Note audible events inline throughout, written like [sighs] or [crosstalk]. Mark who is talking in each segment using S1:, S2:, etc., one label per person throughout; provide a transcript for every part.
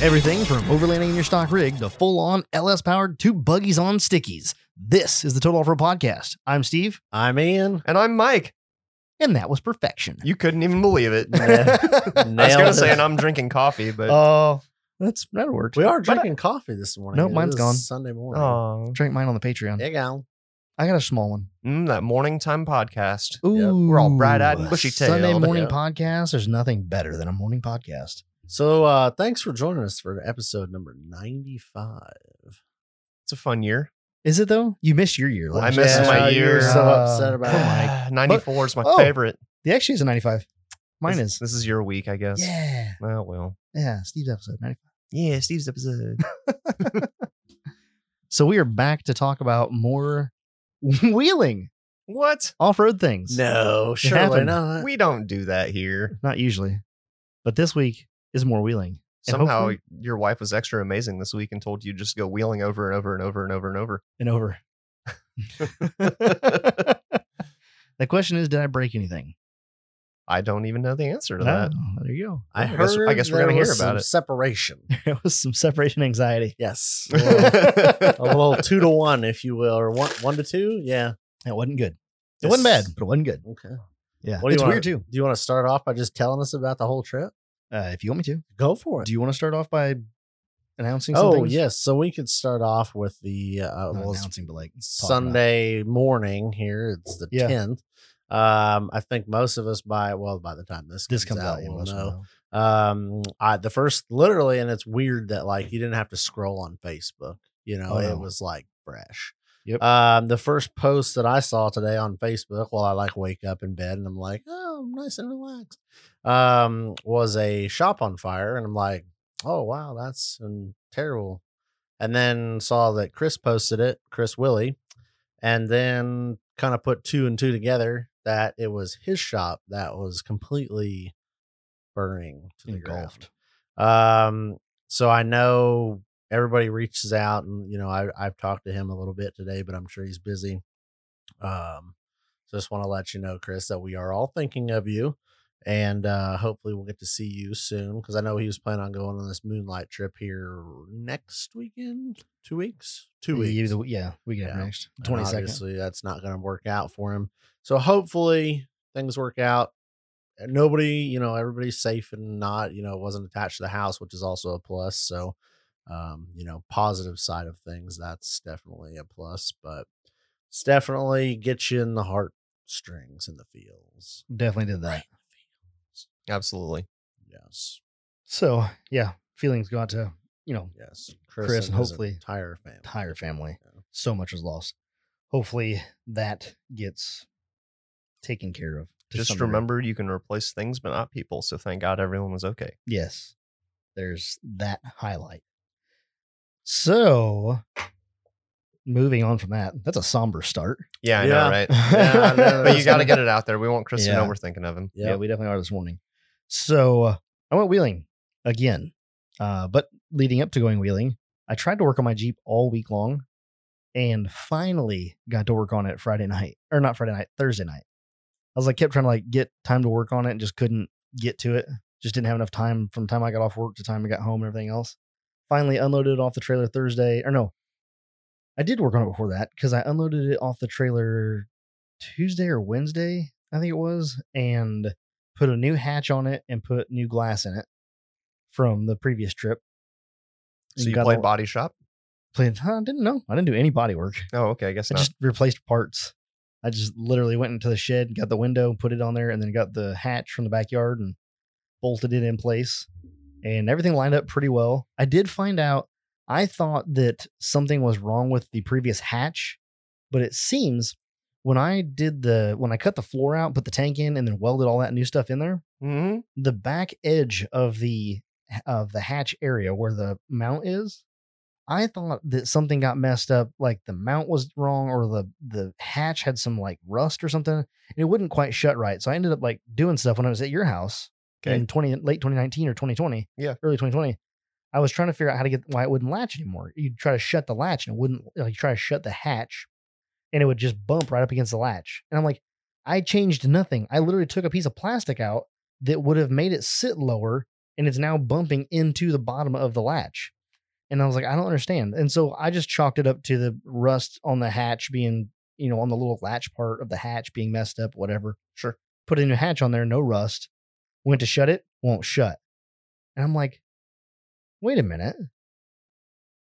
S1: Everything from overlanding in your stock rig to full on LS powered two buggies on stickies. This is the Total Off Road Podcast. I'm Steve,
S2: I'm Ian.
S3: And I'm Mike.
S1: and that was perfection.
S3: You couldn't even
S2: [laughs]
S3: believe it.
S2: Yeah.
S3: [laughs] I was
S2: Nailed
S3: gonna
S2: it.
S3: say, and I'm drinking coffee, but
S1: Oh, [laughs] that's that worked.
S2: We are
S3: But I-
S2: drinking coffee this morning.
S1: Nope,
S2: It
S1: mine's
S2: is
S1: gone.
S2: Sunday morning.
S3: Aw.
S1: Drink mine on the Patreon.
S2: There you go.
S1: I got a small one.
S3: Mm, that morning time podcast.
S1: Ooh,
S2: Yep.
S3: We're all bright-eyed and bushy-tailed.
S1: Sunday morning
S3: Yeah.
S1: podcast. There's nothing better than a morning podcast.
S2: So uh thanks for joining us for episode number 95.
S3: It's a fun year.
S1: Is it though? You missed your year.
S3: I
S1: last
S3: missed
S1: year.
S3: my
S2: you were
S3: year.
S2: so upset
S1: Uh,
S2: about it.
S1: come
S2: Mike.
S3: Ah, 94 is my
S1: Oh,
S3: favorite.
S1: The actually is a 95. Mine
S3: This-
S1: is.
S3: This is your week, I guess.
S1: Yeah.
S3: Oh, well.
S1: Yeah. Steve's episode 95.
S3: Yeah, Steve's episode.
S1: So we are back to talk about more [laughs] wheeling,
S3: what?
S1: off road things.
S2: No, surely
S1: happened.
S2: not.
S3: We don't do that here.
S1: Not usually. But this week is more wheeling. And
S3: Somehow
S1: hopefully-
S3: your wife was extra amazing this week and told you just go wheeling over and over and over and over and over.
S1: and over.
S2: [laughs]
S1: the question is, did I break anything?
S3: I don't even know the answer to that.
S1: Oh, there you go. [laughs]
S2: I,
S3: I
S2: heard
S3: guess- I guess we're
S2: there
S3: gonna hear
S2: was
S3: about
S2: some
S3: it.
S2: Separation.
S1: There was some separation anxiety.
S2: [laughs] Yes. A little, a little [laughs] two to one, if you will, or one one to two. Yeah.
S1: It wasn't good. It wasn't bad,
S2: Yes.
S1: but it wasn't good.
S2: Okay.
S1: Yeah.
S2: What do you
S1: it's
S2: want?
S1: weird too.
S2: Do you want to start off by just telling us about the whole trip?
S1: Uh, if you want me to,
S2: Go for it.
S1: do you want to start off by announcing
S2: oh
S1: something?
S2: yes. So we could start off with the uh,
S1: Not
S2: well, it's
S1: announcing, but like talking about
S2: Sunday morning here. It's the
S1: Yeah.
S2: tenth. Um, I think most of us by well by the time this
S1: it. this comes out.
S2: we'll
S1: most
S2: know.
S1: know.
S2: Um, I the first literally, and it's weird that like you didn't have to scroll on Facebook. You know,
S1: Oh, no.
S2: it was like fresh.
S1: Yep.
S2: Um, the first post that I saw today on Facebook, while I like wake up in bed and I'm like, oh, I'm nice and relaxed, um, was a shop on fire, and I'm like, oh wow, that's um, terrible. And then saw that Chris posted it, Chris Willie, and then kind of put two and two together that it was his shop that was completely burning to the
S1: Engulfed.
S2: ground. Um, so I know everybody reaches out, and you know I, I've talked to him a little bit today, but I'm sure he's busy. Um, just want to let you know, Chris, that we are all thinking of you, and uh, hopefully we'll get to see you soon because I know he was planning on going on this moonlight trip here next weekend, two weeks, two weeks.
S1: Yeah, the- yeah, we get
S2: Yeah.
S1: next
S2: And
S1: twenty second.
S2: Obviously, that's not going to work out for him. So hopefully things work out. And Nobody, you know, everybody's safe and not, you know, wasn't attached to the house, which is also a plus. So, um, you know, positive side of things, that's definitely a plus. But it's definitely get you in the heartstrings and the feels.
S1: Definitely did that.
S3: [laughs] Absolutely.
S2: Yes,
S1: So yeah, feelings got to you know
S2: yes, Chris,
S1: Chris,
S2: and his
S1: hopefully-
S2: entire family,
S1: entire family.
S2: Yeah.
S1: So much was lost. Hopefully that gets taken care of. to some
S3: Just
S1: degree.
S3: remember you can replace things but not people. So thank God everyone was okay.
S1: Yes. There's that highlight. So moving on from that, that's a somber start.
S3: Yeah, I
S2: Yeah.
S1: [laughs]
S3: know, right?
S2: Yeah, I know.
S3: But you got to get it out there. We want Chris to know
S1: Yeah.
S3: we're thinking of him.
S1: Yeah, we definitely are this morning. So uh, I went wheeling again, uh, but leading up to going wheeling, I tried to work on my Jeep all week long, and finally got to work on it Friday night, or not Friday night, Thursday night. I was like, kept trying to like get time to work on it, and just couldn't get to it. Just didn't have enough time from the time I got off work to time I got home and everything else. Finally unloaded it off the trailer Thursday, or no, I did work on it before that because I unloaded it off the trailer Tuesday or Wednesday, I think it was, and put a new hatch on it and put new glass in it from the previous trip.
S3: So
S1: And
S3: you
S1: got
S3: played
S1: a-
S3: body shop?
S1: Played, [laughs] I didn't know. I didn't do any body work.
S3: Oh, okay. I guess
S1: I
S3: not.
S1: just replaced parts. I just literally went into the shed, got the window, put it on there, and then got the hatch from the backyard and bolted it in place. And everything lined up pretty well. I did find out, I thought that something was wrong with the previous hatch, but it seems when I did the, when I cut the floor out, put the tank in, and then welded all that new stuff in there,
S3: Mhm.
S1: the back edge of the of the hatch area where the mount is i thought that something got messed up like the mount was wrong or the the hatch had some like rust or something and it wouldn't quite shut right so i ended up like doing stuff when i was at your house
S3: Okay.
S1: in 20 late 2019 or 2020
S3: Yeah.
S1: early 2020 i was trying to figure out how to get why it wouldn't latch anymore you'd try to shut the latch and it wouldn't like you try to shut the hatch and it would just bump right up against the latch and i'm like i changed nothing i literally took a piece of plastic out that would have made it sit lower and it's now bumping into the bottom of the latch. And I was like, I don't understand. And so I just chalked it up to the rust on the hatch being, you know, on the little latch part of the hatch being messed up, whatever. Sure. Put a new hatch on there, no rust. Went to shut it, won't shut. And I'm like, wait a minute.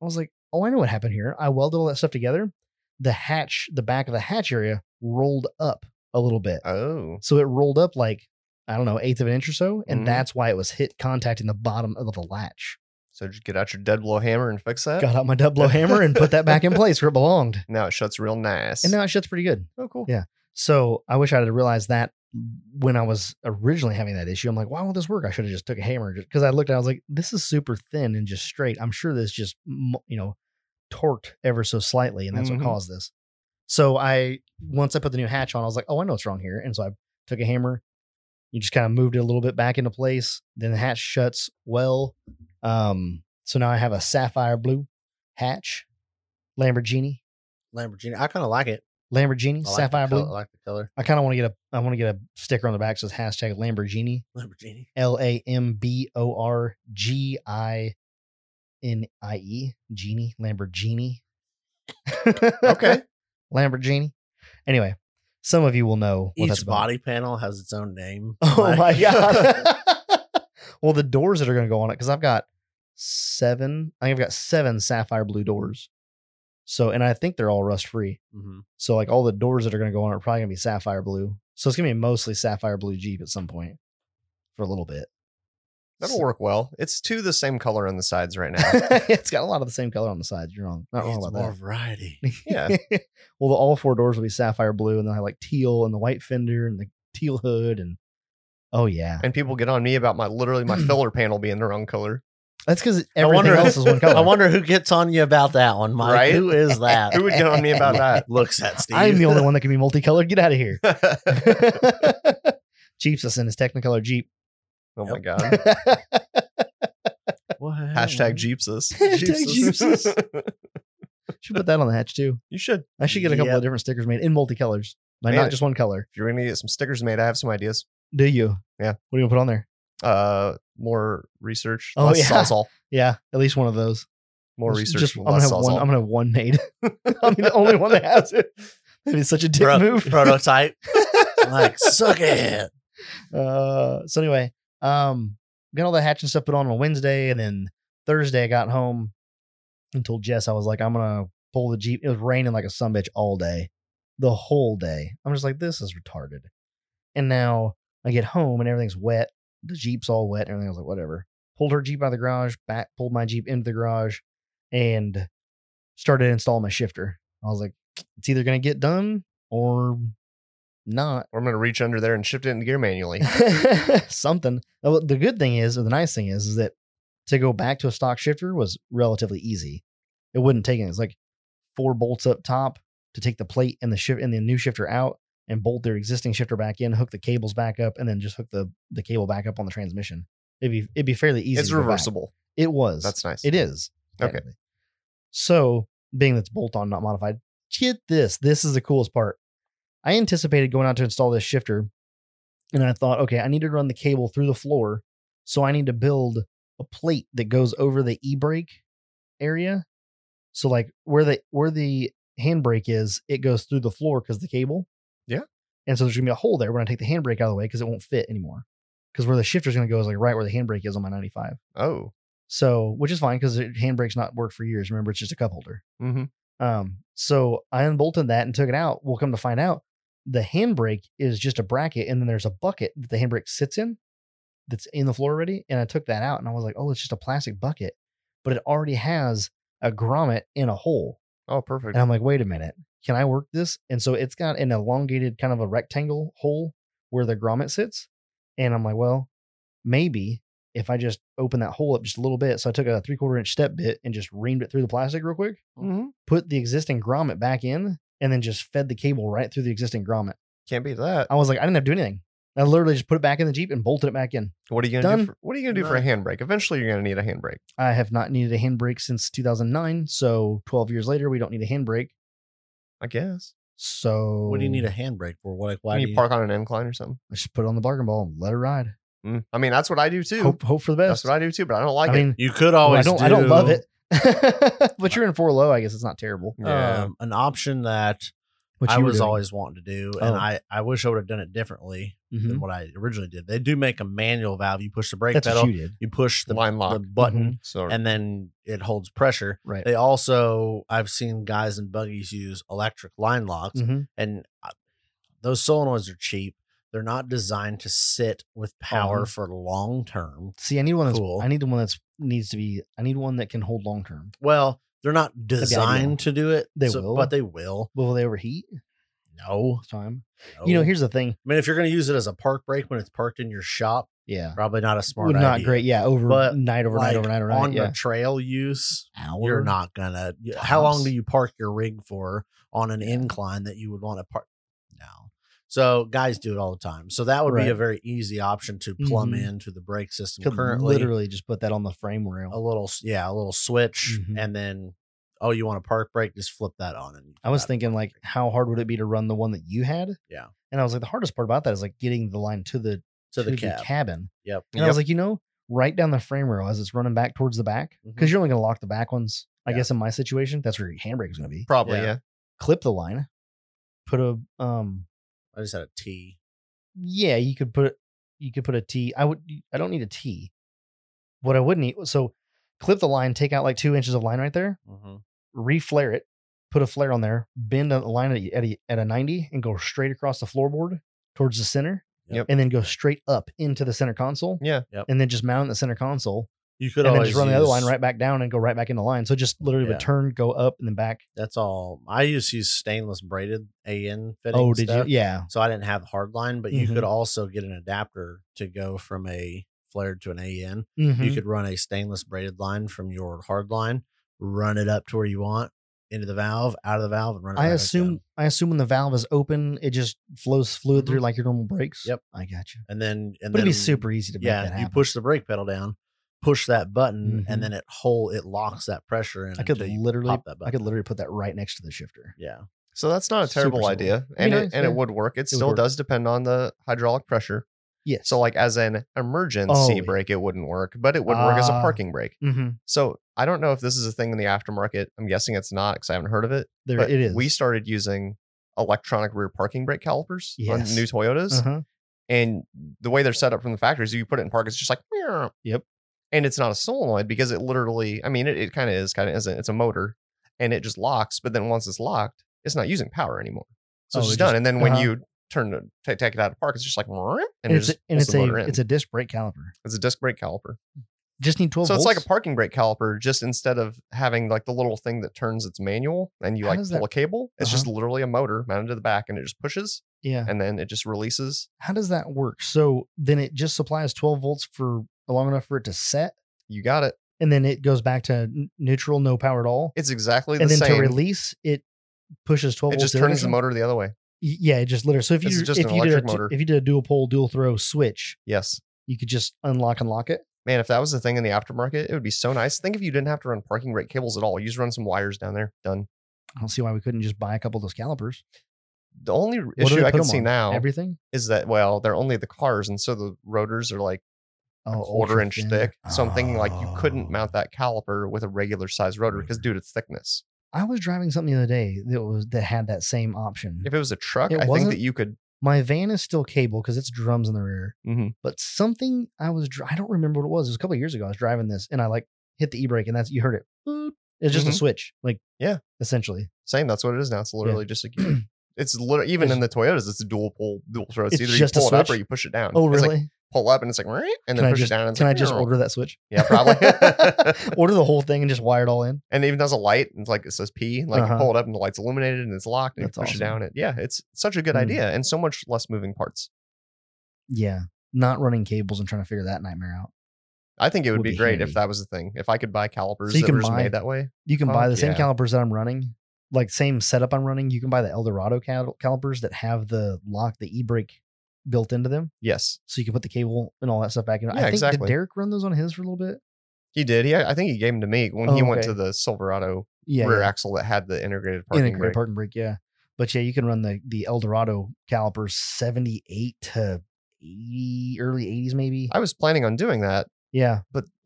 S1: I was like, oh, I know what happened here. I welded all that stuff together. The hatch, the back of the hatch area rolled up a little bit.
S3: Oh,
S1: So it rolled up like, I don't know, eighth of an inch or so. And
S3: Mhm.
S1: that's why it was hit contacting the bottom of the latch.
S3: so just get out your dead blow hammer and fix that.
S1: Got out my double hammer and put that back in place where it belonged.
S3: Now it shuts real nice.
S1: And now it shuts pretty good.
S3: oh, cool.
S1: Yeah. So I wish I had realized that when I was originally having that issue. I'm like, why won't this work? I should have just took a hammer because I looked at. it, I was like, this is super thin and just straight. I'm sure this just m- you know torqued ever so slightly, and that's
S3: Mhm.
S2: Mm-hmm.
S1: what caused this. So I once I put the new hatch on, I was like, oh, I know what's wrong here, and so I took a hammer. You just kind of moved it a little bit back into place. Then the hatch shuts well. Um, so now I have a sapphire blue hatch, Lamborghini,
S2: Lamborghini. I kind of like it.
S1: Lamborghini,
S2: I like the
S1: sapphire
S2: col-
S1: blue.
S2: I like the color. [laughs]
S1: I kind of want to get a I want to get a sticker on the back that says hashtag Lamborghini
S2: Lamborghini.
S1: L A M B O R G I N I E Genie Lamborghini.
S2: Okay.
S1: [laughs] Lamborghini. Anyway, some of you will know what that's
S2: Each
S1: about.
S2: body panel has its own name.
S1: [laughs] Oh
S2: Like- [laughs]
S1: my god! [laughs] well, the doors that are going to go on it because I've got seven. I think I've got seven sapphire blue doors. So, and I think they're all rust free.
S2: Mhm.
S1: So like all the doors that are going to go on are probably going to be sapphire blue. So it's going to be mostly sapphire blue Jeep at some point for a little bit. [laughs]
S3: That'll work well. It's two the same color on the sides right now.
S1: it's got a lot of the same color on the sides. You're wrong. Not wrong
S2: It's
S1: about
S2: more
S1: that. [laughs]
S2: variety.
S3: Yeah.
S1: well, the, all four doors will be sapphire blue, and then I like teal and the white fender and the teal hood and oh yeah,
S3: and people get on me about my
S1: [clears throat]
S3: literally my filler panel being the wrong color. [laughs]
S1: that's because everything else is one color.
S2: [laughs] I wonder who gets on you about that one, Mike.
S3: Right?
S2: Who is
S1: [laughs]
S2: that?
S3: Who would get on me about
S2: [laughs]
S3: that?
S2: looks at Steve?
S1: I'm the only
S2: [laughs]
S1: one that can be multicolored. Get out of here.
S3: oh
S1: Jeeps us in his Technicolor Jeep. [laughs]
S3: my
S2: Yep.
S3: god.
S2: What?
S3: Hashtag Jeepsus.
S1: Mm. [laughs] Hashtag Should put that on the hatch too.
S3: [laughs] you should.
S1: I should get a couple
S2: Yep.
S1: of different stickers made in multicolors, like
S3: Man.
S1: not just one color.
S3: If you're gonna get some stickers made, I have some ideas.
S1: Do you?
S3: Yeah.
S1: What do you want to put on there?
S3: Uh, more research.
S1: Oh,
S3: less
S1: yeah.
S3: Sawzall.
S1: Yeah, at least one of those.
S3: More
S1: Just-
S3: research.
S1: Just, I'm gonna
S3: less
S1: have
S3: Sawzall.
S1: one. I'm gonna have one made. [laughs] I'm the only one that has it. [laughs] That is such a dick
S2: [laughs] Pro-
S1: move. [laughs]
S3: [laughs]
S2: prototype. like suck it.
S1: Uh, so anyway, um, got all the hatch and stuff put on on Wednesday, and then Thursday I got home and told Jess I was like, I'm gonna pull the jeep. It was raining like a sunbitch all day, the whole day. I'm just like, this is retarded. And now I get home and everything's wet. The jeep's all wet and everything. I was like, whatever. Pulled her jeep out of the garage, back pulled my jeep into the garage, and started installing my shifter. I was like, it's either gonna get done or not.
S3: Or I'm gonna reach under there and shift it into gear manually.
S1: something. Well, The good thing is, or the nice thing is, is that to go back to a stock shifter was relatively easy. It wouldn't take it. It's like four bolts up top to take the plate and the shift and the new shifter out and bolt their existing shifter back in, hook the cables back up, and then just hook the the cable back up on the transmission. It'd be it'd be fairly [laughs] easy.
S3: it's
S1: to go back.
S3: reversible.
S1: It was.
S3: That's nice.
S1: It is.
S3: Okay.
S1: technically. So, being that's bolt on, not modified, get this. This is the coolest part. I anticipated going out to install this shifter, and I thought, okay, I need to run the cable through the floor. So, I need to build a plate that goes over the e brake area. So, like where the where the handbrake is, it goes through the floor because the cable.
S3: Yeah.
S1: And so there's gonna be a hole there when I take the handbrake out of the way because it won't fit anymore. Because where the shifter's gonna go is like right where the handbrake is on my 95.
S3: Oh.
S1: So, which is fine because handbrake's not worked for years. Remember, it's just a cup holder.
S3: Mm-hmm.
S1: Um, so I unbolted that and took it out. We'll come to find out the handbrake is just a bracket, and then there's a bucket that the handbrake sits in that's in the floor already. And I took that out and I was like, oh, it's just a plastic bucket, but it already has a grommet in a hole.
S3: Oh, perfect.
S1: And I'm like, wait a minute, can I work this? And so it's got an elongated kind of a rectangle hole where the grommet sits. And I'm like, well, maybe if I just open that hole up just a little bit. So I took a three quarter inch step bit and just reamed it through the plastic real quick,
S2: Mm-hmm.
S3: Mhm.
S1: put the existing grommet back in, and then just fed the cable right through the existing grommet.
S3: Can't beat that.
S1: I was like, I didn't have to do anything. I literally just put it back in the Jeep and bolted it back in.
S3: What are you gonna
S1: Done.
S3: do? For, what are you gonna do for a handbrake? Eventually, you're gonna need a handbrake.
S1: I have not needed a handbrake since 2009. So 12 years later, we don't need a handbrake.
S3: I guess.
S1: So
S2: What do you need a handbrake for? What? Why
S3: Can
S2: do
S3: you
S2: you
S3: park on an incline or something?
S1: I just put it on the bargain ball and let it ride.
S3: Mm. I mean, that's what I do too.
S1: Hope, hope for the best.
S3: that's what I do too, but I don't like
S1: I
S3: it.
S1: mean,
S2: You could
S1: well, I
S2: always.
S1: don't. I don't love
S2: do,
S1: it. [laughs] but you're in four low. I guess it's not terrible.
S3: Yeah.
S2: um, an option that
S1: Which
S2: I
S1: you were
S2: was
S1: doing.
S2: always wanting to do, and
S1: Oh.
S2: I, I wish I would have done it differently
S1: Mhm.
S2: than what I originally did. They do make a manual valve. You push the brake
S1: That's
S2: pedal,
S1: what
S2: you,
S1: you did, Mm-hmm.
S2: push the,
S3: Line lock.
S2: the button,
S3: so
S2: and then it holds pressure.
S1: right?
S2: They also, I've seen guys in buggies use electric line locks,
S1: Mhm.
S2: and I- those solenoids are cheap. They're not designed to sit with power
S1: Uh-huh.
S2: for long term.
S1: See, I need one that's.
S2: Cool.
S1: I need the one that's needs to be. I need one that can hold long term.
S2: Well, they're not
S1: ideal.
S2: designed to do it.
S1: They will.
S2: but they will.
S1: Will they overheat?
S2: No,
S1: Time. You know,
S2: no.
S1: here's the thing.
S2: I mean, if you're going to use it as a park brake when it's parked in your shop,
S1: Yeah,
S2: probably not a smart
S1: would not
S2: idea.
S1: great. Yeah, overnight,
S2: But,
S1: overnight,
S2: Like,
S1: overnight, overnight.
S2: on
S1: yeah,
S2: the trail use,
S1: hour.
S2: you're not gonna. y- How long
S1: Tops.
S2: do you park your rig for on an incline that you would want to park? No. So guys do it all the time. So that would be a
S1: Right.
S2: very easy option to plumb
S1: Mhm.
S2: into the brake system
S1: Could
S2: currently. Oh,
S1: literally just put that on the frame rail.
S2: a little, s- yeah, a little switch,
S1: Mhm.
S2: and then oh, you want a park brake? Just flip that on. And
S1: I was
S2: that'd be
S1: thinking like,
S2: perfect.
S1: how hard would it be to run the one that you had?
S2: Yeah.
S1: And I was like, the hardest part about that is like getting the line to the
S2: to the cab.
S1: cabin.
S2: Yep.
S1: And I was like, you know, right down the frame rail as it's running back towards the back, because you're only gonna lock the back ones. I
S2: Mm-hmm. Yeah.
S1: guess in my situation, that's where your handbrake is gonna be.
S3: probably
S2: Yeah.
S3: yeah.
S1: Clip the line, put a um,
S2: I just had a T.
S1: yeah, you could put you could put a T. I would. I don't need a T. What I would need so clip the line, take out like two inches of line right there,
S2: mm-hmm.
S1: reflare it, put a flare on there, bend on the line at a, at a, at a 90 and go straight across the floorboard towards the center.
S2: Yep.
S1: And then go straight up into the center console.
S3: Yeah.
S2: Yep.
S1: And then just mount in the center console
S2: You could
S1: and then
S2: always
S1: just run the other line
S2: use-
S1: right back down and go right back into line. So just literally
S2: Yeah.
S1: would turn, go up and then back.
S2: That's all. I used to use stainless braided AN fitting.
S1: Oh, did
S2: stuff,
S1: you? Yeah.
S2: So I didn't have hard line, but you
S1: Mhm.
S2: could also get an adapter to go from a flared to an AN. You
S1: Mhm.
S2: could run a stainless braided line from your hard line, run it up to where you want, into the valve, out of the valve, and run it
S1: I
S2: right back
S1: assume
S2: down.
S1: I assume when the valve is open, it just flows fluid
S2: Mhm.
S1: through like your normal brakes.
S2: Yep.
S1: I got you.
S2: And then, and
S1: But it'd be
S2: then-
S1: super easy to make that
S2: Yeah,
S1: happen.
S2: you push the brake pedal down, push that button,
S1: Mhm.
S2: and then it whole it locks that pressure in.
S1: I could
S2: until you
S1: literally,
S2: pop that
S1: I could
S2: button.
S1: literally put that right next to the shifter.
S2: Yeah.
S3: So that's not a
S1: Super
S3: terrible
S1: simple.
S3: idea,
S1: It'd be
S3: and
S1: nice,
S3: it, and
S1: yeah.
S3: it would work. It,
S1: would
S3: still
S1: work.
S3: does depend on the hydraulic pressure.
S1: Yes.
S3: So like as an emergency
S1: Oh.
S3: brake, it wouldn't work, but it would work as a
S1: Ah.
S3: parking brake.
S1: mm-hmm.
S3: So I don't know if this is a thing in the aftermarket. I'm guessing it's not because I haven't heard of it.
S1: there
S3: but
S1: it is.
S3: We started using electronic rear parking brake calipers
S1: Yes.
S3: on new Toyotas,
S1: uh-huh.
S3: and the way they're set up from the factory is you put it in park, it's just like "Meow."
S1: Yep.
S3: and it's not a solenoid because it literally. I mean, it, it kind of is, kind of isn't. It's a motor, and it just locks. But then once it's locked, it's not using power anymore,
S1: Oh,
S3: so it's
S1: it
S3: just done.
S1: just-
S3: and then when
S1: uh-huh.
S3: you turn to take, take it out of park, it's just like "Meow," and,
S1: and,
S3: it
S1: it's a,
S3: just
S1: and
S3: pulls
S1: it's
S3: the
S1: a
S3: motor in.
S1: it's a disc brake caliper.
S3: It's a disc brake caliper.
S1: Just need twelve.
S3: So it's like a
S1: volts?
S3: parking brake caliper, just instead of having like the little thing that turns its manual and you
S1: How
S3: like pull
S1: does that- Uh-huh.
S3: a cable, it's just literally a motor mounted to the back and it just pushes
S1: yeah.
S3: and then it just releases.
S1: How does that work? So then it just supplies twelve volts for long enough for it to set,
S3: You got it.
S1: and then it goes back to n- neutral, no power at all,
S3: It's exactly the
S1: and then
S3: same.
S1: to release it pushes twelve.
S3: it
S1: volts
S3: just
S1: the other
S3: turns the
S1: direction?
S3: motor the other way.
S1: Y- Yeah, it just literally. So if you
S3: This is
S1: d-
S3: just
S1: if
S3: an
S1: you did a
S3: electric
S1: t-
S3: motor.
S1: if you did a dual pole dual throw switch,
S3: Yes.
S1: you could just unlock and lock it.
S3: Man, if that was the thing in the aftermarket, it would be so nice. Think if you didn't have to run parking brake cables at all. You just run some wires down there. Done.
S1: I don't see why we couldn't just buy a couple of those calipers.
S3: The only
S1: What do
S3: issue
S1: they put
S3: I can
S1: 'em
S3: see
S1: on?
S3: now
S1: everything
S3: is that, well, they're only the cars. And so the rotors are like a quarter
S1: Oh, ultra
S3: inch
S1: thin.
S3: thick. So I'm thinking like you couldn't
S1: Oh.
S3: mount that caliper with a regular size rotor because, dude, it's thickness.
S1: I was driving something the other day that was that had that same option.
S3: If it was a truck,
S1: It
S3: I think
S1: wasn't?
S3: that you could.
S1: My van is still cable because it's drums in the rear.
S3: Mhm.
S1: But something I was dri- I don't remember what it was. It was a couple of years ago. I was driving this and I like hit the e brake and that's you heard it. Boop. It's just
S3: Mhm.
S1: a switch, like
S3: Yeah.
S1: essentially.
S3: Same, that's what it is now. It's literally just like
S1: [clears throat]
S3: it's literally even
S1: It's-
S3: in the Toyotas, it's a dual pull, dual throw. It's,
S1: It's
S3: either
S1: just a
S3: you pull it up or
S1: switch?
S3: you push it down.
S1: Oh
S3: It's like,
S1: really?
S3: pull up and it's like "Meow,"
S1: Can
S3: and
S1: I
S3: then push
S1: just-
S3: it down. And it's
S1: Can I
S3: like,
S1: just
S3: "Meow."
S1: order that switch?
S3: Yeah, probably.
S1: [laughs]
S3: [laughs]
S1: order the whole thing and just wire it all in.
S3: and it even does a light. And it's like it says P. Like
S1: Uh-huh.
S3: you pull it up and the light's illuminated and it's locked. And
S1: That's
S3: you push
S1: awesome.
S3: it down. It yeah, it's such a good
S1: Mm.
S3: idea and so much less moving parts.
S1: Yeah, not running cables and trying to figure that nightmare out.
S3: I think it would,
S1: Would
S3: be,
S1: be
S3: great
S1: handy.
S3: if that was the thing. If I could buy calipers
S1: you
S3: that
S1: can
S3: were just
S1: buy-
S3: made that way.
S1: You can buy
S3: Fuck
S1: the same
S3: yeah.
S1: calipers that I'm running, like same setup I'm running. You can buy the Eldorado cal- calipers that have the lock, the e brake built into them,
S3: Yes,
S1: so you can put the cable and all that stuff back in. I
S3: Yeah,
S1: think
S3: exactly.
S1: did Derek run those on his for a little bit?
S3: he did. He I think he gave them to me when he
S1: Oh,
S3: went
S1: okay.
S3: to the Silverado
S1: Yeah,
S3: rear
S1: yeah.
S3: axle that had the integrated
S1: in
S3: parking
S1: a great
S3: brake.
S1: parking brake. Yeah, but yeah, you can run the the Eldorado calipers seventy eight to 80, early 80s, maybe.
S3: I was planning on doing that,
S1: yeah.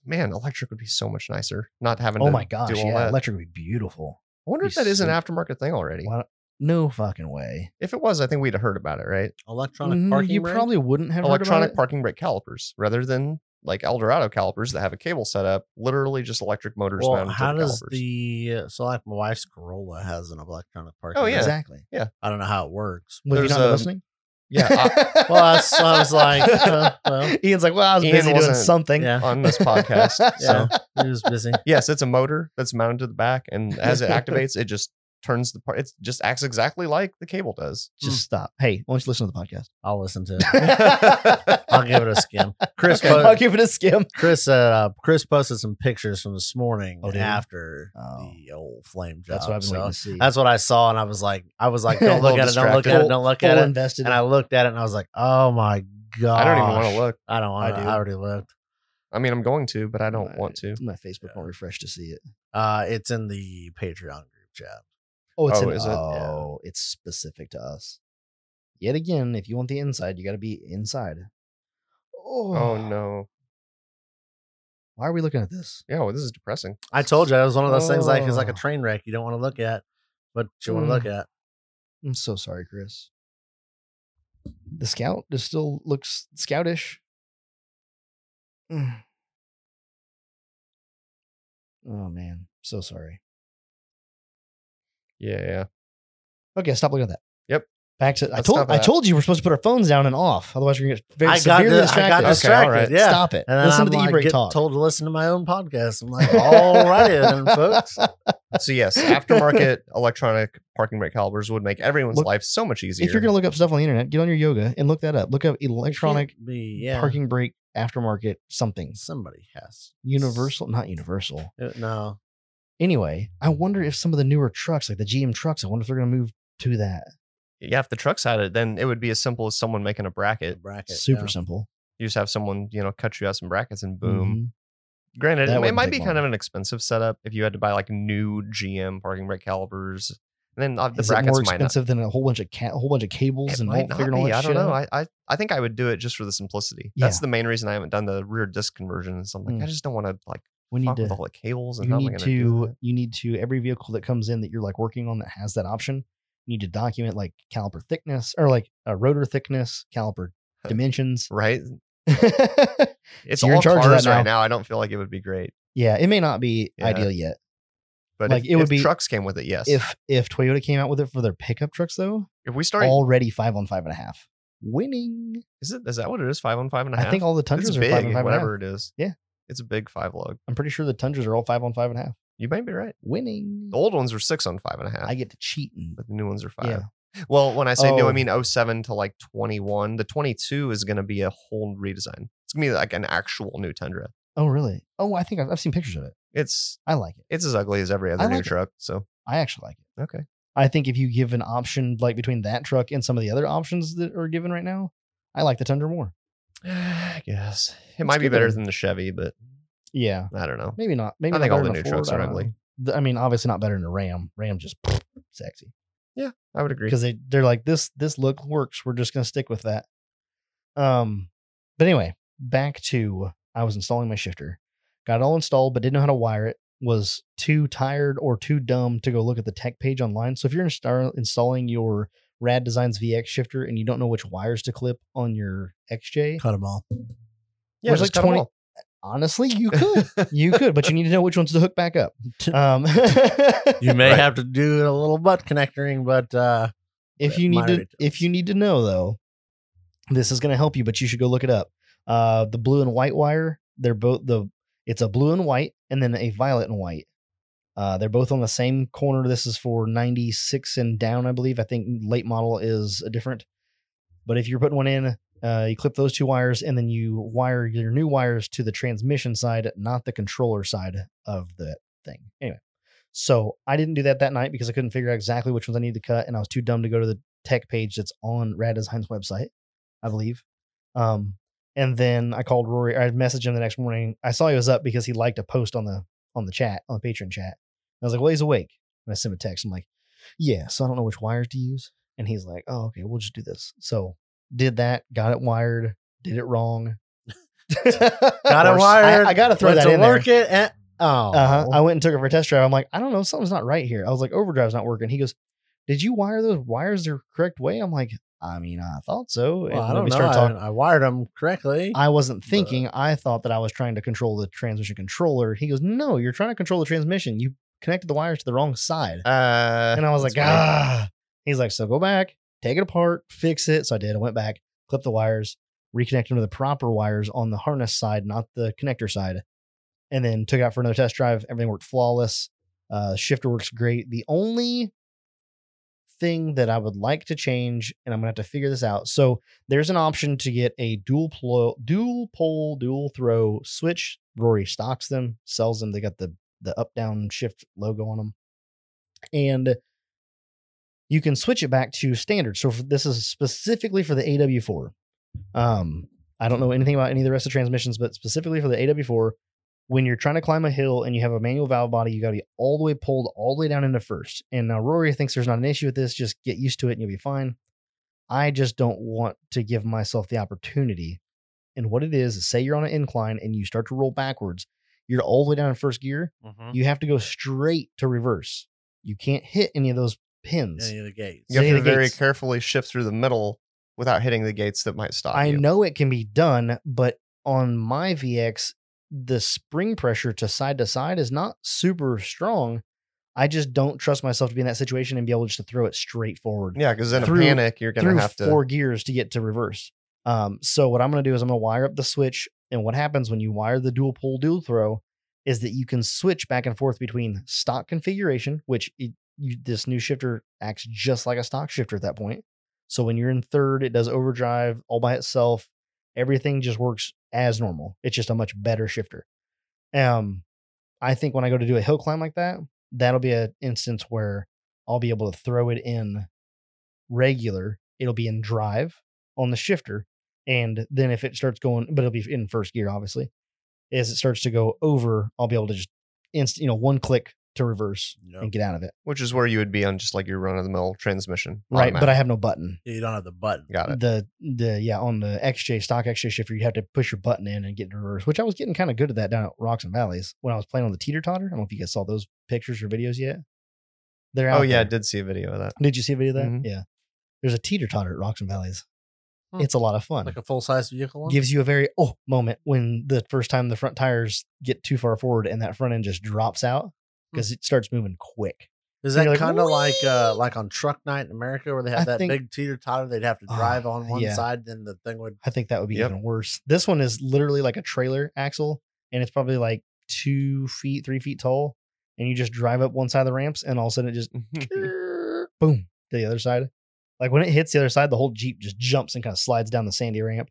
S3: man, electric would be so much nicer. Not having
S1: Oh
S3: to
S1: my gosh.
S3: do all
S1: Yeah.
S3: that.
S1: Electric would be beautiful.
S3: I wonder
S1: be
S3: if that is an
S1: so-
S3: aftermarket thing already.
S1: Why don't- no fucking way.
S3: If it was, I think we'd have heard about it, right?
S2: Electronic
S1: Mm,
S2: parking.
S1: you
S2: brake?
S1: probably wouldn't have
S3: electronic
S1: electronic park.
S3: parking brake calipers rather than like Eldorado calipers that have a cable set up, literally just electric motors
S2: Well,
S3: mounted
S2: how
S3: to the
S2: does
S3: calipers.
S2: the so like my wife's Corolla has an electronic parking?
S3: Oh, yeah.
S2: brake.
S1: Exactly.
S2: I don't know how
S1: [laughs]
S2: it works.
S1: Well, if
S3: There's,
S1: you're not
S3: um,
S1: listening.
S3: yeah, I-
S2: Well, I was- I was
S3: [laughs]
S2: like, uh, well.
S1: [laughs] Ian's like, well, I was
S3: Ian
S1: busy doing
S3: wasn't-
S1: something.
S2: Yeah.
S3: on this podcast.
S2: Yeah,
S3: So
S2: it was busy.
S3: yes, it's a motor that's mounted to the back, and
S1: [laughs]
S3: as it activates, it just turns the part. It just acts exactly like the cable
S1: [laughs]
S3: does. [laughs]
S1: Just stop. Hey, why don't you listen to the podcast?
S2: I'll listen to it. I'll give it a
S1: [laughs]
S2: skim. Chris,
S3: Okay.
S2: po-
S1: I'll give it a skim.
S2: Chris said uh, Chris posted some pictures from this morning
S1: Oh, did he?
S2: after
S1: Oh.
S2: the old flame job.
S1: That's what I've been
S2: so
S1: waiting to see.
S2: that's what I saw, and I was like, I
S1: [laughs]
S2: was like, don't
S3: A
S2: look
S3: little
S2: at it, don't look at
S3: distracted.
S2: it, don't look
S1: full
S2: at it.
S1: invested.
S2: And I looked at it, and I was like, oh my god,
S3: I don't even want to look.
S2: I don't want
S1: I
S2: to.
S1: do.
S2: I, already looked.
S3: I mean, I'm going to, but I don't
S1: Right.
S3: want to.
S1: my Facebook won't refresh to see it.
S2: Uh, it's in the Patreon group chat.
S1: Oh, it's
S3: Oh,
S1: in,
S3: is it? Yeah.
S1: oh, it's specific to us. Yet again, if you want the inside, you got to be inside. Oh,
S3: Oh no!
S1: Why are we looking at this?
S3: Yeah, well, this is depressing.
S2: I told you it was one of those things like it's like a
S1: Oh.
S2: train wreck you don't want to look at, but you want
S1: Mm.
S2: to look at.
S1: I'm so sorry, Chris. The scout just still looks scoutish. [sighs] Mm. Oh man, so sorry.
S3: Yeah, yeah.
S1: Okay, stop looking at that.
S3: Yep.
S1: Back to I
S3: Let's
S1: told
S3: stop
S1: I
S3: that.
S1: told you we're supposed to put our phones down and off, otherwise we're gonna get very
S2: I got,
S1: severely
S2: di- I
S1: distracted.
S2: got
S3: Okay, all
S2: distracted.
S3: right.
S2: Yeah.
S1: Stop it.
S2: And then
S1: Listen
S2: I'm
S1: to the
S2: like,
S1: e-break
S2: get
S1: talk.
S2: told to listen to my own podcast.
S1: [laughs]
S2: I'm like, all right, then, folks.
S3: So yes,
S1: [laughs]
S3: aftermarket electronic parking brake calipers would make everyone's
S1: Look,
S3: life so much
S1: [laughs]
S3: easier.
S1: if you're gonna look up stuff on the internet, get on your yoga and look that up. Look up electronic
S2: Can't be, yeah.
S1: parking brake aftermarket something.
S2: Somebody has
S1: Universal, not universal.
S2: Uh, No,
S1: Anyway, I wonder if some of the newer trucks, like the GM trucks, I wonder if they're gonna move to that.
S3: yeah, if the trucks had it, then it would be as simple as someone making a
S2: the
S3: bracket.
S2: bracket.
S1: Super
S2: yeah.
S1: simple.
S3: You just have someone, you know, cut you out some brackets and boom.
S1: Mhm.
S3: Granted,
S1: That
S3: it, it
S1: wouldn't
S3: might
S1: take
S3: be kind
S1: long.
S3: of an expensive setup if you had to buy like new GM parking brake calipers. And then uh,
S1: Mm-hmm.
S3: the
S1: Is it
S3: brackets
S1: more
S3: might not.
S1: expensive than a whole bunch of ca- whole bunch of cables
S3: It
S1: and
S3: might
S1: won't
S3: not
S1: figure all
S3: be.
S1: that
S3: I
S1: shit
S3: don't know.
S1: out?
S3: I, I I think I would do it just for the simplicity. That's
S1: Yeah.
S3: the main reason I haven't done the rear disc conversions. I'm like, I
S1: Mm.
S3: just don't want to like
S1: we
S3: fuck
S1: need
S3: with
S1: to
S3: all the cables and
S1: you
S3: how am I
S1: need
S3: going to do
S1: to
S3: that?
S1: you need to every vehicle that comes in that you're like working on that has that option you need to document like caliper thickness or like a rotor thickness caliper dimensions
S3: right? It's
S1: You're in
S3: all
S1: charge of that
S3: cars
S1: now.
S3: right now. I don't feel like it would be great.
S1: [laughs] yeah it may not be
S3: Yeah.
S1: ideal yet
S3: But
S1: Like,
S3: if,
S1: it would
S3: if
S1: be-
S3: trucks came with it, yes.
S1: if if toyota came out with it for their pickup trucks though
S3: if we start,
S1: already five on five and a half winning
S3: is it is that what it is? Five on five and a half.
S1: i think all the tundras
S3: it's
S1: are
S3: big,
S1: five on five and a
S3: whatever
S1: half
S3: it is.
S1: Yeah.
S3: it's a big five lug.
S1: i'm pretty sure the tundras are all five on five and a half
S3: You might be right.
S1: winning
S3: The old ones were six on five and a half.
S1: i get to cheat and
S3: but the new ones are five.
S1: yeah
S3: Well, when I say new,
S1: Oh.
S3: I mean 07 to like 21. The 22 is going to be a whole redesign. It's going to be like an actual new Tundra.
S1: oh really oh i think I've, I've seen pictures of it
S3: It's
S1: i like it
S3: it's as ugly as every other new
S1: like it.
S3: truck. So
S1: i actually like it
S3: okay, [sighs]
S1: I think if you give an option like between that truck and some of the other options that are given right now, I like the Tundra more.
S3: I guess it might be
S1: good
S3: better
S1: though.
S3: than the Chevy, but
S1: Yeah,
S3: I don't know.
S1: maybe not. Maybe
S3: I
S1: not
S3: think all
S1: better
S3: the
S1: than
S3: new
S1: a
S3: trucks
S1: Ford,
S3: are
S1: I don't
S3: ugly.
S1: know. The- I mean, obviously not better than a Ram. Ram just sexy
S3: I would agree.
S1: because they they're like this this look works. We're just gonna stick with that. Um, but anyway, back to I was installing my shifter, got it all installed, but didn't know how to wire it. Was too tired or too dumb to go look at the tech page online. So if you're instar- installing your Rad Designs VX shifter and you don't know which wires to clip on your XJ,
S2: Cut them all.
S3: Yeah,
S1: Where's
S3: just
S1: like
S3: cut 'em
S1: 20
S3: all.
S1: honestly,
S3: [laughs]
S1: you could, you could, but you need to know which ones to hook back up. Um, [laughs]
S2: You may
S3: Right.
S2: have to do a little butt connecting, but uh,
S1: if you need
S2: minor
S1: to
S2: details.
S1: if you need to know though this is going to help you but you should go look it up uh the blue and white wire they're both the it's a blue and white and then a violet and white uh they're both on the same corner this is for 96 and down i believe i think late model is a different but if you're putting one in uh, you clip those two wires and then you wire your new wires to the transmission side not the controller side of the thing anyway so i didn't do that that night because i couldn't figure out exactly which ones i needed to cut and i was too dumb to go to the tech page that's on Rad Design's website, I believe. Um, and then I called Rory. I messaged him the next morning. I saw he was up because he liked a post on the on the chat on the Patreon chat. And I was like, "Well, he's awake." And I sent him a text. I'm like, "Yeah, so I don't know which wires to use." And he's like, "Oh, okay, we'll just do this." So did that. Got it wired. did it wrong. [laughs]
S2: Got it
S3: course.
S2: wired.
S1: I- I gotta throw
S2: went
S1: that
S2: to
S1: in
S2: work it. And, oh,
S1: Uh-huh. I went and took it for a test drive. I'm like, I don't know, something's not right here. I was like, overdrive's not working. He goes, Did you wire those wires the correct way? I'm like, I mean, I thought so.
S2: Well, I
S1: then
S2: don't know.
S1: started talking.
S2: I, I wired them correctly.
S1: I wasn't thinking. I thought that I was trying to control the transmission controller. He goes, No, you're trying to control the transmission. You connected the wires to the wrong side.
S3: Uh,
S1: And I was like,
S3: that's funny.
S1: Ah. He's like, So go back, take it apart, fix it. So I did. I went back, clipped the wires, reconnected them to the proper wires on the harness side, not the connector side. And then took it out for another test drive. Everything worked flawless. Uh, shifter works great. The only thing that I would like to change, and I'm gonna have to figure this out. So there's an option to get a dual plo- dual pole, dual throw switch. Rory stocks them, sells them. They got the the up down shift logo on them, and you can switch it back to standard. So for, this is specifically for the AW4. Um, I don't know anything about any of the rest of the transmissions, but specifically for the AW4, when you're trying to climb a hill and you have a manual valve body, you got to be all the way pulled all the way down into first. And now Rory thinks there's not an issue with this. Just get used to it and you'll be fine. I just don't want to give myself the opportunity. And what it is, is say you're on an incline and you start to roll backwards, you're all the way down in first gear.
S2: Mhm.
S1: You have to go straight to reverse. You can't hit any of those pins.
S2: Any of the gates.
S3: you have
S1: Zeta
S3: to very
S1: gates.
S3: carefully shift through the middle without hitting the gates that might stop
S1: I
S3: you.
S1: know it can be done, but on my VX, the spring pressure to side to side is not super strong. I just don't trust myself to be in that situation and be able just to throw it straight forward
S3: Yeah, because in
S1: Through-
S3: a panic, you're going
S1: through
S3: to have to.
S1: four gears to get to reverse. Um, so what I'm going to do is I'm going to wire up the switch, and what happens when you wire the dual pull dual throw is that you can switch back and forth between stock configuration, which it, you, this new shifter acts just like a stock shifter at that point. So when you're in third, it does overdrive all by itself. Everything just works as normal. It's just a much better shifter. Um, I think when I go to do a hill climb like that, that'll be an instance where I'll be able to throw it in regular. It'll be in drive on the shifter. And then if it starts going, but it'll be in first gear, obviously. As it starts to go over, I'll be able to just inst, you know, one click to reverse
S2: Yep.
S1: and get out of it.
S3: which is where you would be on just like your run of the mill transmission.
S1: Right. But I
S3: automatic.
S1: have no button.
S2: You don't have the button.
S3: got it.
S1: The the yeah on the XJ stock XJ shifter you have to push your button in and get in reverse, which I was getting kind of good at that down at Rocks and Valleys when I was playing on the teeter totter. I don't know if you guys saw those pictures or videos yet. They're out
S3: Oh yeah, I
S1: there.
S3: did see a video of that.
S1: Did you see a video of that?
S3: Mhm.
S1: Yeah. There's a teeter totter at Rocks and Valleys.
S2: Hmm.
S1: It's a lot of fun.
S2: Like a full size vehicle one?
S1: gives you a very oh moment when the first time the front tires get too far forward and that front end just drops out
S3: Hmm.
S1: because it starts moving quick.
S2: Is
S1: And
S2: that
S1: you're like,
S2: kind of like uh, like on truck night in America where they have
S1: I
S2: that
S1: think-
S2: big teeter totter? They'd have to
S1: Ah,
S2: drive on one
S1: yeah.
S2: side, then the thing would.
S1: I think that would be
S3: Yep.
S1: even worse. This one is literally like a trailer axle and it's probably like two feet, three feet tall. And you just drive up one side of the ramps and all of a sudden it
S3: [laughs]
S1: just boom to the other side. Like when it hits the other side, the whole Jeep just jumps and kind of slides down the sandy ramp.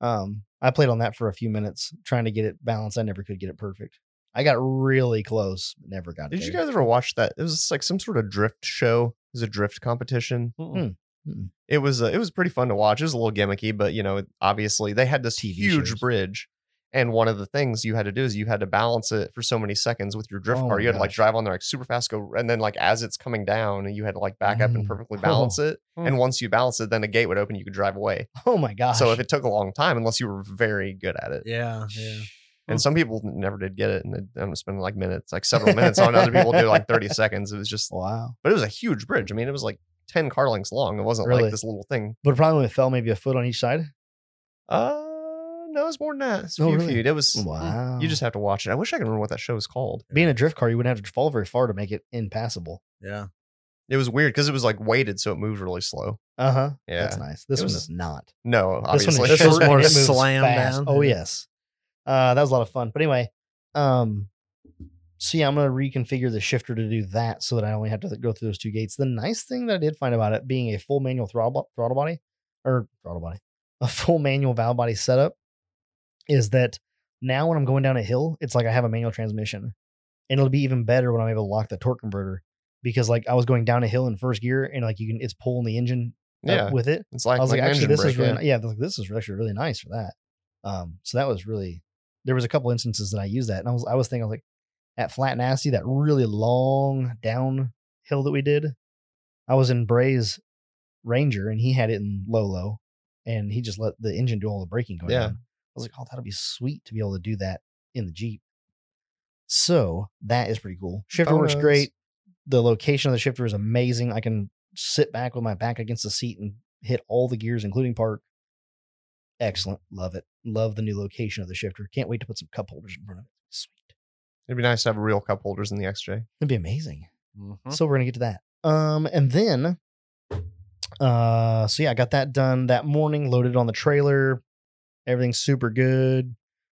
S1: Um, I played on that for a few minutes trying to get it balanced. I never could get it perfect. I got really close, but never got it.
S3: Did you
S1: there.
S3: guys ever watch that? It was like some sort of drift show. It was a drift competition.
S1: Mm-mm. Mm-mm.
S3: It was uh, it was pretty fun to watch. It was a little gimmicky, but you know, it- obviously they had this
S1: TV
S3: huge
S1: shows.
S3: bridge, and one of the things you had to do is you had to balance it for so many seconds with your drift
S1: Oh
S3: car.
S1: my
S3: You had to like
S1: gosh.
S3: drive on there like super fast, go, and then like as it's coming down, you had to like back up and
S1: Mm.
S3: perfectly balance it.
S2: Mm.
S3: And once you balance it, then a gate would open. You could drive away.
S1: [laughs] Oh my gosh.
S3: So if it took a long time, unless you were very good at it,
S2: Yeah, yeah.
S1: Hmm.
S3: and some people never did get it, and they- I'm spending like minutes, like several minutes on. it. Other people do
S1: [laughs]
S3: like 30 seconds. It was just
S1: Wow.
S3: but it was a huge bridge. I mean, it was like 10 car lengths long. It wasn't
S1: Really?
S3: like this little thing.
S1: But it probably only fell maybe a foot on each side.
S3: Uh, no, it was more than that. It's
S1: Oh,
S3: few,
S1: really?
S3: few. It was,
S1: Wow.
S3: you just have to watch it. I wish I could remember what that show was called. [laughs]
S1: being a drift car, you wouldn't have to fall very far to make it impassable.
S2: Yeah.
S3: It was weird because it was like weighted, so it moved really slow.
S1: Uh huh.
S3: Yeah.
S1: That's nice. This
S3: It
S1: one
S3: was-
S1: is not.
S3: no,
S1: This
S3: obviously.
S1: one is
S2: This
S3: [laughs]
S2: was
S1: short and
S2: more
S1: it moves
S2: slam
S1: fast.
S2: down.
S1: Oh yes. Uh, that was a lot of fun. But anyway, um, so yeah, I'm gonna reconfigure the shifter to do that so that I only have to go through those two gates. The nice thing that I did find about it being a full manual throttle throttle body or throttle body, a full manual valve body setup, is that now when I'm going down a hill, it's like I have a manual transmission, and it'll be even better when I'm able to lock the torque converter because like I was going down a hill in first gear and like you can it's pulling the engine up
S3: yeah.
S1: with it.
S3: It's like,
S1: I was like,
S3: an
S1: actually,
S3: engine
S1: this is
S3: brake,
S1: really, ni- yeah, I was like, this is actually really nice for that. Um, so that was really, there was a couple instances that I used that, and I was, I was thinking, I was like, at Flat Nasty, that really long downhill that we did, I was in Bray's Ranger, and he had it in low low, and he just let the engine do all the braking going
S3: Yeah.
S1: on. I was like, oh, that'll be sweet to be able to do that in the Jeep. So that is pretty cool. Shifter works
S3: Bonus.
S1: great. The location of the shifter is amazing. I can sit back with my back against the seat and hit all the gears, including park. Excellent. Love it. Love the new location of the shifter. Can't wait to put some cup holders in front of it. Sweet.
S3: It'd be nice to have real cup holders in the XJ.
S1: That'd be amazing.
S2: Mm-hmm.
S3: Hmm?
S1: So we're gonna get to that. Um, and then, uh, so yeah, I got that done that morning. Loaded on the trailer. Everything's super good.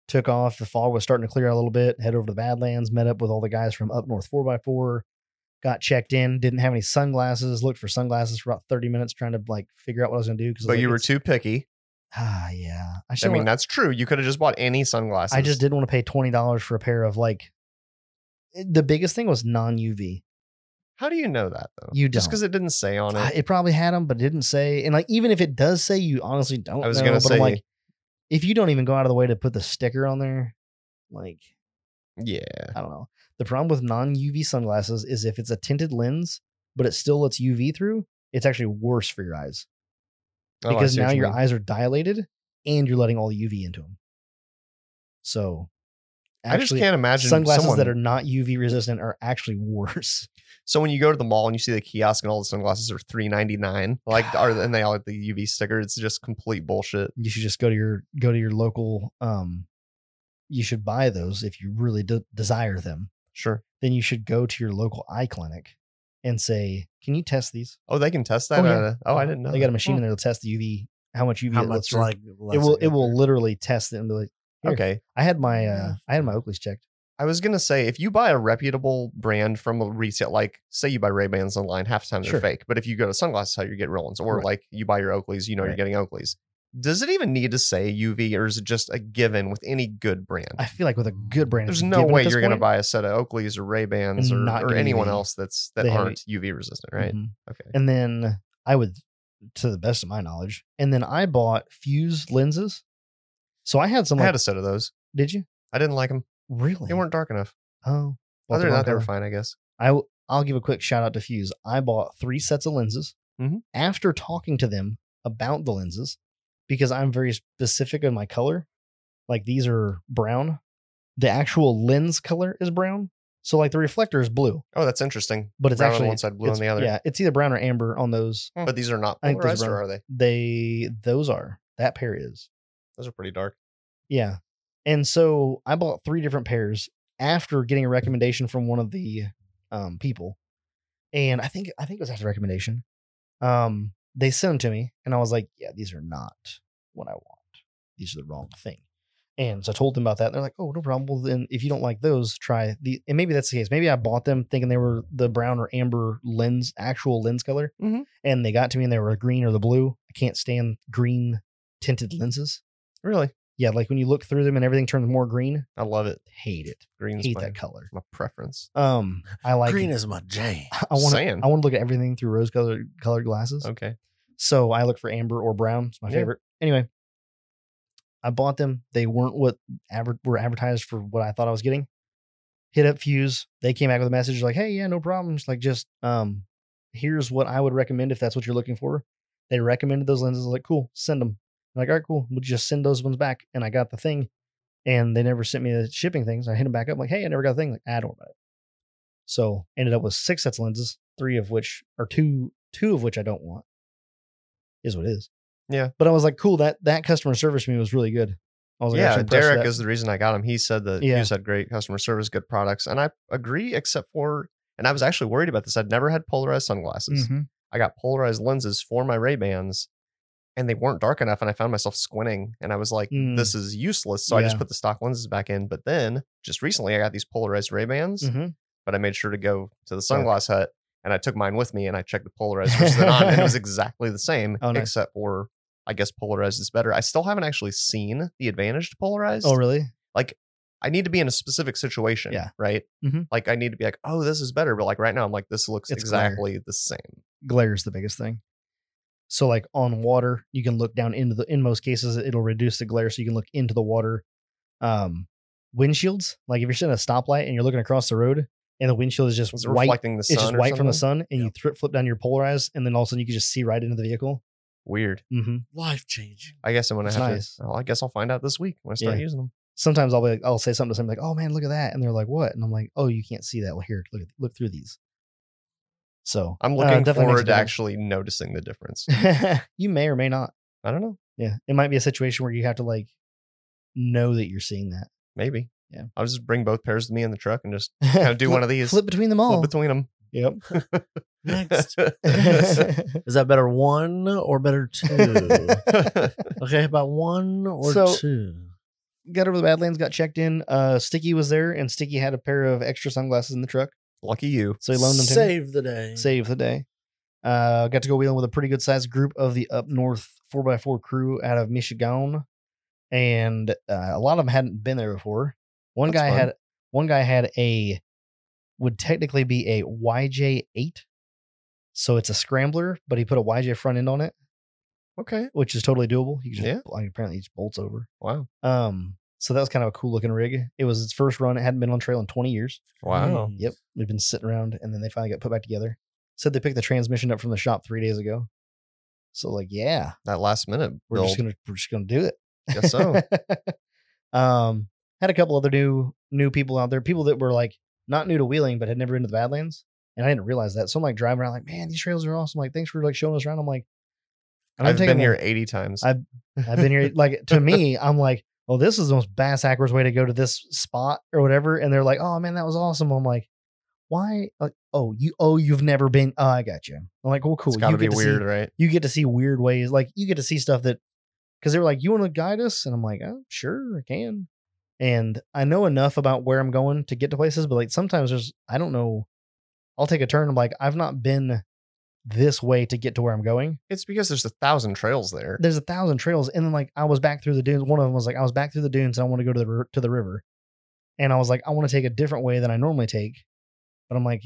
S1: Took off. The fog was starting to clear out a little bit. Head over to the Badlands. Met up with all the guys from Up North Four x Four. Got checked in. Didn't have any sunglasses. Looked for sunglasses for about thirty minutes, trying to like figure out what I was gonna do. Because
S3: But you were too picky.
S1: ah yeah. I,
S3: I
S1: should.
S3: mean, that's true. You could have just bought any sunglasses.
S1: I just didn't want to pay twenty dollars for a pair of like. eh, The biggest thing was non UV.
S3: How do you know that though?
S1: You
S3: just
S1: don't.
S3: because it didn't say on it.
S1: I- it probably had them, but it didn't say. And like, even if it does say, you honestly don't.
S3: I was
S1: know,
S3: gonna
S1: but I'm
S3: say-
S1: like, if you don't even go out of the way to put the sticker on there, like,
S3: yeah,
S1: I don't know. The problem with non UV sunglasses is if it's a tinted lens, but it still lets UV through, it's actually worse for your eyes
S3: Oh, I
S1: because
S3: see what
S1: now
S3: you
S1: your
S3: mean.
S1: eyes are dilated and you're letting all the UV into them. So,
S3: I just
S1: actually,
S3: can't imagine
S1: sunglasses
S3: someone,
S1: that are not UV resistant are actually [laughs] worse.
S3: So when you go to the mall and you see the kiosk and all the sunglasses are three ninety nine,
S1: [sighs]
S3: like are and they all have the UV sticker, it's just complete bullshit.
S1: you should just go to your go to your local um you should buy those if you really de- desire them
S3: Sure.
S1: then you should go to your local eye clinic and say can you test these
S3: Oh, they can test that.
S1: Oh,
S3: Oh,
S1: yeah.
S3: oh I didn't know.
S1: they got a machine in there to test the uv how much uv
S2: How
S1: it lets
S2: much
S1: through.
S2: like
S1: it will it will literally test it and be like
S3: that. Okay,
S1: i had my uh
S3: Yeah.
S1: i had my oakley's checked
S3: I was gonna say if you buy a reputable brand from a retail, like say you buy Ray Bans online, half the time they're
S1: Sure.
S3: fake. But if you go to sunglasses, how you get real ones, or
S1: Right.
S3: like you buy your Oakleys, you know
S1: Right.
S3: you're getting Oakleys. Does it even need to say UV, or is it just a given with any good brand?
S1: i feel like with a good brand it's
S3: There's
S1: a
S3: no
S1: given at
S3: way
S1: this
S3: you're going to
S1: point.
S3: buy a set of Oakleys or Ray Bans or,
S1: And not
S3: or
S1: get
S3: anyone
S1: UV.
S3: else that's that
S1: They have-
S3: aren't UV resistant, right?
S1: Mhm.
S3: Okay.
S1: and then i would to the best of my knowledge and then i bought fused lenses so i had some
S3: I
S1: like,
S3: had a set of those.
S1: did you
S3: I didn't like them.
S1: really
S3: They weren't dark enough.
S1: oh bought the
S3: Other than
S1: wrong
S3: that, they were
S1: color.
S3: fine, I guess.
S1: I w- I'll give a quick shout out to Fuse. I bought three sets of lenses
S3: Mhm.
S1: after talking to them about the lenses because I'm very specific in my color. Like these are brown. The actual lens color is brown. So like the reflector is blue,
S3: Oh, that's interesting.
S1: but it's
S3: Brown
S1: actually
S3: on one side, blue on
S1: it's-
S3: the other.
S1: Yeah, it's either brown or amber on those.
S3: But these are not
S1: Hmm. I think those
S3: polarized, or
S1: brown-
S3: are they?
S1: They those are that pair is.
S3: Those are pretty dark.
S1: Yeah. And so I bought three different pairs after getting a recommendation from one of the um, people. And I think I think it was after recommendation. Um, they sent them to me and I was like, yeah, these are not what I want. These are the wrong thing. And so I told them about that. And they're like, oh, no problem. Well, then if you don't like those, try the. And maybe that's the case. Maybe I bought them thinking they were the brown or amber lens, actual lens color.
S3: Mhm.
S1: And they got to me and they were green or the blue. I can't stand green tinted lenses
S3: Really?
S1: yeah, like when you look through them and everything turns more green,
S3: I love it.
S1: hate it.
S3: Green's
S1: hate
S3: my,
S1: that color.
S3: my preference.
S1: Um, I like
S2: green is my jam.
S1: [laughs] I want to.
S3: Sand.
S1: I want to look at everything through rose colored colored glasses.
S3: Okay.
S1: So I look for amber or brown. It's my
S3: Yeah.
S1: favorite. Anyway, I bought them. They weren't what adver- were advertised for what I thought I was getting. Hit up Fuse. They came back with a message like, "Hey, yeah, no problem. Just like just um, here's what I would recommend if that's what you're looking for." They recommended those lenses. I was like, "Cool, send them." I'm like, "All right, cool. We'll just send those ones back." And I got the thing, and they never sent me the shipping things. I hit them back up like, "Hey, I never got the thing." Like, I don't worry about it. So ended up with six sets of lenses, three of which or two two of which I don't want is what it is.
S3: Yeah.
S1: But I was like, cool, that that customer service for me was really good. I was like,
S3: yeah, Derek
S1: is
S3: is the reason I got him. He said that
S1: Yeah.
S3: you had great customer service, good products, and I agree. Except for, and I was actually worried about this. I'd never had polarized sunglasses.
S1: Mm-hmm,
S3: I got polarized lenses for my Ray Bans, and they weren't dark enough, and I found myself squinting, and I was like,
S1: Mm.
S3: "This is useless." So I
S1: Yeah.
S3: just put the stock lenses back in. But then, just recently, I got these polarized Ray Bans,
S1: mm-hmm.
S3: [laughs] but I made sure to go to the
S1: Mm. Dark.
S3: sunglass hut, and I took mine with me, and I checked the polarized versus the non,
S1: [laughs]
S3: and it was exactly the same,
S1: Oh, nice.
S3: except for. I guess polarized is better. I still haven't actually seen the advantage to polarized.
S1: Oh, really?
S3: I need to be in a specific situation.
S1: Yeah.
S3: Right.
S1: Mhm.
S3: Like I need to be like, oh, this is better. But like right now, I'm like, this looks
S1: It's glare.
S3: exactly the same.
S1: Glare is the biggest thing. So like on water, you can look down into the in most cases it'll reduce the glare so you can look into the water. Um windshields, like if you're sitting at a stoplight and you're looking across the road and the windshield is just
S3: It's
S1: white
S3: reflecting the sun.
S1: it's just
S3: or
S1: white from the
S3: something?
S1: sun and you thr- flip down your polarized and then all of a sudden you can just see right into the vehicle
S3: Weird.
S1: Mm-hmm.
S2: Life
S1: [laughs]
S2: changing.
S3: I guess I'm gonna
S1: It's
S3: have
S1: nice.
S3: to. Well, I guess I'll find out this week when I start
S1: Yeah.
S3: using them.
S1: Sometimes I'll be like, I'll say something to somebody like, "Oh man, look at that," and they're like, "What?" And I'm like, "Oh, you can't see that. Well, here, look at, look through these." So
S3: I'm
S1: uh, definitely
S3: looking
S1: makes a
S3: forward to
S1: difference.
S3: actually noticing
S1: [laughs]
S3: the difference.
S1: you may or may not.
S3: I don't know.
S1: Yeah, it might be a situation where you have to like know that you're seeing that.
S3: Maybe.
S1: Yeah.
S3: I'll just bring both pairs with me in the truck and just
S1: [laughs]
S3: Kinda do one of these.
S1: Flip between them all.
S3: flip between them. [laughs]
S1: yep. [laughs]
S2: Next. Is that better one or better
S1: [laughs]
S2: two? okay, about one or
S1: So-
S2: two.
S1: [laughs] got over the Badlands, got checked in. Uh, Sticky was there, and Sticky had a pair of extra sunglasses in the truck,
S3: Lucky you.
S1: so he loaned them to me.
S2: Save the day.
S1: Save the day. Uh, got to go wheeling with a pretty good sized group of the up north 4x4 crew out of Michigan, and uh, a lot of them hadn't been there before. One
S3: That's
S1: guy
S3: fun.
S1: had one guy had a would technically be a YJ8, so it's a scrambler, but he put a YJ front end on it,
S3: Okay.
S1: which is totally doable. He just
S3: Yeah.
S1: like, apparently he just bolts over.
S3: Wow.
S1: Um, so that was kind of a cool looking rig. It was its first run. It hadn't been on trail in 20 years.
S3: Wow.
S1: Yep. They've been sitting around and then they finally got put back together. Said they picked the transmission up from the shop three days ago. So like, yeah,
S3: That last minute
S1: we're
S3: build.
S1: just gonna we're just gonna do it. [laughs]
S3: Guess so.
S1: um, had a couple other new new people out there, people that were like not new to wheeling but had never been to the Badlands, and I didn't realize that. So I'm like driving around, like, man, these trails are awesome. Like, thanks for like showing us around. I'm like, and I'm
S3: I've
S1: taking
S3: been
S1: a-
S3: here 80 times.
S1: I- I've been here. Like to
S3: [laughs]
S1: me, I'm like, oh, this is the most bass backwards way to go to this spot or whatever. And they're like, oh man, that was awesome. I'm like, why? Like, oh, you, oh, you've never been. Oh, I got you. I'm like, well, cool.
S3: It's got
S1: you
S3: to be
S1: get to see-
S3: weird, right?
S1: you get to see weird ways. Like you get to see stuff that because they were like, you want to guide us, and I'm like, oh, sure, I can. And I know enough about where I'm going to get to places, but like sometimes there's I don't know. I'll take a turn. I'm like, I've not been this way to get to where I'm going
S3: It's because there's a thousand trails there.
S1: there's a thousand trails, and then like I was back through the dunes. One of them was like I was back through the dunes, and I want to go to the ri- to the river, and I was like I want to take a different way than I normally take, but I'm like,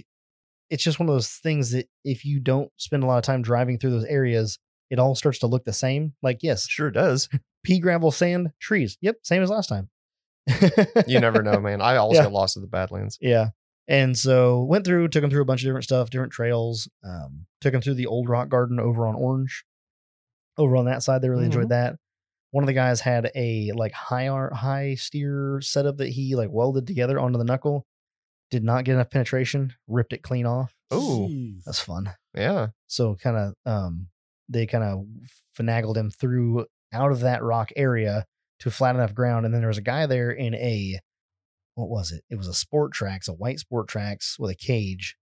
S1: it's just one of those things that if you don't spend a lot of time driving through those areas, it all starts to look the same. Like yes, [laughs]
S3: Sure does.
S1: pea gravel, sand, trees. Yep, same as last time.
S3: You never know, man. I always
S1: Yeah.
S3: get lost at the Badlands.
S1: Yeah. And so went through, took him through a bunch of different stuff, different trails. Um, took him through the old rock garden over on Orange. Over on that side, they really enjoyed that. One of the guys had a like high ar- high steer setup that he like welded together onto the knuckle. Did not get enough penetration, ripped it clean off.
S3: Oh.
S2: Jeez. [laughs]
S1: That's fun.
S3: Yeah.
S1: So kind of um they kind of finagled him through out of that rock area to flat enough ground. And then there was a guy there in a what was it? It was a sport tracks, a white sport tracks with a cage.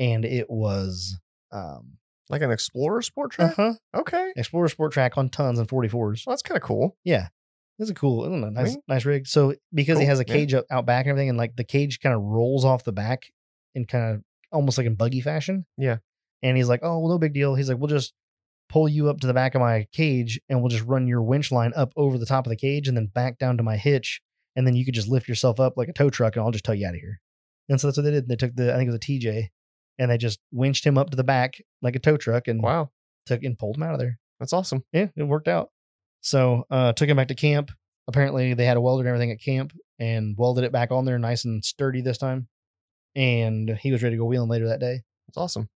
S1: And it was um
S3: Like an Explorer sport track?
S1: uh-huh,
S3: Okay.
S1: Explorer Sport Track on tons and 44s.
S3: Well, that's kind of cool.
S1: It's a cool, isn't it? Nice,
S3: Right.
S1: nice rig. So because he
S3: Cool,
S1: has a
S3: yeah.
S1: cage up out back and everything, and like the cage kind of rolls off the back in kind of almost like in buggy fashion.
S3: Yeah.
S1: And he's like, oh, well, no big deal. He's like, we'll just pull you up to the back of my cage and we'll just run your winch line up over the top of the cage and then back down to my hitch. And then you could just lift yourself up like a tow truck and I'll just tow you out of here. And so that's what they did. They took the, I think it was a TJ, and they just winched him up to the back like a tow truck and
S3: Wow.
S1: took and pulled him out of there
S3: That's awesome.
S1: yeah, it worked out. So uh took him back to camp. Apparently they had a welder and everything at camp and welded it back on there nice and sturdy this time. And he was ready to go wheeling later that day.
S3: That's awesome.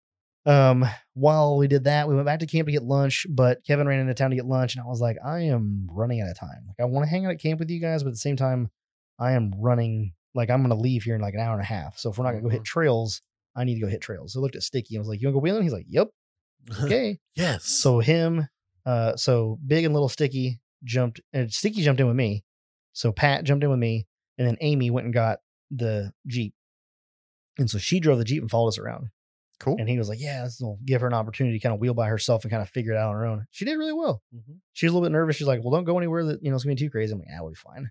S1: Um, while we did that, we went back to camp to get lunch, but Kevin ran into town to get lunch and I was like, I am running out of time. Like I want to hang out at camp with you guys, but at the same time, I am running like I'm gonna leave here in like an hour and a half. So if we're not gonna go hit trails, I need to go hit trails. So I looked at Sticky and was like, You wanna go wheeling? He's like, Yep, [laughs] okay.
S2: yes.
S1: So him, uh, so big and little Sticky jumped. And Sticky jumped in with me. So Pat jumped in with me, and then Amy went and got the jeep, and so she drove the jeep and followed us around.
S3: Cool.
S1: And he was like, "Yeah, this will give her an opportunity to kind of wheel by herself and kind of figure it out on her own." She did really well.
S2: Mhm.
S1: She was a little bit nervous. She's like, "Well, don't go anywhere that you know it's gonna be too crazy." I'm like, "Ah, we'll be fine."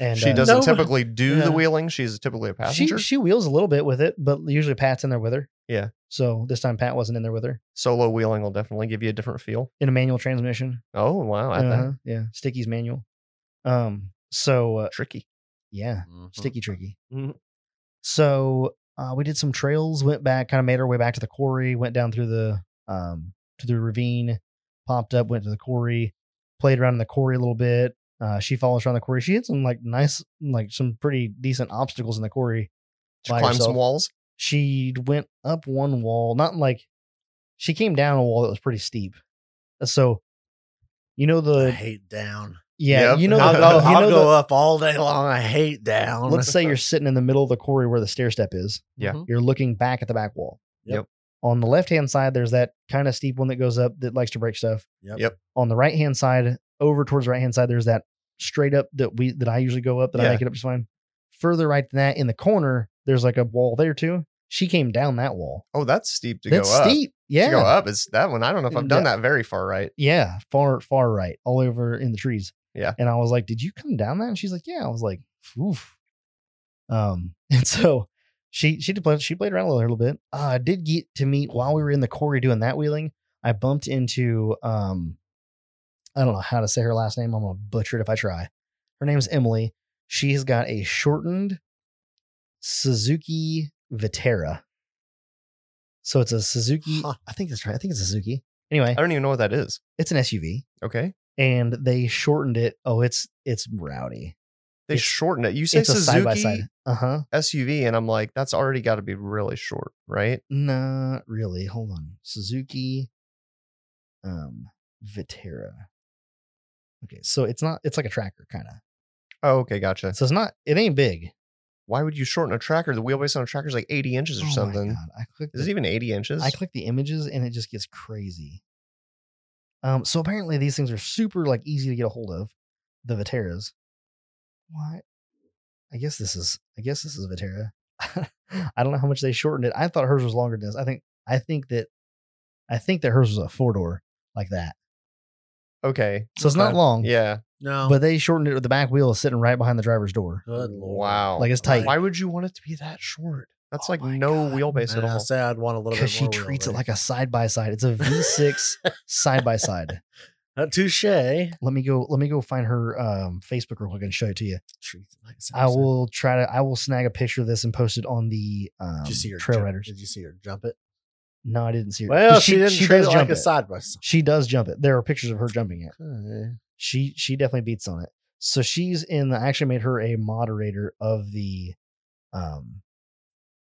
S1: And
S3: she
S1: uh,
S3: doesn't
S2: No.
S3: typically do
S2: Yeah.
S3: the wheeling. She's typically a passenger.
S1: She she wheels a little bit with it, but usually Pat's in there with her.
S3: Yeah.
S1: So this time Pat wasn't in there with her
S3: Solo wheeling will definitely give you a different feel.
S1: in a manual transmission.
S3: Oh wow, I
S1: Uh-huh,
S3: think
S1: yeah, Sticky's manual. Um, so uh,
S3: tricky.
S1: yeah,
S2: Mhm.
S1: sticky tricky.
S3: Mhm.
S1: So uh, we did some trails, went back, kind of made our way back to the quarry, went down through the um to the ravine, popped up, went to the quarry, played around in the quarry a little bit. Uh, she follows around the quarry. She hit some like nice, like some pretty decent obstacles in the quarry.
S3: She
S1: by
S3: climb some
S1: herself.
S3: walls.
S1: She went up one wall, not like she came down a wall that was pretty steep. So, you know
S2: I
S1: the
S2: hate down.
S1: yeah, [laughs]
S3: Yep.
S1: you know
S2: I'll
S1: the, [laughs]
S2: go,
S1: you
S2: I'll
S1: know
S2: go
S1: the-
S2: up all day long. I hate down.
S1: let's say you're sitting in the middle of the quarry where the stair step is.
S3: Yeah.
S2: Mhm.
S1: You're looking back at the back wall.
S3: Mm-hmm. Yep.
S1: On the left hand side, there's that kind of steep one that goes up that likes to break stuff.
S2: Yep.
S3: Yep.
S1: On the right hand side, over towards the right hand side, there's that straight up that we that I usually go up that I
S3: Yeah.
S1: make it up just fine. Further right than that, in the corner, there's like a wall there too. She came down that wall.
S3: Oh, that's steep to
S1: That's
S3: go up.
S1: steep. Yeah.
S3: To go up is that one. I don't know if I've done that very far right.
S1: Yeah, far far right, all over in the trees.
S3: Yeah.
S1: And I was like, "Did you come down that?" And she's like, "Yeah." I was like, "Oof." Um, [laughs] and so she she did play, she played around a little bit. Uh, I did get to meet while we were in the quarry doing that wheeling. I bumped into um, I don't know how to say her last name. I'm gonna butcher it if I try. Her name's Emily. She has got a shortened Suzuki Vitera. So it's a Suzuki.
S2: Huh.
S1: I think that's right. I think it's a Suzuki. Anyway,
S3: I don't even know what that is.
S1: it's an SUV
S3: Okay.
S1: and they shortened it. Oh, it's it's rowdy.
S3: They
S1: It's-
S3: shortened it. You say
S1: it's
S3: Suzuki
S1: Uh huh.
S3: SUV, and I'm like, that's already got to be really short, right?
S1: Not really. Hold on. Suzuki, um, Vitera. Okay, so it's not. It's like a tracker kind of.
S3: Oh, okay, gotcha.
S1: So it's not. It ain't big.
S3: Why would you shorten a tracker? The wheelbase on a tracker is like 80 inches or
S1: Oh my
S3: something.
S1: God, I clicked.
S3: Is
S1: the-
S3: it even 80 inches?
S1: I click the images and it just gets crazy. Um, so apparently these things are super like easy to get a hold of, the Viteras. Why? I guess this is I guess this is Vitera. [laughs] I don't know how much they shortened it. I thought hers was longer than this. I think I think that I think that hers was a four door like that.
S3: okay.
S1: So it's not
S3: Okay.
S1: long.
S3: Yeah.
S2: no.
S1: But they shortened it with the back wheel is sitting right behind the driver's door.
S2: Good lord.
S3: Wow.
S1: Like it's tight.
S3: Why would you want it to be that short? That's
S1: Oh
S3: like
S1: my
S3: no
S1: God,
S3: wheelbase at
S2: And I
S3: all.
S2: say I'd want a little bit more.
S1: Because she treats it
S2: wheelbase.
S1: like a side by side. It's a V6 side by side.
S2: Uh, touche.
S1: Let me go. Let me go find her um, Facebook real quick and show it to you.
S2: Treats it like a
S1: I will try to. I will snag a picture of this and post it on the um,
S2: Did you see her
S1: Trail
S2: jump-
S1: Riders.
S2: Did you see her jump it?
S1: No, I didn't see her.
S2: Well,
S1: But
S2: she, didn't treat
S1: does
S2: it like
S1: jump
S2: a side by side.
S1: She does jump it. There are pictures of her jumping it.
S2: Okay.
S1: She she definitely beats on it. So she's in. The, I actually made her a moderator of the, um,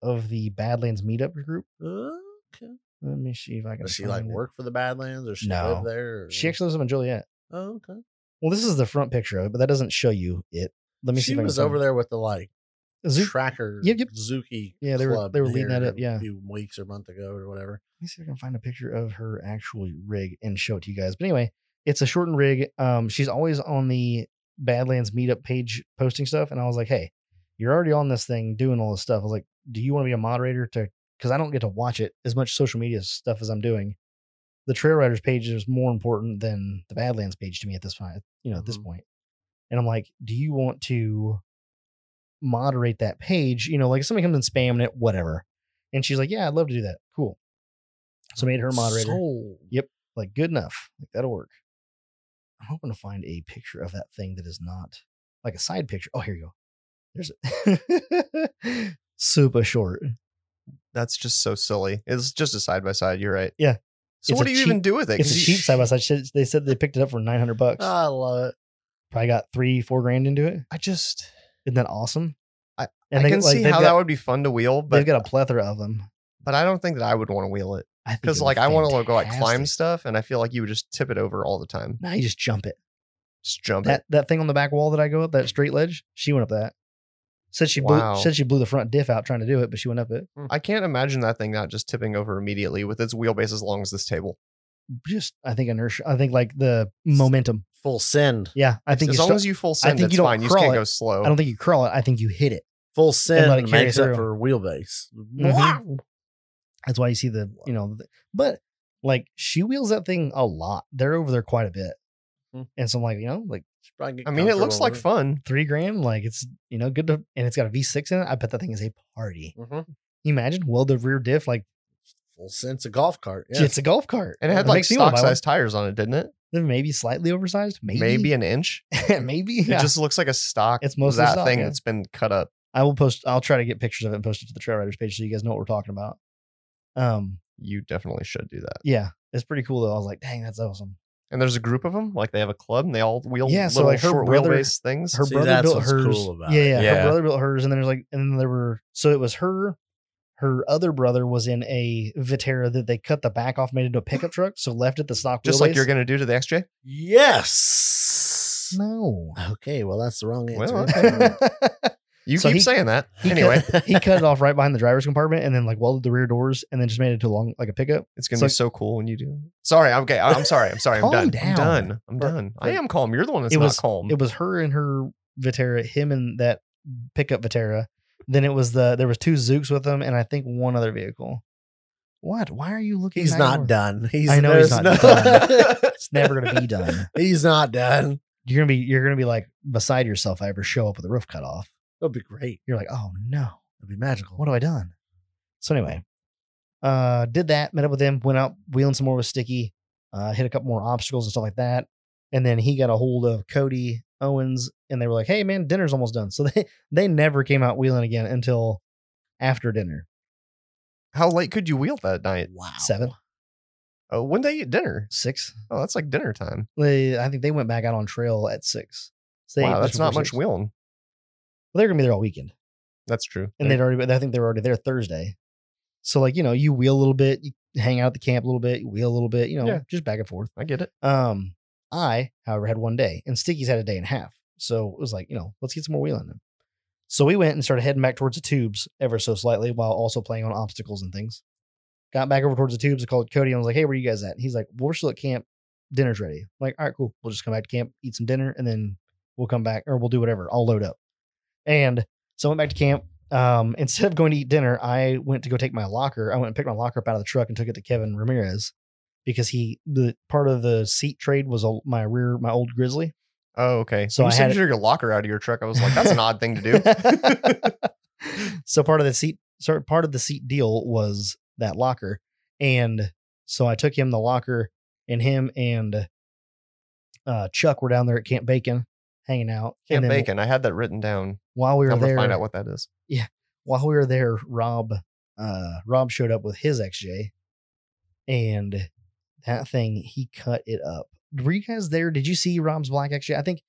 S1: of the Badlands meetup group.
S2: Okay.
S1: Let me see if I can.
S2: Does she
S1: find
S2: like
S1: it.
S2: work for the Badlands or she
S1: No.
S2: live there? Or...
S1: She actually lives up in Joliet.
S2: Oh, okay.
S1: Well, this is the front picture of it, but that doesn't show you it. Let me see.
S2: she
S1: if I can
S2: was
S1: find
S2: over
S1: it.
S2: there with the like
S1: Zoom-
S2: tracker
S1: Yep, yep.
S2: Zuki.
S1: Yeah, they were-
S2: club
S1: they were leading
S2: here
S1: that up, yeah.
S2: a few weeks or month ago or whatever.
S1: let me see if I can find a picture of her actual rig and show it to you guys. But anyway, it's a shortened rig. Um, she's always on the Badlands meetup page posting stuff, and I was like, hey, you're already on this thing doing all this stuff. I was like, do you want to be a moderator to? Because I don't get to watch it as much social media stuff as I'm doing. The Trail Riders page is more important than the Badlands page to me at this point. You know, at this
S2: Mhm.
S1: point, and I'm like, do you want to moderate that page? You know, like if somebody comes and spamming it, whatever. And she's like, yeah, I'd love to do that. Cool. So I made her moderator
S2: Sold.
S1: like good enough like that'll work i'm hoping to find a picture of that thing that is not like a side picture oh here you go there's it [laughs] super short
S3: That's just so silly. It's just a side by side. You're right.
S1: Yeah.
S3: So
S1: It's
S3: what
S1: a
S3: do you
S1: cheap-
S3: even do with it?
S1: it's a
S3: 'Cause
S1: cheap
S3: you- Uh
S1: side by side they said they picked it up for 900 bucks
S2: I love it.
S1: probably got three four grand into it
S3: I just
S1: isn't that awesome
S3: I-
S1: and
S3: I can
S1: like,
S3: see
S1: they've
S3: how
S1: got,
S3: that would be fun to wheel,
S1: they've
S3: but
S1: got a plethora of them
S3: but I don't think that I would want to wheel it
S1: I think
S3: because
S1: it'd be
S3: like I want to go like climb
S1: fantastic.
S3: stuff, and I feel like you would just tip it over all the time,
S1: now you just jump it
S3: just jump
S1: that
S3: it.
S1: that thing on the back wall that i go up that straight ledge she went up that said she
S3: Wow.
S1: blew said she blew the front diff out trying to do it but she went up it
S3: I can't imagine that thing not just tipping over immediately with its wheelbase as long as this table.
S1: just I think inertia. I think like the momentum.
S2: Full send.
S1: Yeah, I think
S3: as
S1: you
S3: long
S1: start-
S3: as you full send,
S1: think
S3: it's
S1: you don't
S3: fine. You just
S1: crawl
S3: can't
S1: it.
S3: go slow.
S1: I don't think you crawl it. I think you hit it.
S2: Full send
S1: it carry
S2: makes up
S1: through.
S2: for wheelbase.
S1: Mhm. That's why you see the you know, the- but like she wheels that thing a lot. They're over there quite a bit,
S2: Hmm.
S1: and so I'm like you know like
S3: I mean, it looks like fun.
S1: three grand, like it's you know good to, and it's got a V6 in it. I bet that thing is a party.
S2: hmm
S1: Can you imagine weld the rear diff like
S2: Full send. It's a golf cart. Yeah.
S1: it's a golf cart,
S3: And it had
S1: That
S3: like
S1: makes me wanna
S3: stock
S1: buy one.
S3: size tires on it, didn't it?
S1: maybe slightly oversized, maybe,
S3: Maybe
S1: [laughs]
S3: an inch.
S1: maybe.
S3: It
S1: yeah.
S3: just looks like a stock.
S1: It's mostly
S3: that
S1: stock,
S3: thing
S1: yeah.
S3: that's been cut up.
S1: I will post. I'll try to get pictures of it and post it to the Trail Riders page so you guys know what we're talking about. Um,
S3: You definitely should do that.
S1: yeah, it's pretty cool though. I was like, dang, that's awesome.
S3: And there's a group of them. Like they have a club, and they all wheel
S1: Yeah,
S3: yeah,
S1: so,
S3: little
S1: like, her
S3: short
S1: brother-
S3: wheelbase things.
S1: Her
S2: See,
S1: brother
S2: that's
S1: built
S2: what's
S1: hers.
S2: cool about
S1: yeah,
S2: it.
S1: yeah,
S3: Yeah.
S1: Her brother built hers, and then there's like, and then there were so it was her, Her other brother was in a Vitera that they cut the back off, made into a pickup truck, so left it the stock.
S3: Just like
S1: wheelbase.
S3: you're going to do to the XJ?
S2: Yes. [laughs]
S1: No.
S2: Okay, well that's the wrong answer.
S3: Well, okay. You
S1: So
S3: keep
S1: he-
S3: saying that.
S1: he [laughs]
S3: Anyway,
S1: he cut it off right behind the driver's compartment and then like welded the rear doors and then just made it to long like a pickup.
S3: it's going
S1: so-
S3: to be so cool when you do. Sorry. Okay. I- I'm sorry. I'm sorry. I'm
S1: Calm
S3: done.
S1: down.
S3: I'm done. I'm
S1: But-
S3: done. I
S1: but
S3: am calm. You're the one that's
S1: it
S3: not
S1: was-
S3: calm.
S1: It was her and her Vitera, him and that pickup Vitera. Then it was the there was two Zooks with him and I think one other vehicle. What? Why are you looking?
S2: He's
S1: back
S2: not
S1: over-
S2: done. He's
S1: I know he's
S2: there's
S1: not
S2: no-
S1: It's never gonna be done.
S2: [laughs] he's not done.
S1: [laughs] You're gonna be you're gonna be like beside yourself. If I ever show up with the roof cut off.
S2: That'll be great.
S1: You're like, oh no.
S2: That'll be magical.
S1: what have I done? So anyway, uh, did that, met up with him, went out wheeling some more with Sticky, uh, hit a couple more obstacles and stuff like that. And then he got a hold of Cody Owens and they were like, Hey man, dinner's almost done. So [laughs] they, they never came out wheeling again until after dinner.
S3: How late could you wheel that night?
S2: Wow.
S1: Seven,
S3: Uh, when they eat dinner?
S1: six.
S3: Oh, that's like dinner time.
S1: They, I think they went back out on trail at six. So they ate
S3: wow,
S1: just
S3: that's not
S1: before
S3: much
S1: six.
S3: wheeling.
S1: Well, they're gonna be there all weekend.
S3: That's true.
S1: and they'd already. I think they were already there Thursday. So like you know, you wheel a little bit, you hang out at the camp a little bit, you wheel a little bit, you know,
S3: Yeah.
S1: just back and forth.
S3: I get it.
S1: Um, I, however, had one day, and Sticky's had a day and a half. So it was like, you know, let's get some more wheeling in. So we went and started heading back towards the tubes ever so slightly while also playing on obstacles and things. Got back over towards the tubes. I called Cody and was like, hey, where you guys at? And he's like, well, we're still at camp. Dinner's ready. I'm like, all right, cool. We'll just come back to camp, eat some dinner, and then we'll come back or we'll do whatever. I'll load up. And so I went back to camp. Um, [laughs] instead of going to eat dinner, I went to go take my locker. I went and picked my locker up out of the truck and took it to Kevin Ramirez because he the part of the seat trade was a, my rear my old Grizzly.
S3: Oh, okay.
S1: So
S3: So you
S1: I
S3: said
S1: had
S3: you took your locker out of your truck. I was like, that's an odd
S1: [laughs]
S3: thing to do.
S1: so part of the seat so part of the seat deal was that locker, and so I took him the locker, and him and uh, Chuck were down there at Camp Bacon hanging out. and
S3: Camp
S1: then
S3: Bacon. I had that written down.
S1: While we were
S3: I'm gonna
S1: there,
S3: find out what that is.
S1: while we were there, Rob uh Rob showed up with his XJ and that thing he cut it up. Were you guys there? Did you see Rob's black XJ? I think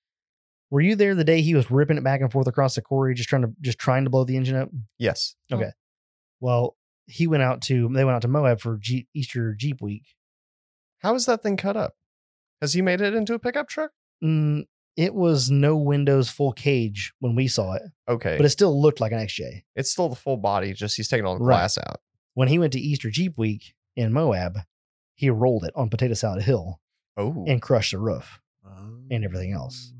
S1: were you there the day he was ripping it back and forth across the quarry, just trying to just trying to blow the engine up?
S3: Yes.
S1: Well, he went out to they went out to Moab for Jeep, Easter Jeep Week.
S3: How is that thing cut up? Has he made it into a pickup truck?
S1: Mm, it was no windows, full cage when we saw it,
S3: Okay.
S1: but it still looked like an XJ.
S3: it's still the full body, just he's taking all the
S1: Right.
S3: glass out.
S1: When he went to Easter Jeep Week in Moab, he rolled it on Potato Salad Hill
S3: Oh.
S1: and crushed the roof. and everything else.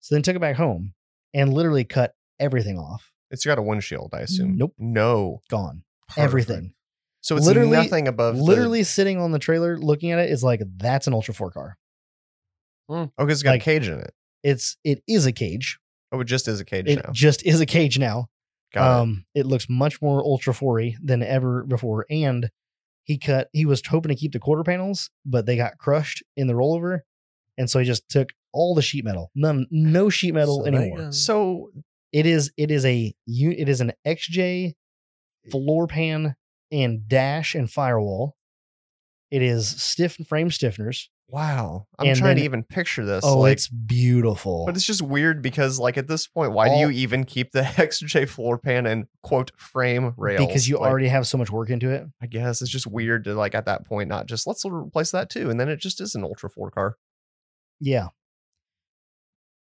S1: So then took it back home and literally cut everything off.
S3: it's got a windshield, I assume.
S1: Nope.
S3: No.
S1: Gone.
S3: Perfect.
S2: Um,
S1: Everything.
S3: So it's
S1: Literally-
S3: nothing above the-
S1: literally sitting on the trailer looking at it is like that's an Ultra 4 car.
S3: oh, 'cause it's got
S1: like-
S3: a cage in it.
S1: It's it is a cage.
S3: Oh, it just is a cage
S1: It
S3: now.
S1: just is a cage now.
S3: Got it.
S1: um it. looks much more Ultra 4y than ever before and he cut he was hoping to keep the quarter panels, but they got crushed in the rollover and so he just took all the sheet metal. None no sheet metal
S2: So there
S1: anymore.
S2: you go.
S3: So
S1: It is it is a u- it is an XJ
S3: Eh.
S1: floor pan and dash and firewall. It is stiff frame stiffeners.
S3: wow. I'm
S1: And
S3: trying to
S1: then-
S3: even picture this.
S1: oh,
S3: like,
S1: it's beautiful.
S3: But it's just weird because, like, at this point, why
S1: All-
S3: do you even keep the [laughs] XJ floor pan and quote frame rails?
S1: because you
S3: Like,
S1: already have so much work into it.
S3: I guess it's just weird to like at that point not just let's replace that too, and then it just is an ultra four car.
S1: Yeah.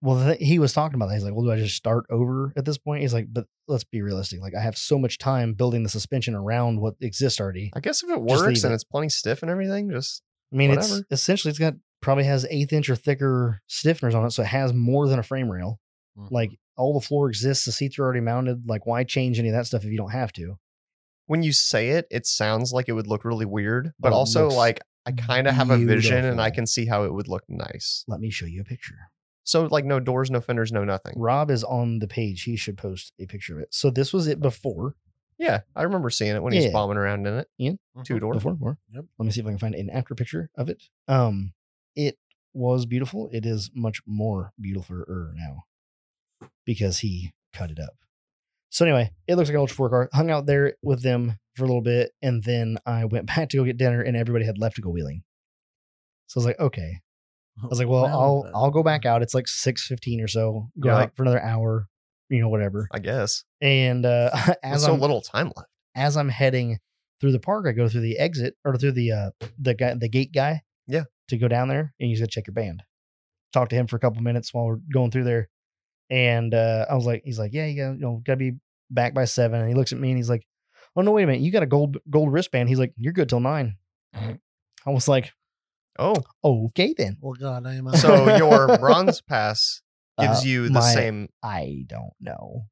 S1: Well, the thi- he was talking about that. He's like, "Well, do I just start over at this point?" He's like, "But let's be realistic. Like, I have so much time building the suspension around what exists already.
S3: I guess if it
S1: Just
S3: works
S1: leave
S3: and
S1: it.
S3: it's plenty stiff and everything, just
S1: I mean, it's
S3: Whatever.
S1: essentially it's got probably has eighth inch or thicker stiffeners on it, so it has more than a frame rail.
S2: Mm,
S1: Like all the floor exists, the seats are already mounted. Like, why change any of that stuff if you don't have to?
S3: when you say it, it sounds like it would look really weird, but
S1: Oh, it
S3: also
S1: looks
S3: like I kind of have a vision and I
S1: beautiful.
S3: can see how it would look nice.
S1: Let me show you a picture.
S3: So like no doors, no fenders, no nothing.
S1: Rob is on the page. He should post a picture of it. So this was it before.
S3: Yeah, I remember seeing it when
S1: Yeah. uh-huh.
S3: he's bombing around in it. Two door.
S1: Before, before.
S2: Yep.
S1: Let me see if I can find an after picture of it. Um, it was beautiful. It is much more beautiful er, now because he cut it up. So anyway, it looks like an ultra four car. Hung out there with them for a little bit, and then I went [laughs] back to go get dinner, and everybody had left to go wheeling. So I was like, okay.
S2: mm,
S1: I was like, well, I'll I'll go back out. It's like six fifteen or so. Go
S3: Yeah.
S1: out for another hour, you know, whatever.
S3: I guess.
S1: And uh, [laughs]
S3: With
S1: as
S3: so
S1: I'm
S3: little time left.
S1: as I'm heading through the park, I go through the exit or through the uh the guy the gate guy.
S3: Yeah.
S1: To go down there and you just gotta check your band. Talk to him for a couple minutes while we're going through there. And uh I was like, he's like, Yeah, you gotta you know, gotta be back by seven. And he looks at me and he's like, Oh no, wait a minute, you got a gold gold wristband. He's like, You're good till nine.
S3: Mm-hmm.
S1: I was like,
S3: Oh,
S1: Okay then.
S2: Well, God, I am.
S1: [laughs]
S3: so your bronze pass gives you the
S1: Uh, my-
S3: same.
S1: I don't know.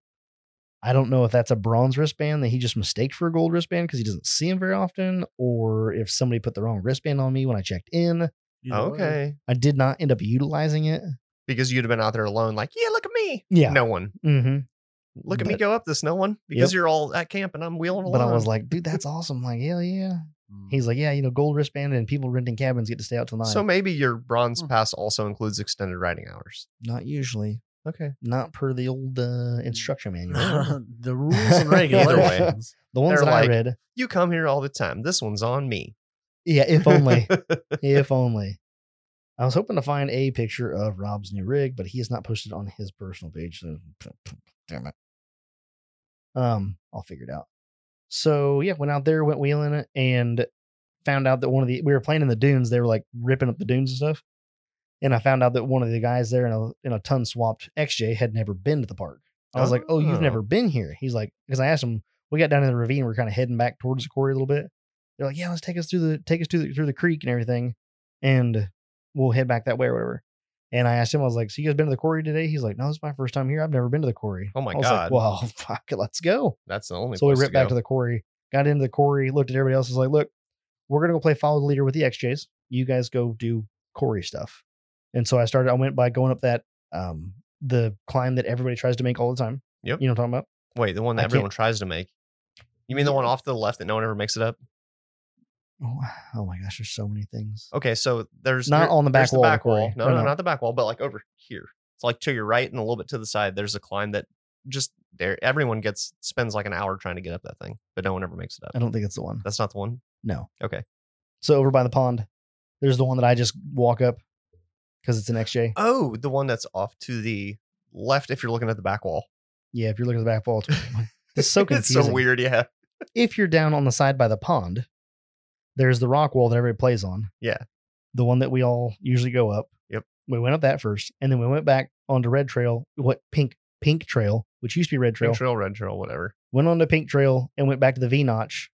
S1: I don't know if that's a bronze wristband that he just mistaked for a gold wristband because he doesn't see him very often, or if somebody put the wrong wristband on me when I checked in.
S3: Okay,
S1: I did not end up utilizing it.
S3: because you'd have been out there alone, like, yeah, look at me.
S1: Yeah.
S3: No one.
S1: Mm-hmm.
S3: Look at me
S1: But-
S3: go up this no one because you're all at camp and I'm wheeling [laughs] along.
S1: But I was like, dude, that's awesome. Like, hell yeah.
S3: Mm-hmm.
S2: mm. [laughs]
S1: He's like, yeah, you know, gold wristband and people renting cabins get to stay out till nine.
S3: so maybe your bronze
S2: Hmm.
S3: pass also includes extended riding hours.
S1: not usually,
S3: Okay.
S1: not per the old uh, instruction manual.
S3: [laughs]
S2: the rules
S1: [laughs]
S2: and regulations.
S1: the ones
S3: They're
S1: that I
S3: like-
S1: read.
S3: You come here all the time. This one's on me.
S1: Yeah, if
S3: [laughs]
S1: only. if only. I was hoping to find a picture of Rob's new rig, but he has not posted on his personal page. So damn it. Um, I'll figure it out. So yeah, went out there, went wheeling it, and found out that one of the we were playing in the dunes. They were like ripping up the dunes and stuff. And I found out that one of the guys there in a in a ton swapped XJ had never been to the park. I was like, "Oh,
S3: Oh.
S1: you've never been here?" He's like, because I asked him. We got down in the ravine. We're kind of heading back towards the quarry a little bit. They're like, "Yeah, let's take us through the take us through the, through the creek and everything, and we'll head back that way or whatever." And I asked him, I was like, "So you guys been to the quarry today?" He's like, "No, this is my first time here. I've never been to the quarry."
S3: Oh my
S1: I was
S3: God.
S1: Like, well, [laughs] fuck, it, let's go.
S3: That's the only.
S1: So we
S3: place
S1: ripped back to
S3: go.
S1: the quarry, got into the quarry, looked at everybody else, was like, look, we're gonna go play follow the leader with the XJs. You guys go do quarry stuff. And so I started, I went by going up that um the climb that everybody tries to make all the time.
S3: Yep.
S1: You know what I'm talking about?
S3: Wait, the one
S1: I
S3: that
S1: can't-
S3: everyone tries to make. You mean the one off to the left that no one ever makes it up?
S1: Oh, oh [sighs] my gosh, there's so many things.
S3: Okay, so there's
S1: Not
S3: there-
S1: on the
S3: there's
S1: back wall, Corey.
S3: No,
S1: No,
S3: no,
S1: no.
S3: not the back wall, but like over here. It's like to your right and a little bit to the side. There's a climb that just there. Everyone gets spends like an hour trying to get up that thing, but no one ever makes it
S1: I
S3: up.
S1: don't think it's the one.
S3: That's not the one.
S1: No.
S3: Okay.
S1: So over by the pond, there's the one that I just walk up because it's an XJ.
S3: Oh, the one that's off to the left if you're looking at the back wall. [laughs]
S1: Yeah, if you look at the back wall, it's, it's so
S3: it's
S1: confusing.
S3: so weird. Yeah.
S1: if you're down on the side by the pond, there's the rock wall that everybody plays on.
S3: Yeah.
S1: The one that we all usually go up.
S3: Yep.
S1: We went up that first, and then we went back onto Red Trail, what pink pink trail, which used to be Red Trail.
S3: Pink trail, red trail, whatever.
S1: Went on to Pink Trail and went back to the V notch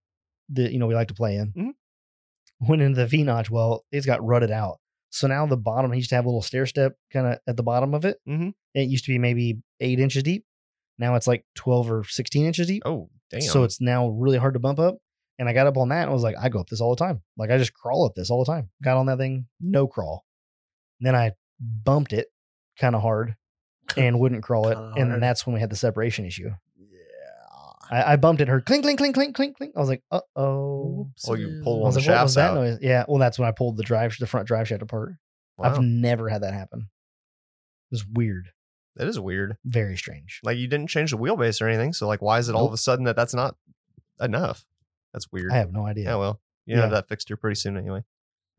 S1: that you know we like to play in.
S3: Mhm.
S1: Went into the V notch. Well, it's got rutted out. So now the bottom he used to have a little stair step kind of at the bottom of it.
S3: Mhm.
S1: It used to be maybe eight inches deep. Now it's like twelve or sixteen inches deep.
S3: Oh, damn.
S1: So it's now really hard to bump up. And I got up on that and was like, I go up this all the time. Like I just crawl up this all the time. Got on that thing, no crawl. then I bumped it kind of hard and wouldn't crawl it.
S2: Kinda
S1: And then
S2: hard.
S1: that's when we had the separation issue.
S2: yeah. [laughs]
S1: I, I bumped it, heard clink, clink, clink, clink, clink, clink. I was like, uh oh.
S3: Oh, you pull
S1: I was
S3: one the
S1: like, what was
S3: shafts
S1: that
S3: out.
S1: noise? Yeah. Well, that's when I pulled the drive, the front drive shaft apart. I've
S3: Wow.
S1: never had that happen. It was weird.
S3: That is weird.
S1: Very strange.
S3: Like you didn't change the wheelbase or anything. So like, why is it all of a sudden that that's not enough? That's weird.
S1: I have no idea.
S3: yeah. well, you know
S1: Yeah.
S3: that fixed here pretty soon anyway.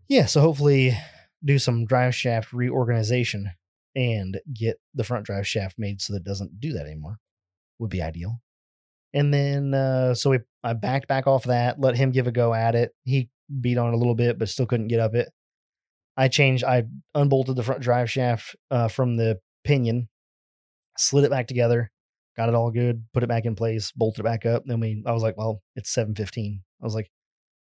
S1: yeah so hopefully do some drive shaft reorganization and get the front drive shaft made so that it doesn't do that anymore would be ideal and then uh so we i backed back off that let him give a go at it he beat on it a little bit but still couldn't get up it i changed i unbolted the front drive shaft uh, from the pinion slid it back together got it all good put it back in place bolted it back up then we i was like well it's 715 i was like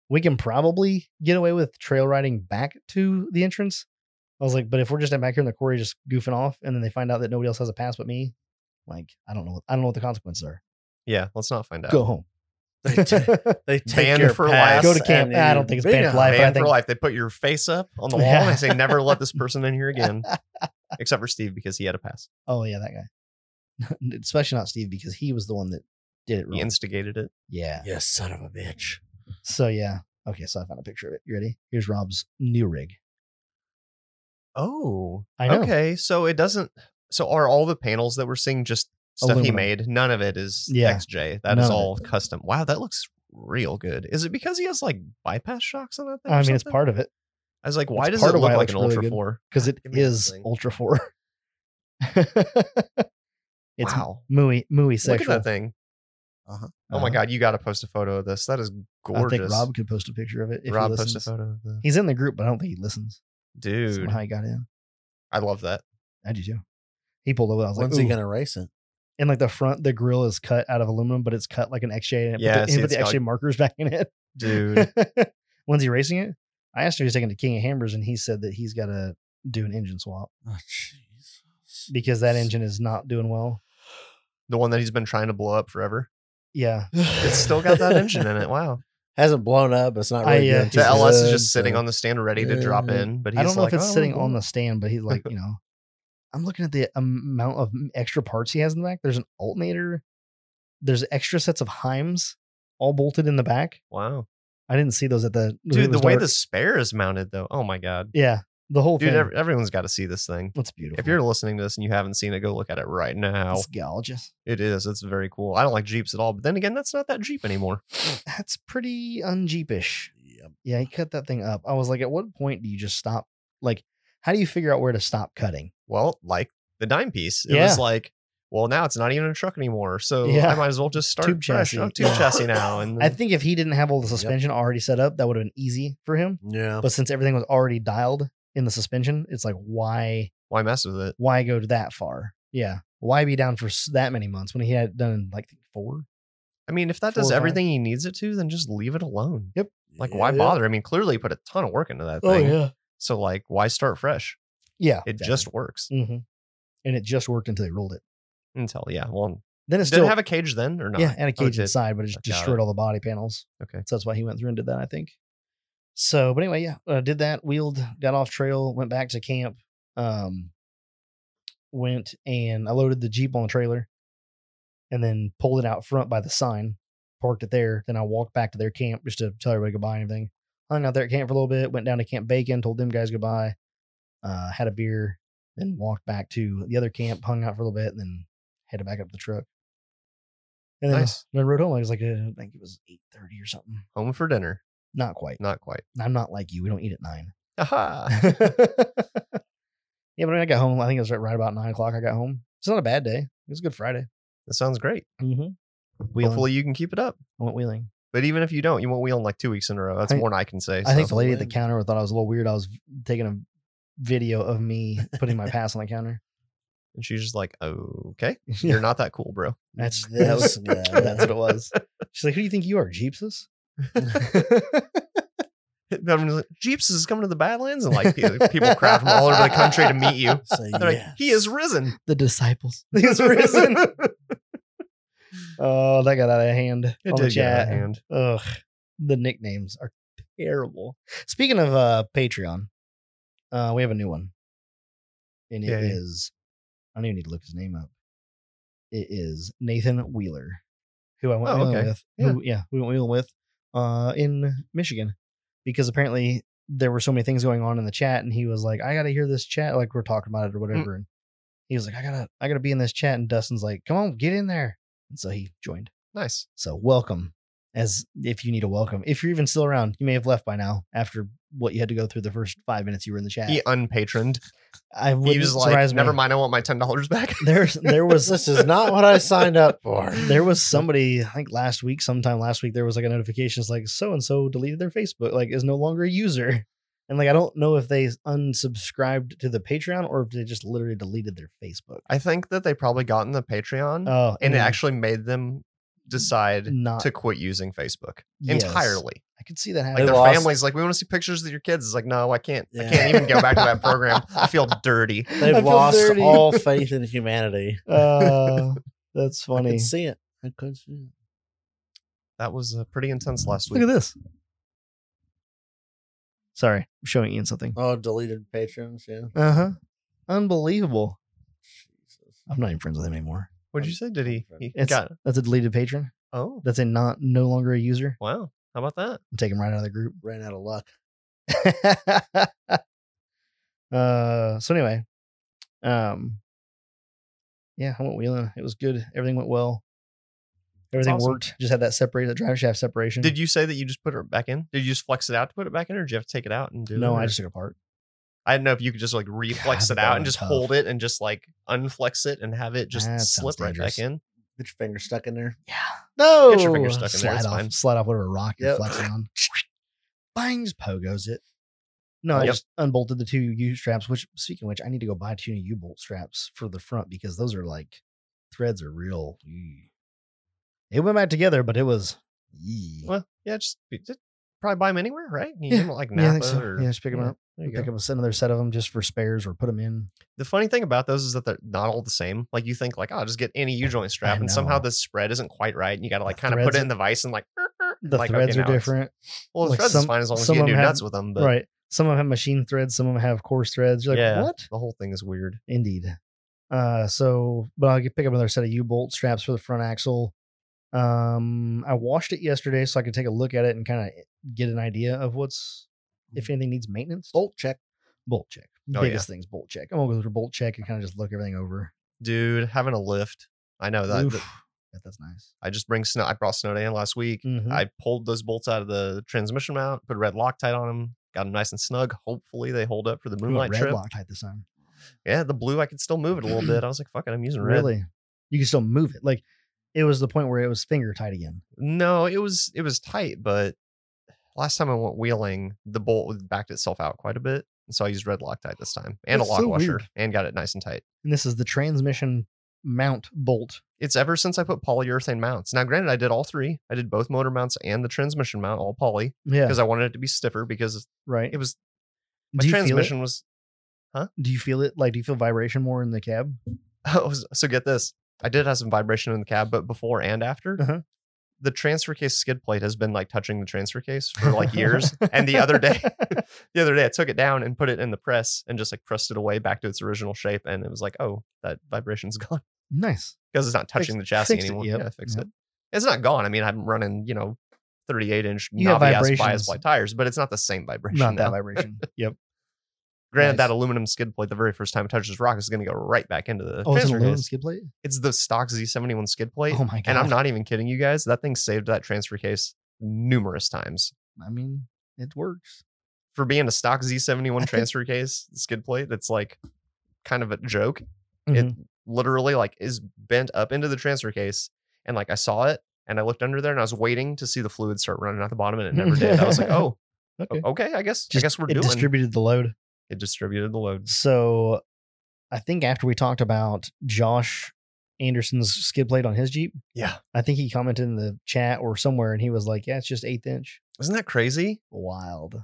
S1: we can probably get away with trail riding back to the entrance. I was like, but if we're just back here in the quarry just goofing off and then they find out that nobody else has a pass but me, like I don't know what I don't know what the consequences are.
S3: Yeah, let's not find out.
S1: Go
S3: [laughs]
S1: home.
S2: They, t- they take
S3: Banned
S2: your
S3: for
S2: pass
S3: life.
S1: Go to camp.
S2: and
S1: I don't
S2: you
S1: think it's
S2: beat
S1: banned for
S2: 'em.
S1: Uh, life.
S3: Banned
S1: I think-
S3: for life. They put your face up
S1: [laughs]
S3: on the wall and they say, never let this person in here again, except for Steve because he had a pass.
S1: [laughs] Oh yeah, that guy. [laughs] Especially not Steve because he was the one that did it
S3: He
S1: wrong.
S3: instigated it.
S1: Yeah.
S2: You son of a bitch.
S1: So yeah. Okay, so I found a picture of it. You ready? Here's Rob's new rig.
S3: Oh,
S1: I know.
S3: okay. So it doesn't. So are all the panels that we're seeing just stuff he
S1: Aluminum.
S3: made? None of it is
S1: Yeah.
S3: XJ. That
S1: None
S3: is
S1: of it.
S3: all custom. Wow, that looks real good. Is it because he has like bypass shocks on that thing? or
S1: I mean, it's
S3: something?
S1: part of it
S3: I was like, why
S1: it's
S3: does it
S1: part
S3: look
S1: of why it
S3: like an
S1: looks really
S3: Ultra
S1: good.
S3: Four?
S1: because it
S3: Ah, Give me that
S1: is
S3: thing.
S1: Ultra 4. [laughs] it's
S3: wow,
S1: mooey, mooey
S3: look at
S1: sexual.
S3: that thing. Oh
S1: Uh,
S3: my god, you got to post a photo of this. That is
S1: I
S3: gorgeous.
S1: think Rob could post a picture of it. If
S3: Rob
S1: he
S3: posted a
S1: listens.
S3: photo of the
S1: He's in the group, but I don't think he listens. That's
S3: dude.
S1: How he got in.
S3: I love that.
S1: I do too. He pulled over. I was like,
S2: When's he
S1: "Ooh."
S2: gonna race it?
S1: and like the front, the grill is cut out of aluminum, but it's cut like an XJ, and it
S3: Yeah,
S1: put the,
S3: see,
S1: he put
S3: it's
S1: the
S3: got-
S1: XJ markers back in it. [laughs]
S3: Dude.
S1: When's he racing it? I asked if he was taking it to King of Hammers, and he said that he's got to do an engine swap
S2: Oh, Jesus.
S1: [laughs] because that engine is not doing well.
S3: the one that he's been trying to blow up forever.
S1: Yeah,
S3: It's still got [laughs]
S1: [laughs]
S3: that engine in it. Wow.
S2: hasn't blown up. but It's not
S1: I,
S2: really.
S1: uh,
S2: doing
S1: He's
S3: The
S2: too
S3: LS is
S2: good,
S3: just sitting
S2: so-
S3: on the stand ready to drop
S2: Yeah.
S3: in, but he's
S1: I don't know
S3: like,
S1: if it's
S3: "Oh,
S1: sitting
S3: well,
S1: on the stand, but he's like, you
S3: [laughs]
S1: know, I'm looking at the amount of extra parts he has in the back. There's an alternator. There's extra sets of Heims all bolted in the back. [laughs]
S3: Wow.
S1: I didn't see those at the it
S3: Dude, the
S1: was
S3: way
S1: dark.
S3: the spare is mounted though. Oh my god.
S1: yeah the whole
S3: Dude,
S1: thing.
S3: ev- everyone's got to see this thing.
S1: That's beautiful.
S3: If you're listening to this and you haven't seen it, go look at it right now.
S1: It's gorgeous.
S3: It is. It's very cool. I don't like Jeeps at all, but then again, that's not that Jeep anymore.
S1: That's pretty unjeepish.
S2: Yep.
S1: Yeah, he cut that thing up. I was like, at what point do you just stop? Like, how do you figure out where to stop cutting?
S3: Well, like the dime piece, it
S1: Yeah.
S3: was like, well, now it's not even a truck anymore, so
S1: Yeah.
S3: I might as well just start
S1: Tube
S3: fresh.
S1: chassis.
S3: Oh, tube
S1: Yeah. [laughs]
S3: chassis now, and
S1: I
S3: then-
S1: think if he didn't have all the
S2: Yep.
S1: suspension already set up, that would have been easy for him.
S2: Yeah.
S1: But since everything was already dialed in the suspension, it's like, why,
S3: why mess with it?
S1: why go that far? Yeah, why be down for s- that many months when he had it done in like four?
S3: I mean, if that
S1: Four
S3: does
S1: or five.
S3: everything he needs it to, then just leave it alone. Like, why
S2: Yeah.
S3: bother? I mean, clearly he put a ton of work into
S1: Oh,
S3: that thing. So, like, why start fresh?
S1: Yeah,
S3: It just works
S1: hmm and it just worked until they rolled it.
S3: until yeah. Well,
S1: Then it's
S3: did
S1: still
S3: it have a cage then or not?
S1: Yeah, and a
S3: Oh, it
S1: cage
S3: did.
S1: inside, but it just
S3: Got it.
S1: destroyed all the body panels.
S3: Okay.
S1: So that's why he went through and did that, I think. So, but anyway, yeah, uh, did that, wheeled, got off trail, went back to camp, um, went and I loaded the Jeep on the trailer and then pulled it out front by the sign, parked it there. Then I walked back to their camp just to tell everybody goodbye and everything. Hung out there at camp for a little bit, went down to Camp Bacon, told them guys goodbye, uh, had a beer, then walked back to the other camp, hung out for a little bit, and then headed back up to the truck. And then,
S3: Nice.
S1: then rode home. I was like, uh, I think it was 8.30 or something.
S3: Home for dinner?
S1: Not quite.
S3: Not quite.
S1: I'm not like you. We don't eat at [laughs] 9.
S3: Aha.
S1: yeah, but when I got home, I think it was right, right about 9 o'clock I got home. It's not a bad day. It was a good Friday.
S3: That sounds great.
S1: Mm-hmm. Wheeling.
S3: Hopefully, you can keep it up.
S1: I went wheeling.
S3: But even if you don't, you won't wheel in like two weeks in a row. That's
S1: I-
S3: more than I can say.
S1: I think
S3: so.
S1: the lady at the
S2: win.
S1: counter thought I was a little weird. I was taking a video of me putting my pass on the counter.
S3: And she's just like, okay,
S1: [laughs] Yeah,
S3: you're not that cool, bro. [laughs]
S2: [laughs]
S1: that's that
S2: This
S1: was,
S2: guy.
S1: that's what it was. She's like, "Who do you think you are, Jeepsus?"
S2: [laughs]
S3: I'm just like, Jeeps is coming to the Badlands, and
S1: [laughs]
S3: like pe- people crowd from all over the country to meet you.
S2: Say
S3: They're like,
S2: [laughs]
S3: he
S2: yes.
S3: is risen.
S1: The disciples. He's
S3: [laughs]
S1: risen. oh, that got out of hand
S3: It
S1: on the
S3: did get out
S1: chat.
S3: of hand.
S1: Ugh, the nicknames are terrible. Speaking of uh, Patreon, uh, we have a new one, and it is
S3: Yay.
S1: I don't even need to look his name up. It is Nathan Wheeler, who I went
S3: Oh,
S1: wheeling
S3: okay.
S1: with. Who, yeah, we went wheeling with uh, in Michigan because apparently there were so many things going on in the chat, and he was like, "I got to hear this chat," like we're talking about
S3: Mm.
S1: it or whatever, and he was like, "I gotta, I gotta be in this chat," and Dustin's like, "Come on, get in there," and so he joined.
S3: Nice.
S1: So welcome, as if you need a welcome. If you're even still around, you may have left by now after what you had to go through the first five minutes you were in the chat.
S3: He unpatroned.
S1: I wouldn't
S3: He was
S1: surprise
S3: like, never
S1: me.
S3: mind. I want my ten dollars back.
S1: [laughs]
S3: [laughs]
S1: There's there was
S2: This is not what I signed up for.
S1: there was somebody I think last week, sometime last week, there was like a notification. It's like so and so deleted their Facebook, like is no longer a user. [laughs] And like I don't know if they unsubscribed to the Patreon or if they just literally deleted their Facebook.
S3: I think that they probably got in the Patreon,
S1: Oh,
S3: and it actually made them decide
S1: not
S3: to quit using Facebook
S1: Mm. yes.
S3: entirely.
S1: I could see that
S3: Like
S1: happening.
S3: their
S2: lost-
S3: family's like, we want to see pictures of your kids. It's like, no, I can't. I
S2: Yeah.
S3: can't even go back to that program. I
S1: [laughs]
S3: feel dirty.
S1: I
S2: They've
S1: feel
S2: lost
S1: dirty.
S2: all faith in humanity.
S1: Uh,
S3: [laughs]
S1: that's
S2: I
S1: funny.
S2: could see it. I could see it.
S3: That was uh, pretty intense last
S1: Look
S3: week.
S1: at this. Sorry, I'm showing Ian something.
S2: Oh, deleted patrons. Yeah.
S1: Uh huh. Unbelievable.
S2: Jesus.
S1: I'm not even friends with him anymore.
S3: What'd you say? Did he? he
S1: It's-
S3: got
S1: That's a deleted patron.
S3: oh
S1: That's a not no longer a user.
S3: wow. How about that?
S1: I'm taking him right out of the group. [laughs]
S2: Ran out of luck.
S1: uh. So anyway, um. Yeah, I went wheeling. It was good. Everything went well. Everything
S3: awesome.
S1: worked. Just had that separate, that drive shaft separation.
S3: Did you say that you just put it back in? Did you just flex it out to put it back in, or did you have to take it out and do?
S1: No,
S3: it,
S1: I
S3: or-
S1: just took it apart.
S3: I didn't know if you could just like reflex
S1: God,
S3: it out
S1: that'd
S3: and
S1: be
S3: just
S1: tough.
S3: hold it and just like unflex it and have it just
S1: That sounds
S3: slip right
S1: dangerous.
S3: back in.
S2: Get your finger stuck in there.
S1: Yeah.
S2: No.
S3: Get your finger stuck in there.
S1: slide
S3: It's
S1: off,
S3: fine.
S1: slide off whatever rock you're
S2: Yep.
S1: flexing on. [laughs] Bang, just pogos it. No, I
S3: Yep.
S1: just unbolted the two U straps. Which, speaking of which, I need to go buy two new U bolt straps for the front because those are like threads are real. ee. It went back together, but it was. ee.
S3: Well, yeah, just, be- just probably buy them anywhere, right? You
S1: Yeah.
S3: yeah. like Napa
S1: yeah, I think so.
S3: or
S1: yeah, just pick them
S3: yeah,
S1: up.
S3: There you
S1: pick
S3: go.
S1: up another set of them just for spares or put them in.
S3: The funny thing about those is that they're not all the same. Like you think, like oh, I'll just get any U joint strap, and somehow
S1: know.
S3: the spread isn't quite right, and you got to like kind of
S1: threads
S3: put it
S1: are-
S3: in the vise and like
S1: The
S3: like, okay,
S1: threads
S3: now
S1: are
S3: it's-
S1: different,
S3: Well, the
S1: Like,
S3: threads
S1: some-
S3: is fine as long as
S1: some
S3: you
S1: of
S3: do
S1: 'em have-
S3: nuts with them. But
S1: right? Some of them have machine threads, some of them have coarse threads. You're like,
S3: Yeah.
S1: what?
S3: the whole thing is weird.
S1: Indeed. Uh, so, but I'll get, pick up another set of U bolt straps for the front axle. Um, I washed it yesterday so I could take a look at it and kind of get an idea of what's if anything needs maintenance.
S2: Bolt check.
S1: Bolt check.
S3: Mm-hmm. Oh,
S1: Biggest things bolt check. I'm gonna go through bolt check and kind of just look everything over.
S3: Dude, having a lift. I know Oh, that,
S1: Oof.
S3: that-
S1: Bet that's nice.
S3: I just bring snow. I brought snow day in last week.
S1: Mhm.
S3: I pulled those bolts out of the transmission mount, put red Loctite on them, got them nice and snug. Hopefully they hold up for the
S1: Ooh, a
S3: moonlight
S1: red
S3: trip.
S1: Loctite this time.
S3: Yeah, the blue I could still move it
S1: [clears throat]
S3: a little bit. I was like, fuck it, I'm using red.
S1: Really, you can still move it. Like it was the point where it was finger tight again.
S3: No, it was it was tight, but last time I went wheeling, the bolt backed itself out quite a bit. And so I used red Loctite this time and
S1: That's
S3: a lock
S1: so
S3: washer
S1: weird.
S3: and got it nice and tight.
S1: And this is the transmission mount bolt.
S3: It's ever since I put polyurethane mounts. Now, granted, I did all three. I did both motor mounts and the transmission mount, all poly,
S1: Yeah,
S3: because I wanted it to be stiffer because
S1: right.
S3: it was my
S1: do you feel it?
S3: transmission was
S1: Do you feel it? Like, do you feel vibration more in the cab?
S3: I was- [laughs] so get this. I did have some vibration in the cab, but before and after,
S1: Uh-huh.
S3: the transfer case skid plate has been like touching the transfer case for like years. and the
S1: [laughs]
S3: other day, [laughs] the other day, I took it down and put it in the press and just like pressed it away back to its original shape, and it was like, oh, that vibration's [laughs] gone
S1: nice.
S3: because it's not touching the chassis
S1: fixed it,
S3: anymore.
S1: yep,
S3: Yeah, I fixed
S1: yep.
S3: it. It's not gone. I mean, I'm running, you know, 38 inch
S1: You have
S3: knobby ass bias
S1: vibrations.
S3: ply tires, but it's not the same vibration.
S1: Not that
S3: now.
S1: vibration. [laughs] Yep. Nice.
S3: Granted, that aluminum skid plate, the very first time it touches rock, is going to go right back into the
S1: Oh, it's an
S3: transfer
S1: aluminum
S3: case.
S1: skid plate.
S3: It's the stock Z71 skid plate.
S1: Oh my god.
S3: And I'm not even kidding you guys. That thing saved that transfer case numerous times.
S1: I mean, it works.
S3: For being a stock
S1: I [laughs]
S3: Z71
S1: think-
S3: transfer case skid plate that's like kind of a joke, it
S1: Mhm.
S3: literally like is bent up into the transfer case. And like I saw it and I looked under there and I was waiting to see the fluid start running out the bottom and it never did. I
S1: [laughs]
S3: was like, oh,
S1: okay.
S3: okay, I guess
S1: Just-
S3: I guess we're
S1: it
S3: doing
S1: distributed the load.
S3: it distributed the load.
S1: So, I think after we talked about Josh Anderson's skid plate on his Jeep,
S3: Yeah.
S1: I think he commented in the chat or somewhere, and he was like, "Yeah, it's just eighth inch."
S3: Isn't that crazy?
S1: Wild.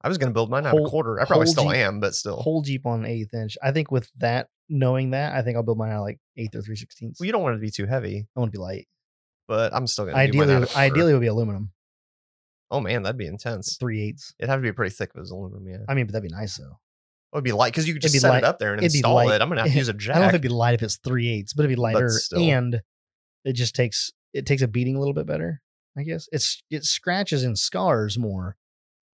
S3: I was gonna build mine out of
S1: Whole-
S3: quarter. I probably
S1: whole
S3: still
S1: Jeep-
S3: am, but still.
S1: Whole Jeep on eighth inch. I think with that, knowing that, I think I'll build mine out of like eighth or three sixteenths.
S3: well, you don't want it to be too heavy,
S1: I want to be light.
S3: but I'm still gonna do mine out
S1: Ideally,
S3: of quarter.
S1: ideally it would be aluminum,
S3: Oh man, that'd be intense.
S1: three eighths.
S3: It'd have to be pretty thick if it was aluminum, yeah.
S1: I mean, but that'd be nice though.
S3: It would be light because you could
S1: It'd
S3: just
S1: be
S3: set
S1: light-
S3: it up there and
S1: it'd be
S3: install
S1: light.
S3: it. I'm gonna have to use a
S1: [laughs] I don't know if
S3: jack.
S1: it'd be light if it's three eighths, but it'd be lighter,
S3: still-
S1: and it just takes it takes a beating a little bit better. I guess it's it scratches and scars more,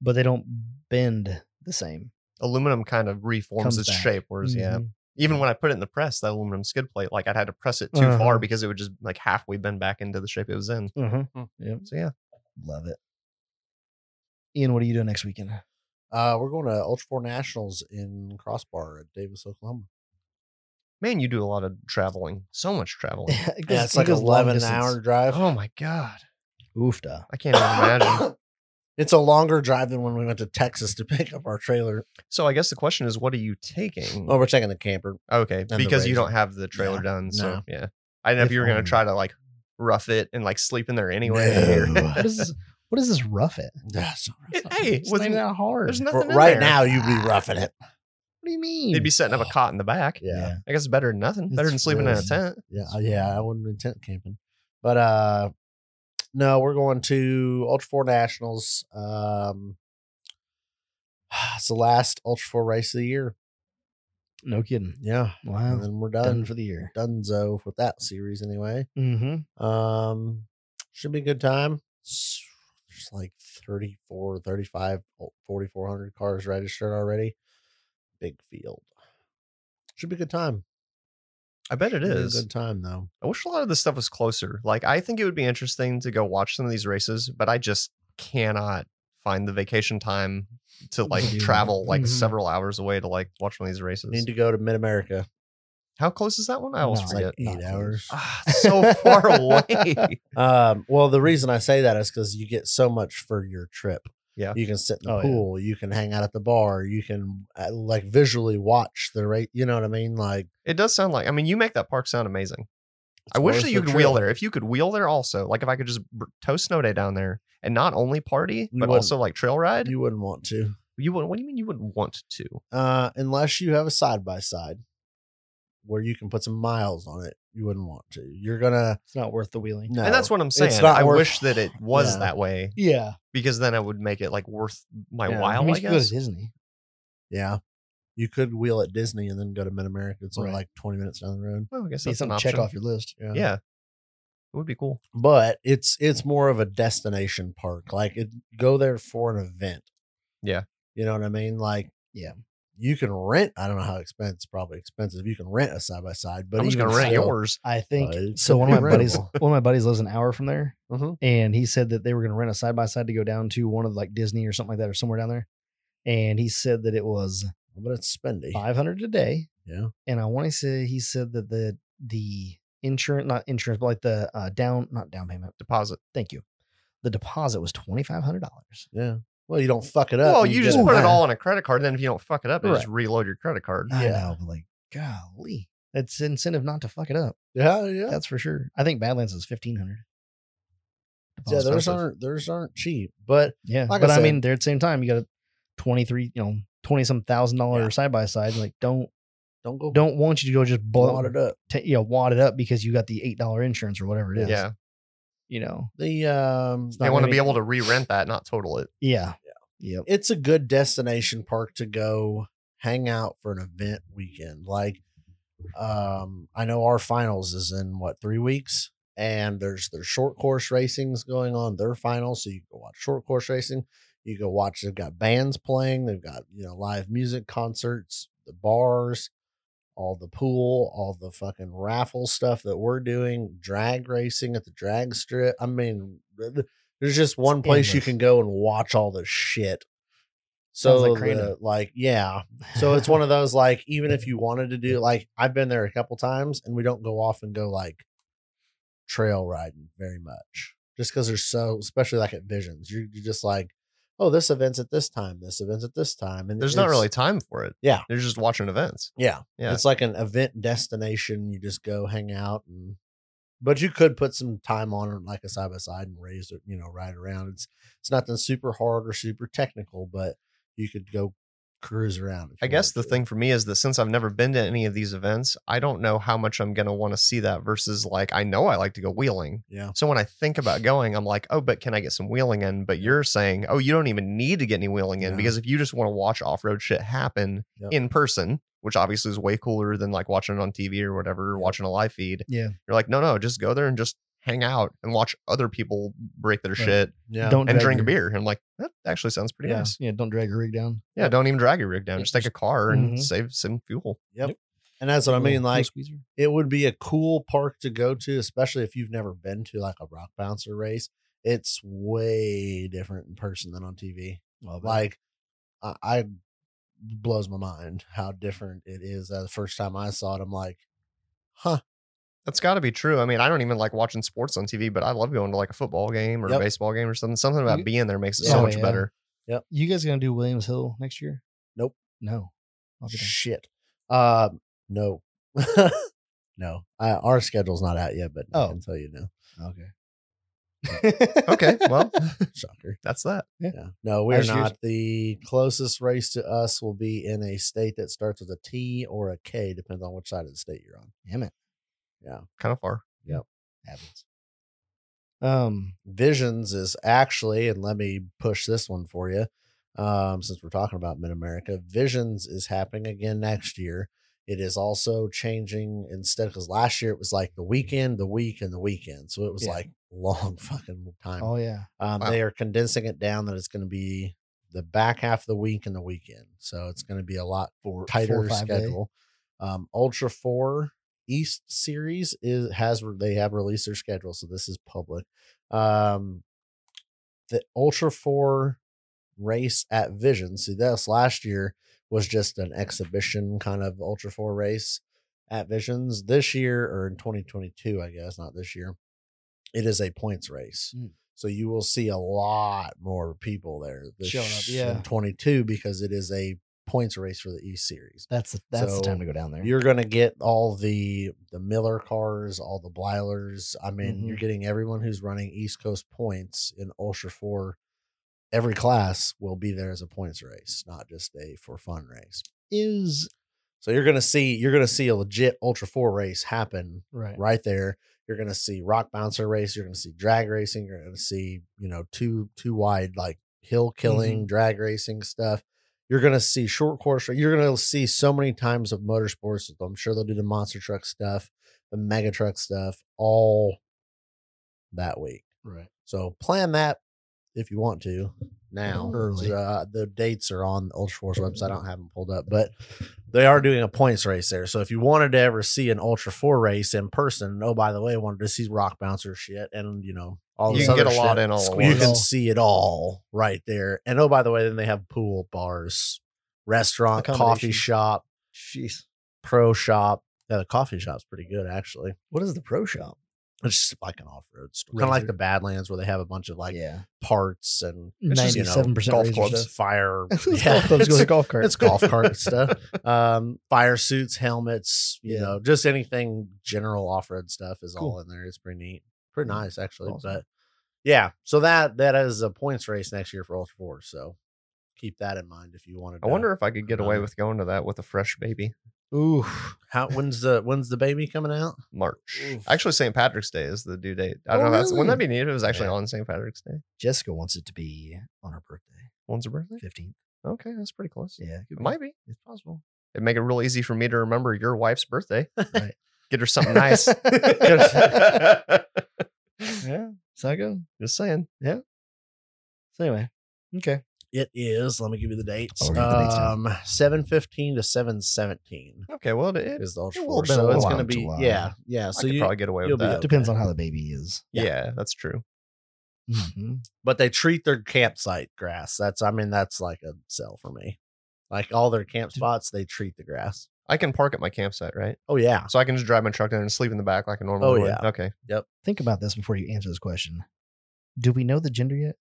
S1: but they don't bend the same.
S3: aluminum kind of reforms
S1: Comes
S3: its
S1: back.
S3: shape, whereas yeah,
S1: Mhm.
S3: even when I put it in the press, that aluminum skid plate, like I'd had to press it too
S1: Uh-huh.
S3: far because it would just like halfway bend back into the shape it was in.
S1: Mhm.
S3: So yeah,
S1: love it. Ian, what are you doing next weekend? [laughs]
S2: Uh, we're going to Ultra Four Nationals in Crossbar at Davis, Oklahoma.
S3: man, you do a lot of traveling, so much
S1: [laughs]
S3: traveling.
S1: It
S2: Yeah,
S1: goes-
S2: it's
S1: it
S2: like
S1: goes long
S2: eleven
S1: distance.
S2: hour drive.
S3: oh my god,
S1: Oofda.
S3: I can't even
S1: [coughs]
S3: imagine.
S2: [coughs] It's a longer drive than when we went to Texas to pick up our trailer.
S3: So I guess the question is, what are you taking?
S2: Oh, we're taking the camper.
S3: okay,
S2: the
S3: because you
S2: razor.
S3: don't have the trailer
S2: Yeah,
S3: done. So
S2: no.
S3: yeah, I didn't know if
S2: If
S3: you were gonna
S2: only.
S3: try to like rough it and like sleep in there anyway.
S2: No.
S1: What is this? What is this rough it?
S2: Yeah, so-
S3: [laughs] Hey,
S1: It's
S3: with-
S1: not even that hard.
S3: there's
S1: What
S2: for-
S3: nothing in
S2: right
S3: there.
S2: now you'd be roughing it.
S1: do you mean?
S3: They'd be setting up a cot in the back.
S2: Yeah,
S3: I guess better than nothing. Better
S2: It's
S3: than sleeping in a
S2: really-
S3: tent.
S2: yeah, uh, yeah. I wouldn't be tent camping, but uh, no, we're going to Ultra Four Nationals. Um, [sighs] it's the last Ultra Four race of the year.
S1: No kidding.
S2: Yeah,
S1: Wow.
S2: and then we're
S1: Done
S2: done.
S1: for the year.
S2: Dunzo with that series anyway.
S1: Mm-hmm.
S2: Um, should be a good time. S- There's like 34, 35, o- 4,400 cars registered already. Big field. Should be a good time.
S3: I bet it
S2: Should be
S3: is.
S2: a good time though.
S3: I wish a lot of this stuff was closer. Like, I think it would be interesting to go watch some of these races, but I just cannot find the vacation time to like
S1: Yeah.
S3: travel like
S1: Mhm.
S2: Mm-hmm.
S3: several hours away to like watch one of these races.
S2: Need to go to Mid America.
S3: How close is that one? I always
S1: No,
S2: It's
S3: forget.
S2: like
S1: it.
S2: eight
S1: Not
S2: hours.
S3: Ah, it's [laughs] so
S2: [laughs]
S3: far away.
S2: Um, well, the reason I say that is because you get so much for your trip.
S3: Yeah.
S2: you can sit in the
S1: Oh, yeah.
S2: pool, you can hang out at the bar, you can uh, like visually watch the rate. You know what I mean? Like,
S3: It does sound like. I mean, you make that park sound amazing. I
S2: It's
S3: wish
S2: worth
S3: that you
S2: the
S3: could wheel
S2: trip.
S3: there. If you could wheel there, also, like if I could just br- tow snow day down there and not only party
S2: You
S3: but
S2: wouldn't.
S3: also like trail ride, you,
S2: you wouldn't want to,
S3: would. What do you mean you wouldn't want to?
S2: uh, unless you have a side by side where you can put some miles on it. You wouldn't want to. You're gonna
S1: It's not worth the wheeling.
S2: no,
S3: and that's what I'm saying.
S2: not
S3: I
S2: worth-
S3: wish
S2: [laughs]
S3: that it was
S2: Yeah.
S3: that way
S1: Yeah.
S3: because then it would make it like worth my
S2: Yeah.
S1: I
S3: while.
S1: mean,
S3: I
S1: you could go to
S3: guess.
S1: Disney.
S2: yeah. You could wheel at Disney and then go to Mid America. It's only
S1: Right.
S2: like 20 minutes down the road.
S3: Well, I guess
S1: Be
S3: that's an
S1: something to
S3: option.
S1: check off your list.
S2: Yeah.
S3: yeah, it would be cool.
S2: but it's it's more of a destination park. Like it go there for an event.
S3: Yeah.
S2: You know what I mean? Like
S1: Yeah.
S2: You can rent. I don't know how expensive. Probably expensive. You can rent a side by side, but
S3: I'm just
S2: even
S3: gonna rent
S2: still-
S3: yours.
S1: I think
S2: Uh,
S1: [laughs]
S2: it
S1: so.
S2: could
S1: One
S2: be
S1: of my buddies, one
S2: rentable.
S1: of my buddies lives an hour from there,
S2: Mm-hmm.
S3: Mhm.
S1: and he said that they were going to rent a side by side to go down to one of like Disney or something like that, or somewhere down there. And he said that it was
S2: but it's spendy.
S1: five hundred a day.
S2: Yeah.
S1: And I want to say he said that the the insurance, not insurance, but like the uh, down, not down payment.
S3: Deposit.
S1: Thank you. The deposit was twenty five hundred dollars.
S2: Yeah. Well, you don't fuck it up.
S3: Well, you just
S2: get-
S3: put it
S1: Yeah.
S3: all on a credit card, and then if you don't fuck it up, you just
S1: Right.
S3: reload your credit card.
S1: I
S2: Yeah.
S1: know, but like, golly, it's incentive not to fuck it up.
S2: Yeah, yeah.
S1: That's for sure. I think Badlands is fifteen hundred.
S2: yeah, those
S3: expensive.
S2: aren't those aren't cheap, but
S1: Yeah,
S2: Like I
S1: but I,
S2: said-
S1: mean, they're at the same time. You got a twenty three, you know, twenty some thousand
S2: Yeah.
S1: dollar side by side. Like, don't
S2: don't go
S1: don't want you to go just blow
S2: blot
S1: it,
S2: it up.
S1: t- you know, wad it up because you got the eight dollar insurance or whatever it is.
S3: Yeah,
S1: you know,
S2: The um,
S1: not
S3: they want
S1: gonna
S3: to be
S1: be-
S3: able to re-rent that, not total it.
S1: yeah, yep,
S2: it's a good destination park to go hang out for an event weekend. Like, um, I know our finals is in what three weeks, and there's their short course racing's going on their finals, so you can go watch short course racing. You go watch. They've got bands playing. They've got you know live music concerts, the bars, all the pool, all the fucking raffle stuff that we're doing, drag racing at the drag strip. I mean, th- th- there's just one place you
S1: endless.
S2: can go and watch all this shit. So
S1: Sounds like
S2: like,
S1: Crandon.
S2: like yeah, so it's one of those like even if you wanted to do like I've been there a couple times and we don't go off and go like trail riding very much just because there's so especially like at Visions you're, you're just like oh this event's at this time this event's at this time and
S3: There's not
S2: it's-
S3: really time for it.
S2: Yeah.
S3: they're just watching events.
S2: yeah.
S3: Yeah.
S2: It's like an event destination. You just go hang out and but you could put some time on it like a side by side and raise it, you know, ride around. It's it's nothing super hard or super technical, but you could go cruise around. if
S3: I
S2: you
S3: guess the
S2: wanted to.
S3: thing for me is that since I've never been to any of these events, I don't know how much I'm going to want to see that versus like I know I like to go wheeling.
S2: Yeah.
S3: So when I think about going, I'm like, oh, but can I get some wheeling in? But you're saying, oh, you don't even need to get any wheeling in
S2: Yeah.
S3: because if you just want to watch off road shit happen
S2: Yep.
S3: in person, which obviously is way cooler than like watching it on TV or whatever, or watching a live feed,
S1: yeah.
S3: you're like, no, no, just go there and just hang out and watch other people break their
S1: Right.
S3: shit
S2: Yeah.
S1: Don't
S3: and
S1: drag
S3: drink a
S1: your-
S3: beer. And I'm like, that actually sounds pretty
S2: Yeah.
S3: nice.
S1: [laughs] Yeah, don't drag your rig down.
S3: Yeah, don't even drag your rig
S2: Yeah,
S3: down.
S2: Mm-hmm.
S3: Just take a car and
S1: Mhm.
S3: save some fuel.
S2: and that's what I
S1: Little-
S2: mean.
S1: little
S2: Like
S1: squeezer.
S2: it would be a cool park to go to, especially if you've never been to like a rock bouncer race. It's way different in person than on TV.
S1: Mm.
S2: like I, I blows my mind how different it is. Uh, the first time I saw it, I'm like, huh,
S3: That's got to be true. I mean, I don't even like watching sports on TV, but I love going to like a football game or
S2: Yep. Oh,
S3: a baseball game or something. Something
S1: You-
S3: about being there makes it
S1: Yeah.
S3: so much
S1: Yeah.
S3: better.
S1: you guys gonna do Williams Hill next year?
S2: Nope.
S1: No. I'll be down.
S2: shit. Um, no, [laughs] no, I, our schedule's not out yet, but I
S1: Oh.
S2: can tell you now. [laughs]
S1: Okay.
S3: Okay, well,
S1: [laughs]
S2: Shocker.
S3: that's that.
S2: Yeah. No, we're
S1: As usual.
S2: not. The closest race to us will be in a state that starts with a T or a K, depends on which side of the state you're on.
S1: Damn it.
S3: Kind of far.
S1: Happens. [laughs] Um.
S2: Visions is actually, and let me push this one for you, um, since we're talking about Mid America. Visions is happening again next year. It is also changing instead because last year it was like the weekend, the week, and the weekend, so it was
S1: Yeah.
S2: like long [laughs] fucking time.
S1: Oh yeah.
S2: Um,
S3: Wow.
S2: They are condensing it down that it's going to be the back half of the week and the weekend. So it's going to be a lot
S1: Four
S2: tighter
S1: or five day.
S2: schedule. Um, Ultra Four East series is has they have released their schedule, so this is public. Um, the Ultra Four race at Vision. See, this last year was just an exhibition kind of Ultra Four race. at Visions this year or in 2022, I guess, not this year. It is a points race.
S1: Mm.
S2: So you will see a lot more people there this
S1: Showing up,
S2: in
S1: yeah.
S2: 22 because it is a points race for the East Series.
S1: That's the, that's the time
S2: So,
S1: to go down there.
S2: You're going to get all the the Miller cars, all the Blylers. I mean,
S1: Mhm.
S2: you're getting everyone who's running East Coast points in Ultra 4. Every class will be there as a points race, not just a for fun race.
S1: is
S2: So you're gonna see you're gonna see a legit Ultra Four race happen
S1: right.
S2: right there. You're gonna see rock bouncer race. You're gonna see drag racing. You're gonna see you know two two wide like hill killing drag racing stuff. You're gonna see short course. You're gonna see so many times of motorsports. I'm sure they'll do the monster truck stuff, the mega truck stuff, all that week.
S1: Right.
S2: So plan that if you want to now.
S1: Early.
S2: Uh, the dates are on the Ultra Force website. I don't have them pulled up,
S3: [laughs]
S2: but they are doing a points race there. So if you wanted to ever see an Ultra Four race in person, and, oh by the way, wanted to see rock bouncer shit and you know all
S3: You
S2: this
S3: can
S2: other
S3: get a lot
S2: shit,
S3: in all at
S1: Squeeze
S2: you
S3: once.
S1: it all.
S2: can see it all right there. And oh by the way, then they have pool bars, restaurant, coffee
S1: Accommodation.
S2: shop,
S1: Jeez.
S2: pro shop. Yeah, the coffee shop's pretty good actually.
S1: What is the pro shop?
S2: It's just like an off-road store, kind of like
S1: Razor.
S2: the Badlands where they have a bunch of like [laughs]
S1: yeah. [laughs]
S2: parts and
S3: It's just,
S2: you know,
S1: 97%
S3: golf
S1: razor
S3: clubs.
S1: stuff.
S2: [laughs] fire.
S1: It's
S2: Yeah,
S1: golf clubs go
S2: [laughs] it's,
S1: to golf cart.
S2: it's golf cart [laughs] stuff. Um, fire suits, helmets, you
S1: Yeah.
S2: know, just anything general off road stuff is all
S1: Cool.
S2: in there. It's pretty neat, pretty nice actually.
S1: Awesome.
S2: But yeah, so that that is a points race next year for Ultra Four. So keep that in mind if you want to.
S3: I wonder if I could get away
S2: Um,
S3: with going to that with a fresh baby.
S1: Oof.
S2: how when's the when's the baby coming out?
S3: March.
S1: Oof.
S3: Actually, St. Patrick's Day is the due date. I don't
S1: Oh,
S3: know. That's, wouldn't that
S1: really?
S3: be neat if it was actually
S2: Yeah.
S3: on St. Patrick's Day?
S1: Jessica wants it to be on her birthday,
S3: When's her birthday?
S1: 15th.
S3: Okay, that's pretty close.
S1: Yeah.
S3: It might be.
S1: It's possible.
S3: It'd make it real easy for me to remember your wife's birthday.
S1: Right.
S3: Get her something nice.
S1: Yeah. So I go.
S3: Just saying.
S1: So anyway. Okay.
S2: It is. Let me give you the dates.
S1: Oh, we got the dates down.
S2: um, seven fifteen to seven seventeen
S3: Okay, well, it, it,
S2: is the Ultra Four.
S3: will have been a
S2: So it's
S3: little
S2: going to
S1: out
S2: be
S1: July.
S2: yeah, yeah.
S3: I
S2: So
S3: could
S2: you
S3: probably get away
S2: you'll
S3: with
S2: be
S3: that.
S2: okay.
S1: Depends on how the baby is.
S3: Yeah.
S2: Yeah.
S3: that's true. Mm-hmm.
S1: Mhm.
S2: but they treat their campsite grass. That's I mean that's like a sell for me. Like all their camp
S1: Mm.
S2: spots, they treat the grass.
S3: I can park at my campsite, right?
S2: Oh yeah,
S3: So I can just drive my truck in and sleep in the back like a normal
S2: Oh,
S3: would.
S2: yeah.
S3: Okay.
S1: Think about this before you answer this question. Do we know the gender yet?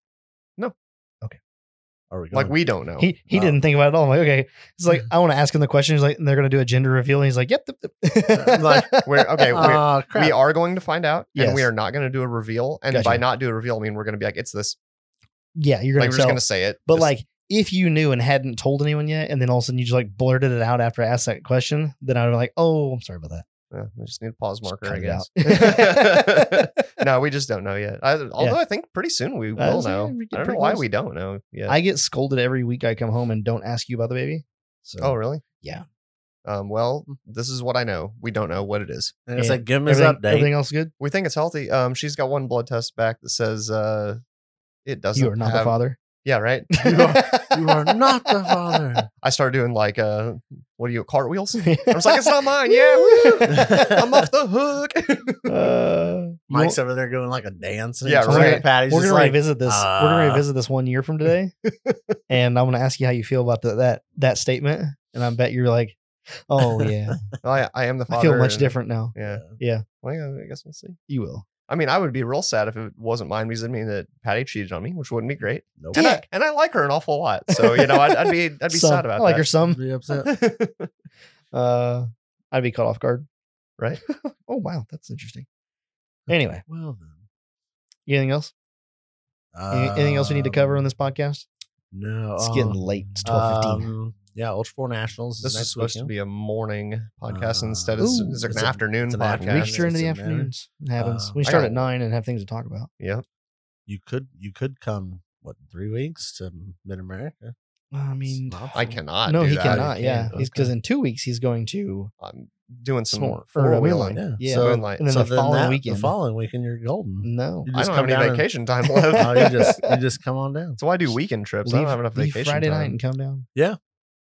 S2: are we
S3: Like
S2: going-
S3: we don't know.
S1: He he
S2: Oh.
S1: didn't think about it at all. I'm like, okay. It's [laughs] like I want to ask him the question. He's like, and they're gonna do a gender reveal. And he's like, yep. yep, yep.
S2: I'm like,
S1: [laughs]
S3: We're
S2: [laughs]
S3: okay. We're,
S2: Ah, crap.
S3: We are going to find out, and we
S1: Yes.
S3: are not going to do a reveal. And by
S1: Gotcha.
S3: not do a reveal, I mean we're going to be like, it's this.
S1: yeah, you're gonna
S3: Like we're
S1: tell.
S3: just going to say it.
S1: but
S3: Just-
S1: like, if you knew and hadn't told anyone yet, and then all of a sudden you just like blurted it out after I asked that question, then I'd be like, oh, I'm sorry about that.
S3: yeah, we just need a pause marker,
S1: cut
S3: I
S1: it
S3: guess.
S1: out.
S3: [laughs] no, we just don't know yet. I, although I think pretty soon we will
S1: so, yeah,
S3: know.
S1: we get
S3: I don't know
S1: pretty
S3: why
S1: close.
S3: we don't know. Yeah.
S1: I get scolded every week I come home and don't ask you about the baby. So
S3: oh, really?
S1: Yeah. Mm.
S3: Um, well, this is what I know. We don't know what it is.
S2: And it's
S1: Yeah.
S2: like give them his
S1: everything,
S2: update. [laughs]
S1: everything else good?
S3: We think it's healthy. Um, she's got one blood test back that says uh, it doesn't.
S1: you are not the [laughs]
S3: have-
S1: father.
S3: Yeah, right.
S2: you are not
S3: [laughs]
S2: the father.
S3: I started doing like uh, what do you cartwheels? I was like,
S1: [laughs]
S3: it's not mine. Yeah, woo! I'm off the hook. [laughs]
S1: Uh,
S2: [laughs] Mike's over there doing like a dance. and
S3: Yeah,
S2: shit.
S3: right.
S2: Patty's
S1: we're
S2: just
S1: gonna
S2: like,
S1: revisit this. we're gonna
S2: "Uh."
S1: revisit this one year from
S3: [laughs]
S1: today, and I'm gonna ask you how you feel about the, that that statement. And I bet you're like,
S3: [laughs]
S1: "Oh yeah,
S3: I, I am the father.
S1: I feel much
S3: and-
S1: different now."
S2: "Uh,
S3: Yeah.
S1: Yeah.
S3: Well, yeah, I guess we'll see.
S1: You will.
S3: I mean, I would be real sad if it wasn't mine because it mean that Patty cheated on me, which wouldn't be great.
S2: Nope. [laughs]
S3: And, I, and I like her an
S1: [laughs]
S3: awful lot, so you know, I'd, I'd be I'd be
S1: Some-
S3: sad about
S1: I like
S3: that.
S1: her
S3: [laughs]
S1: some.
S2: Be upset.
S1: Uh, I'd be caught off guard.
S3: Right.
S1: [laughs] oh wow, that's
S3: [laughs]
S1: interesting. Anyway,
S2: Well then,
S1: anything else? Any- anything else we need to
S3: Um,
S1: cover on this podcast?
S2: Um, No,
S1: It's getting
S2: um,
S1: late. It's twelve fifteen.
S2: um, yeah, Ultra Four Nationals.
S3: This is
S2: next
S3: supposed to
S2: weekend.
S3: be a morning podcast
S2: Uh,
S3: instead. It's,
S1: Ooh,
S3: it's like
S2: it's
S3: an
S2: a-
S3: afternoon
S2: it's an
S3: podcast.
S2: afternoon.
S1: Mixture into the
S2: It's in there.
S1: afternoons. It happens.
S2: Uh,
S1: we
S3: I
S1: start
S3: got-
S1: at nine and have things to talk about.
S3: Yep.
S2: You could you could come what in three weeks to Mid America.
S1: I mean,
S3: I cannot.
S1: no,
S3: do
S1: he
S3: that.
S1: cannot. Yeah,
S2: can't.
S1: because in two weeks he's going to
S3: I'm doing some
S1: Snore. Or
S3: four
S1: a
S3: wheeling.
S1: wheeling.
S2: Yeah.
S1: Yeah.
S2: So,
S3: Moonlight.
S1: And then
S2: so
S1: the following
S2: that-
S1: weekend. Mm.
S2: The following weekend, you're golden.
S1: no.
S2: You
S3: I
S2: just
S3: don't
S2: come
S3: have any
S2: down and- [laughs]
S1: [laughs]
S3: vacation time
S2: oh,
S3: left.
S2: you just you just come on down.
S3: so I do weekend trips. I don't have enough
S1: Uh, leave
S3: vacation
S1: Friday
S3: time.
S1: night and come down.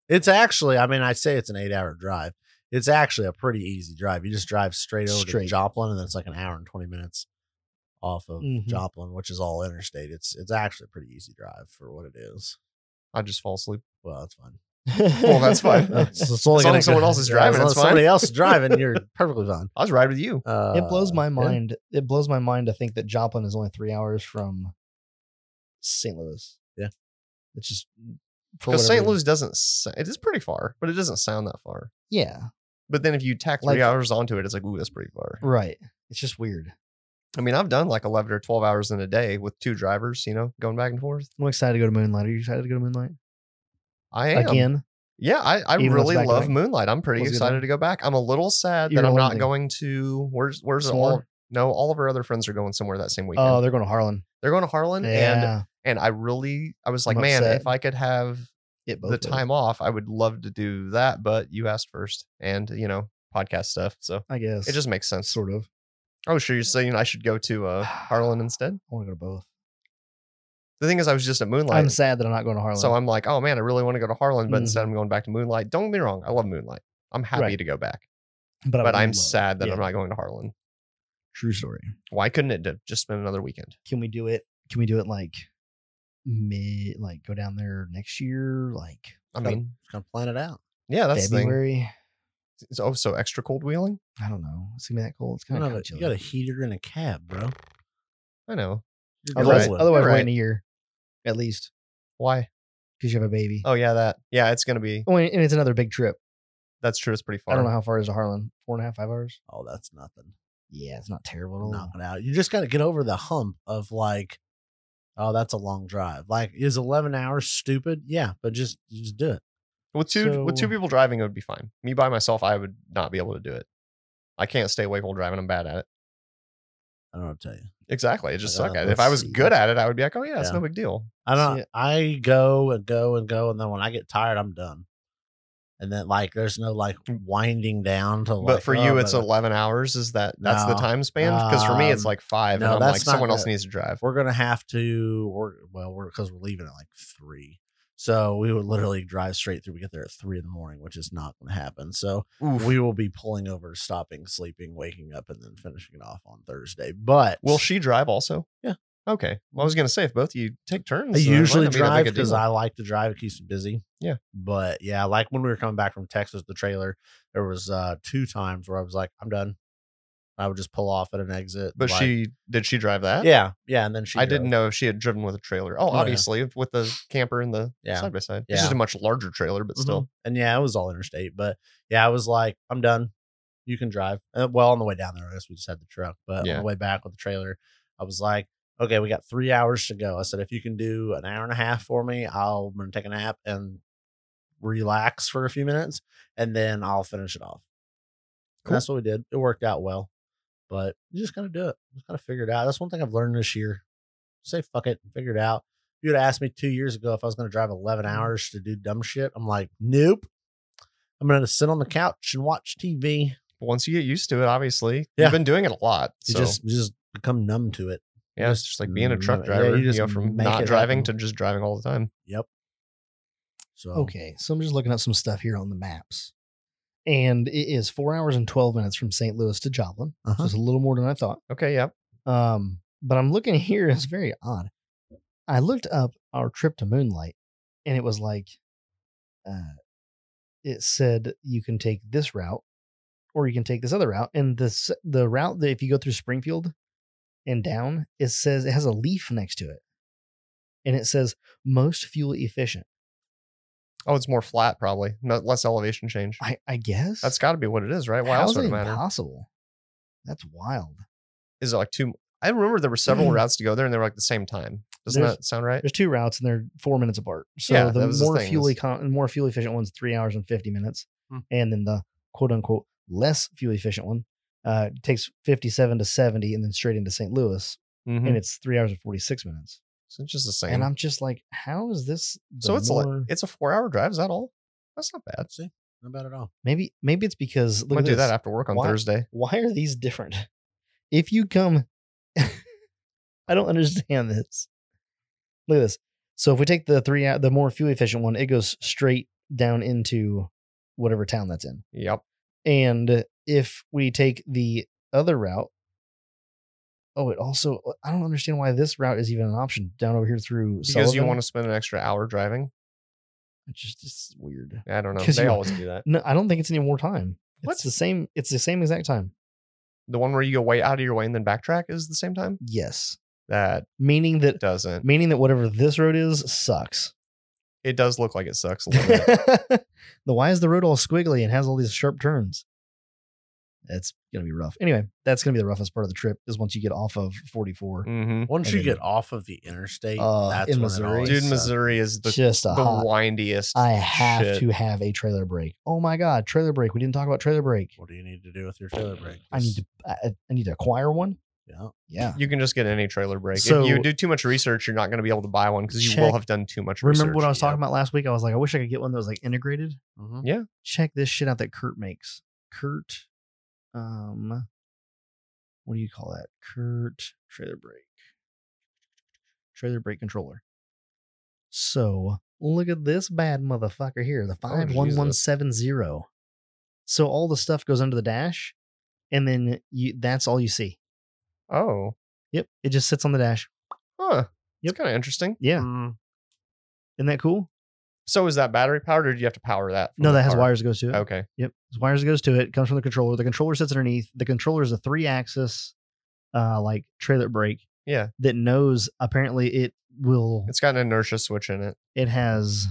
S2: It's actually, I mean, I say it's an eight hour drive. It's actually a pretty easy drive. You just drive straight over to
S1: Straight.
S2: Joplin, and then it's like an hour and twenty minutes off of
S1: Mhm.
S2: Joplin, which is all interstate. It's it's actually a pretty easy drive for what it is.
S3: I just fall asleep.
S2: Well, that's fine.
S1: well,
S3: that's fine.
S2: Uh, so it's only
S3: As long
S2: gonna
S3: as someone
S2: go-
S3: else is
S2: yeah,
S3: driving,
S2: [laughs] as long
S3: it's
S2: as Somebody
S3: fine.
S2: else is driving. You're perfectly fine.
S3: I was ride with you.
S2: [laughs] Uh,
S1: [laughs] it blows my
S2: yeah.
S1: mind. It blows my mind to think that Joplin is only three hours from St. Louis.
S2: Yeah.
S1: it's just mm, for whatever
S3: Because St.
S1: reason-
S3: Louis doesn't. s- It is pretty far, but it doesn't sound that far.
S1: Yeah,
S3: But then if you tack three
S1: Like-
S3: hours onto it, it's like, ooh, that's pretty far.
S1: right. It's just weird.
S3: I mean, I've done like 11 or 12 hours in a day with two drivers, you know, going back and forth.
S1: I'm excited to go to Moonlight. Are you excited to go to Moonlight
S3: I am.
S1: again?
S3: Yeah, I, I
S1: Even if it's
S3: really
S1: back to
S3: love
S1: back?
S3: Moonlight. I'm pretty
S1: Was it good
S3: excited
S1: then?
S3: to go back. I'm a little sad
S1: You're
S3: that I'm not
S1: lonely.
S3: going to where's where's it all
S1: Somewhere?
S3: no, all of our other friends are going somewhere that same weekend.
S1: Oh, they're going to Harlan.
S3: they're going to Harlan and
S1: Yeah,
S3: and I really I was like,
S1: I'm
S3: man,
S1: upset.
S3: if I could have
S1: Get both
S3: the
S1: of those.
S3: time off, I would love to do that, but you asked first and you know, podcast stuff. So
S1: I guess
S3: it just makes sense.
S1: sort of.
S3: Oh, sure, you're saying I should go
S1: [sighs]
S3: to uh Harlan instead?
S1: I want to go to both.
S3: The thing is I was just at Moonlight.
S1: I'm sad that I'm not going to Harlan. Mm-hmm.
S3: So I'm like, oh man, I really want to go to Harlan, but instead I'm going back to Moonlight. Don't get me wrong, I love Moonlight. I'm happy
S1: Right.
S3: to go back,
S1: I
S3: but
S1: would
S3: I'm
S1: love-
S3: sad that
S1: yeah.
S3: I'm not going to Harlan.
S1: True story.
S3: Why couldn't it have just been another weekend?
S1: Can we do it? Can we do it like mid? Like go down there next year? Like
S3: I
S2: Gotta-
S3: mean,
S2: Just gonna plan it out.
S3: yeah, that's the
S1: February?
S3: thing. It's- Oh, so extra cold wheeling?
S1: I don't know. It's gonna be that cold. It's
S2: You,
S1: kind
S2: got
S1: of
S2: a- you got a heater in a cab, bro.
S3: I know.
S2: You're
S1: Otherwise,
S2: golden.
S1: otherwise
S3: You're
S1: we're
S3: right.
S1: waiting a year, at least,
S3: Why?
S1: because you have a baby.
S3: Oh yeah, that. Yeah, it's gonna be.
S1: Oh, and and it's another big trip.
S3: That's true. It's pretty far.
S1: I don't know how far it is to Harlan. Four and a half, five hours.
S2: oh, that's nothing.
S1: Yeah, it's not terrible at
S3: Oh.
S1: all.
S2: Knock it out. You just gotta get over the hump of like, oh, that's a long drive. Like, is eleven hours stupid? Yeah, but just just do it.
S3: With two with two
S1: So-
S3: people driving, it would be fine. Me by myself, I would not be able to do it. I can't stay awake while driving. I'm bad at it.
S2: I don't know what to tell you.
S3: Exactly. It just
S2: Uh,
S3: suck at it. If I
S2: let's
S3: was
S2: see.
S3: good at it, I would be like, oh yeah, it's
S2: Yeah.
S3: no big deal.
S2: I don't.
S1: Yeah.
S2: I go and go and go, and then when I get tired, I'm done. And then like, there's no like winding down to. Like,
S3: but for you,
S2: oh,
S3: it's
S2: but-
S3: 11 hours. Is that that's the
S2: No.
S3: time span? Because for me, it's
S2: Um,
S3: like five,
S2: no,
S3: and I'm
S2: that's
S3: like
S2: not
S3: someone else
S2: good.
S3: needs to drive.
S2: We're gonna have to. We're well, we're because we're leaving at like three, so we would literally drive straight through. We get there at three in the morning, which is not gonna happen. So
S3: Oof.
S2: we will be pulling over, stopping, sleeping, waking up, and then finishing it off on Thursday. But
S3: Will she drive also?
S2: Yeah.
S3: Okay. Well, I was gonna say if both of you take turns,
S2: I
S3: then it might
S2: usually
S3: not be that
S2: drive
S3: big a
S2: because
S3: deal.
S2: I like to drive. It keeps me busy.
S3: Yeah.
S2: But yeah, like when we were coming back from Texas, the trailer, there was uh two times where I was like, I'm done. I would just pull off at an exit.
S3: But
S2: like-
S3: she did she drive that?
S2: Yeah, yeah. And then she
S3: I
S2: drove.
S3: didn't know if she had driven with a trailer. Oh,
S2: yeah.
S3: obviously with the camper and the
S2: Yeah.
S3: side by side. It's
S2: Yeah. Mm-hmm.
S3: just a much larger trailer, but still.
S2: And yeah, it was all interstate. But yeah, I was like, I'm done. You can drive. Uh, well, on the way down there, I guess we just had the truck. But
S3: Yeah.
S2: on the way back with the trailer, I was like, okay, we got three hours to go. I said, if you can do an hour and a half for me, I'll, I'm going to take a nap and relax for a few minutes and then I'll finish it off. And
S3: Cool.
S2: That's what we did. It worked out well. But you just got to do it. You just got to figure it out. That's one thing I've learned this year. Say fuck it, figure it out. If you would have asked me two years ago if I was going to drive 11
S1: Mm-hmm.
S2: hours to do dumb shit, I'm like, nope. I'm going to sit on the couch and watch TV.
S3: But once you get used to it, obviously
S2: Yeah.
S3: you've been doing it a lot.
S2: You
S3: So
S2: just you just become numb to it.
S3: yeah, it's
S2: just
S3: just like being a
S2: ma-
S3: truck
S2: yeah,
S3: driver.
S2: you
S3: you,
S2: just
S3: know, from
S2: make
S3: not
S2: it
S3: driving
S2: happen.
S3: to just driving all the time.
S2: Yep. So
S1: Okay, so I'm just looking up some stuff here on the maps, and it is four hours and twelve minutes from St. Louis to Joplin. So
S2: Uh-huh.
S1: it's a little more than I thought.
S3: Okay. Yeah.
S1: Um, but I'm looking [laughs] here; it's very odd. I looked up our trip to Moonlight, and it was like, uh, it said you can take this route, or you can take this other route, and this the route that if you go through Springfield and down, it says it has a leaf next to it, and it says most fuel efficient.
S3: Oh, it's more flat probably. No, less elevation change.
S1: I I guess
S3: That's got to be what it is, right? Why
S1: How's
S3: else would
S1: that
S3: it matter?
S1: Possible. That's wild.
S3: Is it like two? I remember there were
S1: [clears throat]
S3: several routes to go there, and they were like the same time. Doesn't
S1: There's-
S3: that sound right?
S1: There's two routes and they're four minutes apart. So
S3: Yeah, that
S1: the
S3: was the
S1: more
S3: thing,
S1: fuel
S3: is-
S1: econ- more fuel efficient one's three hours and fifty minutes,
S2: Hmm.
S1: and then the quote unquote less fuel efficient one uh, takes fifty seven to seventy and then straight into St. Louis,
S3: Mhm.
S1: and it's three hours and forty six minutes.
S3: So it's just the same.
S1: And I'm just like, how is this? the
S3: so it's like
S1: more-
S3: it's a four hour drive. Is that all? That's not bad.
S2: see, not bad at all.
S1: maybe maybe it's because
S3: I'm
S1: look
S3: gonna
S1: at
S3: do
S1: this.
S3: that after work on
S1: Why-
S3: Thursday.
S1: Why are these different? If you come, [laughs] I don't understand this. Look at this. So if we take the three, uh, the more fuel efficient one, it goes straight down into whatever town that's in.
S3: Yep.
S1: And if we take the other route, oh, it also I don't understand why this route is even an option down over here through
S3: Because you want to spend an extra hour driving.
S1: It's just it's weird.
S3: I don't know.
S1: 'Cause
S3: They
S1: you- [laughs]
S3: always [laughs] do that.
S1: No, I don't think it's any more time.
S3: What?
S1: It's the same. It's the same exact time.
S3: The one where you go way out of your way and then backtrack is the same time.
S1: Yes, [laughs]
S3: That
S1: meaning that
S3: doesn't.
S1: meaning that whatever this road is sucks.
S3: It does look like it sucks a
S1: [laughs]
S3: little bit.
S1: the why is the road all squiggly and has all these sharp turns? It's gonna be rough. Anyway, that's gonna be the roughest part of the trip is once you get off of 44.
S3: hmm
S2: Once
S1: And
S2: you
S1: then-
S2: get off of the interstate,
S1: Uh,
S2: that's
S1: in
S2: when
S1: Missouri.
S2: It always
S3: Dude,
S2: sucks.
S3: Missouri is the,
S1: Just a
S3: the
S1: hot.
S3: windiest.
S1: I have
S3: shit.
S1: to have a trailer break. Oh my god, trailer break. We didn't talk about trailer break.
S2: What do you need to do with your trailer brake?
S1: I need to. I, I need to acquire one.
S2: Yeah.
S1: Yeah.
S3: You can just get any trailer break. if
S1: So-
S3: you do too much research, you're not going to be able to buy one because you will
S1: Check-
S3: have done too much research.
S1: Remember what I was talking about last week? I was like, I wish I could get one that was like integrated.
S2: Mhm.
S1: Check this shit out that Kurt makes. Kurt, um, what do you call that? Kurt trailer brake, trailer brake controller. So look at this bad motherfucker here, the
S3: Oh,
S1: five one one seven zero. So all the stuff goes under the dash, and then you—that's all you see.
S3: Oh,
S1: Yep, it just sits on the dash.
S3: huh.
S1: Yep.
S3: It's kind of interesting. Hmm.
S1: Yeah,
S2: Mm,
S1: isn't that cool?
S3: So is that battery powered, or do you have to power that? from
S1: No,
S3: the
S1: that has
S3: car?
S1: wires that goes to it.
S3: Okay.
S1: Yep. There's wires that goes to it. Comes from the controller. The controller sits underneath. The controller is a three axis, uh, like trailer brake.
S3: Yeah.
S1: That knows apparently it will.
S3: It's got an inertia switch in it.
S1: It has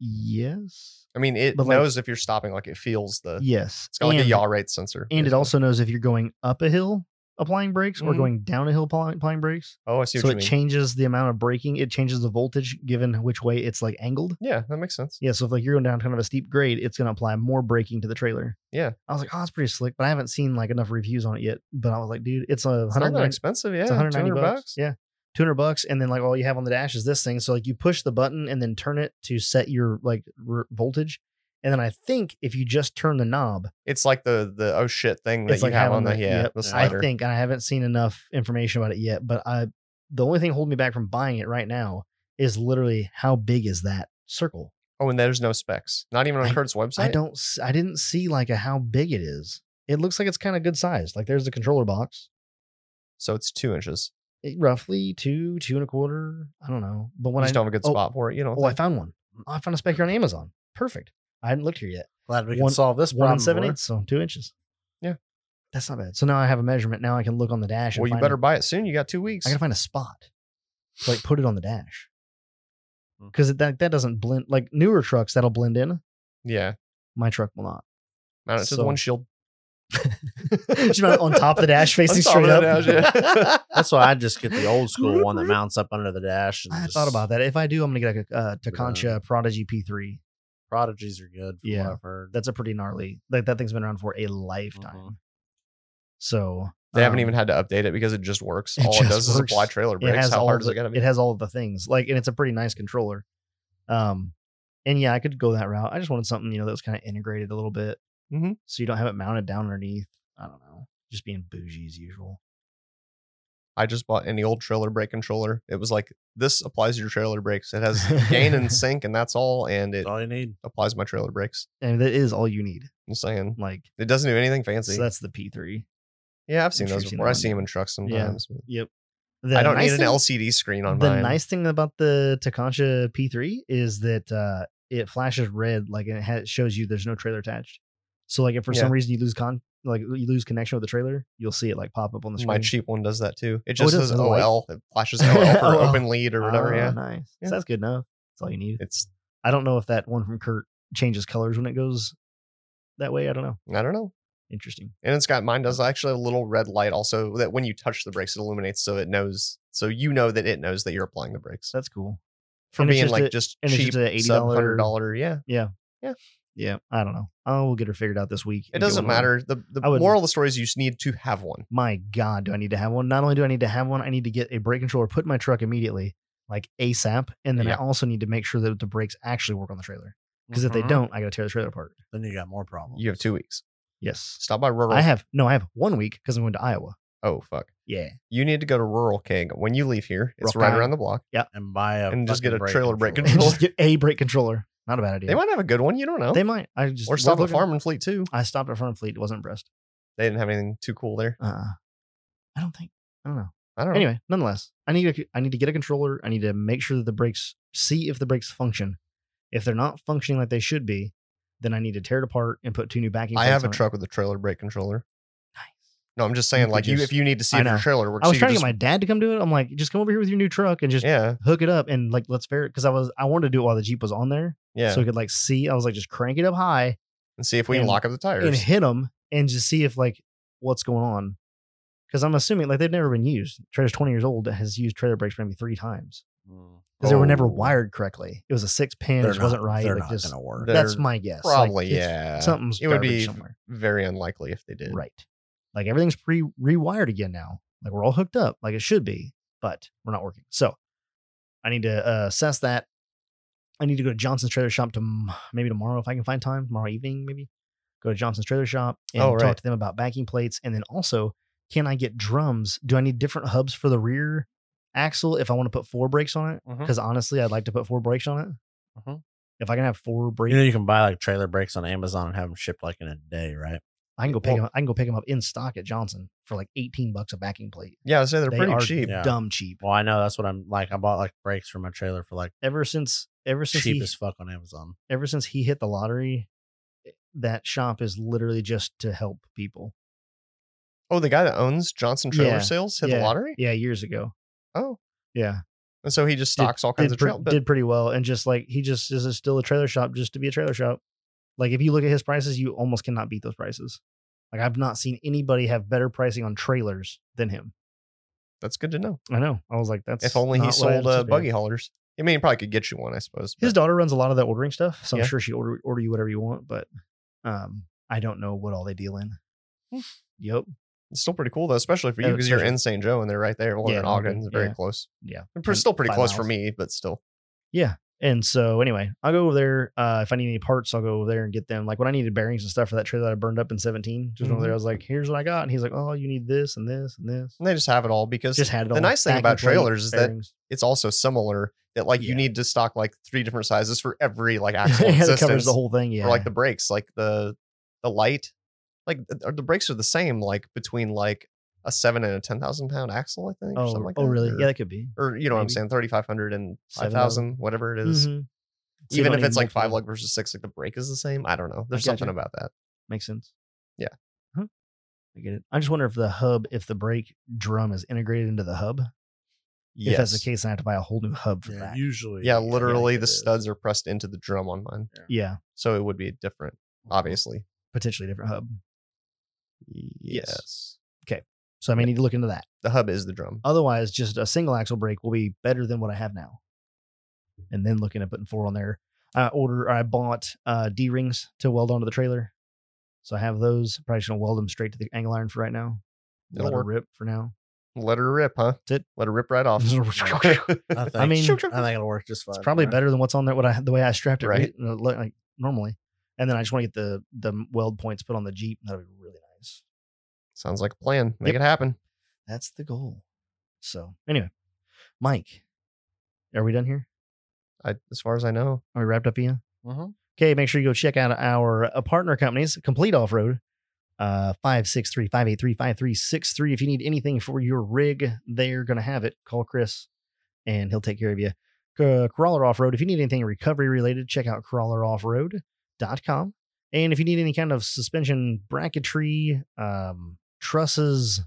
S1: yes,
S3: I mean, it
S1: But, like-
S3: knows if you're stopping. Like it feels the.
S1: yes.
S3: Uh, It's got like a
S1: and-
S3: yaw rate sensor.
S1: And it
S3: basically.
S1: also knows if you're going up a hill applying brakes or
S3: Mhm.
S1: going down a hill applying applying brakes.
S3: Oh, I see
S1: So
S3: what
S1: it
S3: you mean.
S1: changes the amount of braking. It changes the voltage given which way it's like angled.
S3: Yeah, that makes sense.
S1: Yeah, so if like you're going down kind of a steep grade, it's going to apply more braking to the trailer.
S3: Yeah.
S1: I was like, oh, that's pretty slick, but I haven't seen like enough reviews on it yet. But I was like, dude, it's a
S3: It's not that
S1: 190,
S3: expensive. Yeah,
S1: it's 190
S3: 200
S1: bucks. Yeah, 200 bucks, and then like all you have on the dash is this thing. So like you push the button and then turn it to set your like r- voltage, and then I think if you just turn the knob,
S3: It's like the the oh shit thing that
S1: It's
S3: you
S1: like
S3: have
S1: having
S3: on the,
S1: the-
S3: yeah
S1: yep.
S3: the
S2: I
S3: slider.
S1: I think and I haven't seen enough information about it yet. But I, the only thing holding me back from buying it right now is literally how big is that circle?
S3: oh, and there's no specs. Not even on
S1: I-
S3: Kurt's website.
S1: I don't. s- I didn't see like a how big it is. It looks like it's kind of good sized. Like there's the controller box,
S3: So it's two inches.
S1: it- roughly two, two and a quarter. I don't know. But
S3: You
S1: when I
S3: just don't have a good
S1: oh,
S3: spot for it. You know.
S1: oh, I found one. Oh, I found a spec here on Amazon. Perfect. I hadn't looked here yet.
S2: Glad we can
S1: One-
S2: solve this
S1: It's one
S2: problem.
S1: and seven
S2: boy.
S1: eighths, so two inches.
S3: Yeah.
S1: that's not bad. So now I have a measurement. Now I can look on the dash. and
S3: Well, you
S1: find
S3: better
S1: A,
S3: buy it soon. You got two weeks.
S1: I gotta find a spot. To, like put it on the dash.
S2: Hmm.
S1: Because that that doesn't blend like newer trucks that'll blend in.
S3: yeah,
S1: My truck will not. [laughs]
S3: mount it to
S1: So-
S3: the windshield.
S1: [laughs] Just about on top of the
S3: [laughs]
S1: dash, facing
S3: top of
S1: straight
S3: the
S1: up.
S3: dash,
S1: [laughs]
S3: yeah.
S2: That's why I just get the old school one that mounts up under the dash. And
S1: I had thought about that. If I do, I'm gonna get like a uh, Takancha
S2: Yeah.
S1: Prodigy P3.
S2: Prodigies are good. From
S1: Yeah.
S2: what I've heard.
S1: That's a pretty gnarly. Like that thing's been around for a lifetime.
S2: Mhm.
S1: So
S3: Mm-hmm. They haven't
S1: um,
S3: even had to update it because it just works.
S1: it
S3: All it
S1: just
S3: does is
S1: works.
S3: apply
S1: um,
S3: trailer
S1: It
S3: brakes.
S1: has
S3: How
S1: all
S3: hard is
S1: the,
S3: it gonna be?
S1: it has all of the things. Like, and it's a pretty nice controller. Um, and yeah, I could go that route. I just wanted something you know that was kind of integrated a little bit,
S3: Mhm.
S1: so you don't have it mounted down underneath. I don't know, just being bougie as usual.
S3: I just bought any old trailer brake controller. It was like this applies to your trailer brakes.
S1: [laughs]
S3: It has gain and sync, and that's all. And it
S2: That's all you need.
S3: applies my trailer brakes.
S1: And that is all you need.
S3: I'm just saying
S1: Like,
S3: it doesn't do anything fancy.
S1: Mm. so that's the P3.
S3: yeah, I've seen
S1: I'm sure
S3: those
S1: you've seen
S3: before.
S1: that
S3: I
S1: one.
S3: see them in trucks sometimes. but
S1: Yep.
S3: I don't need
S1: nice
S3: an
S1: thing-
S3: LCD screen on
S1: the
S3: mine.
S1: nice thing about the Takancha P3 is that uh, it flashes red, like and it ha- shows you there's no trailer attached. So like if for
S3: Yeah.
S1: some reason you lose con, like you lose connection with the trailer, you'll see it like pop up on the screen.
S3: my cheap one does that too.
S1: Oh,
S3: It
S1: it
S3: just
S1: does?
S3: says
S1: Does it light?
S3: OL. It
S1: [laughs]
S3: flashes OL for
S1: OL.
S3: open lead or whatever.
S1: Ah,
S3: yeah,
S1: nice. So
S3: Yeah.
S1: that's good enough. That's all you need.
S3: it's
S1: I don't know if that one from Kurt changes colors when it goes that way. I don't know.
S3: I don't know.
S1: Interesting.
S3: And it's got mine does actually have a little red light also that when you touch the brakes, it illuminates so it knows so you know that it knows that you're applying the brakes.
S1: That's cool.
S3: For
S1: And it's
S3: being
S1: just
S3: like
S1: a-
S3: just
S1: and it's
S3: cheap,
S1: just a
S3: sub hundred
S1: $80
S3: dollar. Yeah,
S1: Yeah, I don't know. I will get her figured out this week.
S3: it
S1: and get
S3: doesn't
S1: one ordered.
S3: matter. The the
S1: I would-
S3: moral of the story is you just need to have one.
S1: my god do i need to have one not only do i need to have one i need to get a brake controller put in my truck immediately like asap and then i
S3: Yeah.
S1: also need to make sure that the brakes actually work on the trailer because if they
S2: Mhm.
S1: don't i gotta tear the trailer apart
S2: then you got more problems.
S3: Mm-hmm. You have two weeks.
S1: yes
S3: Stop by rural.
S1: i have no i have one week because i'm going to iowa [laughs]
S3: oh fuck.
S1: yeah
S3: You need to go to rural keg when you leave here. It's
S1: Rock
S3: right
S1: Island.
S3: around the block.
S2: and buy a
S3: And just
S2: fucking
S3: get a
S2: brake
S3: trailer brake controller.
S1: just get a brake controller not a bad idea
S3: They might have a good one. You don't know.
S1: They might. i just
S3: or
S1: was
S3: stop at
S1: looking-
S3: Farm and Fleet too.
S1: i stopped at farm and fleet wasn't impressed
S3: They didn't have anything too cool there.
S1: uh i don't think i don't know
S3: I don't know.
S1: anyway nonetheless i need to, I need to get a controller i need to make sure that the brakes see if the brakes function If they're not functioning like they should be, then I need to tear it apart and put two new backing.
S3: I
S1: plates
S3: have a
S1: on it.
S3: truck with a trailer brake controller.
S1: Nice.
S3: No, I'm just saying,
S1: could
S3: like you,
S1: just-
S3: if you need to see
S1: I
S3: if your
S1: know.
S3: trailer works,
S1: I was
S3: you
S1: trying to
S3: just,
S1: get my dad to come do it. I'm like, just come over here with your new truck and just
S3: yeah,
S1: hook it up and like let's fair it because I was I wanted to do it while the Jeep was on there
S3: yeah,
S1: so we could like see. I was like, just crank it up high
S3: and see if we can
S1: and-
S3: lock up the
S1: and
S3: tires.
S1: hit them and just see if like what's going on. Because I'm assuming like they've never been used. Trailer's 20 years old has used trailer brakes maybe three times because they were never
S3: Oh.
S1: wired correctly. It was a six pin,
S2: They're
S1: it wasn't
S2: not-
S1: right.
S2: They're
S1: like,
S2: not
S1: just-
S2: gonna work.
S3: They're-
S1: that's my guess. Like,
S3: Probably,
S1: it's-
S3: yeah.
S1: Something's
S3: It would
S1: garbage
S3: be
S1: somewhere.
S3: very unlikely if they did.
S1: Right. Like everything's pre rewired again now. Like we're all hooked up, like it should be, but we're not working. So I need to uh, assess that. I need to go to Johnson's Trailer Shop to maybe tomorrow if I can find time, tomorrow evening maybe. Go to Johnson's Trailer Shop and
S3: Oh,
S1: talk
S3: right.
S1: to them about backing plates, and then also can I get drums? Do I need different hubs for the rear axle if I want to put four brakes on it?
S3: Mhm.
S1: Because honestly, I'd like to put four brakes on it.
S3: Mhm.
S1: If I can have four brakes,
S2: You know, you can buy like trailer brakes on Amazon and have them shipped like in a day, right?
S1: I can go pick
S3: well-
S1: them. I can go pick them up in stock at Johnson for like eighteen bucks a backing plate.
S3: Yeah, I say they're
S1: They
S3: pretty
S1: are
S3: cheap.
S2: Yeah.
S1: dumb cheap.
S2: Well, I know that's what I'm like. I bought like brakes for my trailer for like
S1: Ever since ever since
S2: cheap
S1: he,
S2: as fuck on Amazon.
S1: ever since he hit the lottery, eh, that shop is literally just to help people.
S3: Oh, the guy that owns Johnson Trailer
S1: Yeah,
S3: Sales hit
S1: yeah.
S3: the lottery.
S1: Yeah, years ago.
S3: Oh,
S1: Yeah,
S3: and so he just
S1: Did-
S3: stocks all kinds
S1: did,
S3: of
S1: pre-
S3: trail. But
S1: did pretty well, and just like he just is a- still a trailer shop just to be a trailer shop. Like if you look at his prices, you almost cannot beat those prices. Like I've not seen anybody have better pricing on trailers than him.
S3: that's good to know.
S1: I know. I was like, that's
S3: if only he
S1: not what I
S3: sold uh,
S1: anticipated.
S3: buggy haulers. I mean, he probably could get you one, I suppose.
S1: His
S3: but-
S1: daughter runs a lot of that ordering stuff, so I'm
S3: Yeah.
S1: sure she order order you whatever you want. But um, I don't know what all they deal in.
S3: Hmm.
S1: Yep.
S3: it's still pretty cool though, especially for
S1: Yeah,
S3: you because you're
S1: especially-
S3: in St. Joe and they're right there. Well,
S1: Yeah,
S3: in
S1: no, I
S3: Ogden,
S1: mean,
S3: it's very
S1: yeah.
S3: close.
S1: Yeah.
S3: They're pr-
S1: And
S3: still pretty
S1: five
S3: close for
S1: miles.
S3: me, but still.
S1: And so anyway, I'll go over there. Uh, if I need any parts, I'll go over there and get them. Like when I needed bearings and stuff for that trailer that I burned up in 17, just
S3: Mm-hmm.
S1: over there, I was like, here's what I got. And he's like, oh, you need this and this and this.
S3: And they just have it all because
S1: Just had it
S3: the
S1: all
S3: nice thing
S1: back
S3: about
S1: and plate,
S3: trailers is that
S1: bearings.
S3: it's also similar that like
S1: Yeah.
S3: you need to stock like three different sizes for every
S1: [laughs]
S3: like axle
S1: yeah, it
S3: and
S1: covers
S3: systems,
S1: the whole thing. Yeah.
S3: or like the brakes, like the the light, like th- or the brakes are the same like between like a seven and a ten thousand pound axle, I think. [laughs] or
S1: oh,
S3: something like
S1: oh
S3: that,
S1: really?
S3: Or,
S1: yeah, that could be.
S3: or you know what I'm
S1: maybe.
S3: saying, thirty five hundred and five
S1: 7,000.
S3: thousand, whatever it is.
S1: Mhm. So you
S3: Even
S1: don't
S3: if
S1: need
S3: it's like five
S1: multiple.
S3: lug versus six, like the brake is the same. I don't know. There's
S1: gotcha.
S3: something about that.
S1: Makes sense.
S3: Yeah.
S1: Huh. I get it. I just wonder if the hub, if the brake drum is integrated into the hub. If that's the case, then I have to buy a whole new hub for that.
S2: usually.
S3: Yeah, literally the studs are pressed into the drum on mine.
S1: yeah,
S3: So it would be different, obviously.
S1: potentially different hub.
S3: Yes.
S1: So I may need to look into that.
S3: The hub is the drum.
S1: Otherwise, just a single axle brake will be better than what I have now. And then looking at putting four on there. I order. I bought uh, D rings to weld onto the trailer, so I have those. Probably just gonna weld them straight to the angle iron for right now.
S3: It'll
S1: Let her
S3: work.
S1: rip for now.
S3: Let her rip, huh?
S1: That's it.
S3: Let her [laughs] rip right
S2: [laughs]
S3: off.
S2: I, think,
S1: I mean,
S2: I think it'll work just fine.
S1: It's probably better than what's on there. What I the way I strapped it
S3: Right.
S1: re- uh, like like normally, and then I just want to get the the weld points put on the jeep. That'd be really nice.
S3: [laughs] Sounds like a plan. Make
S1: Yep.
S3: it happen.
S1: That's the goal. So anyway, Mike, are we done here?
S3: I, as far as I know.
S1: Are we wrapped up, Ian?
S3: Mm-hmm.
S2: Mhm.
S1: Okay, make sure you go check out our uh, partner companies, Complete Off Road, uh, 563 583 5363. If you need anything for your rig, they're going to have it. Call Chris and he'll take care of you. Uh, Crawler Off Road, if you need anything recovery related, check out crawleroffroad.com. And if you need any kind of suspension bracketry, um, trusses,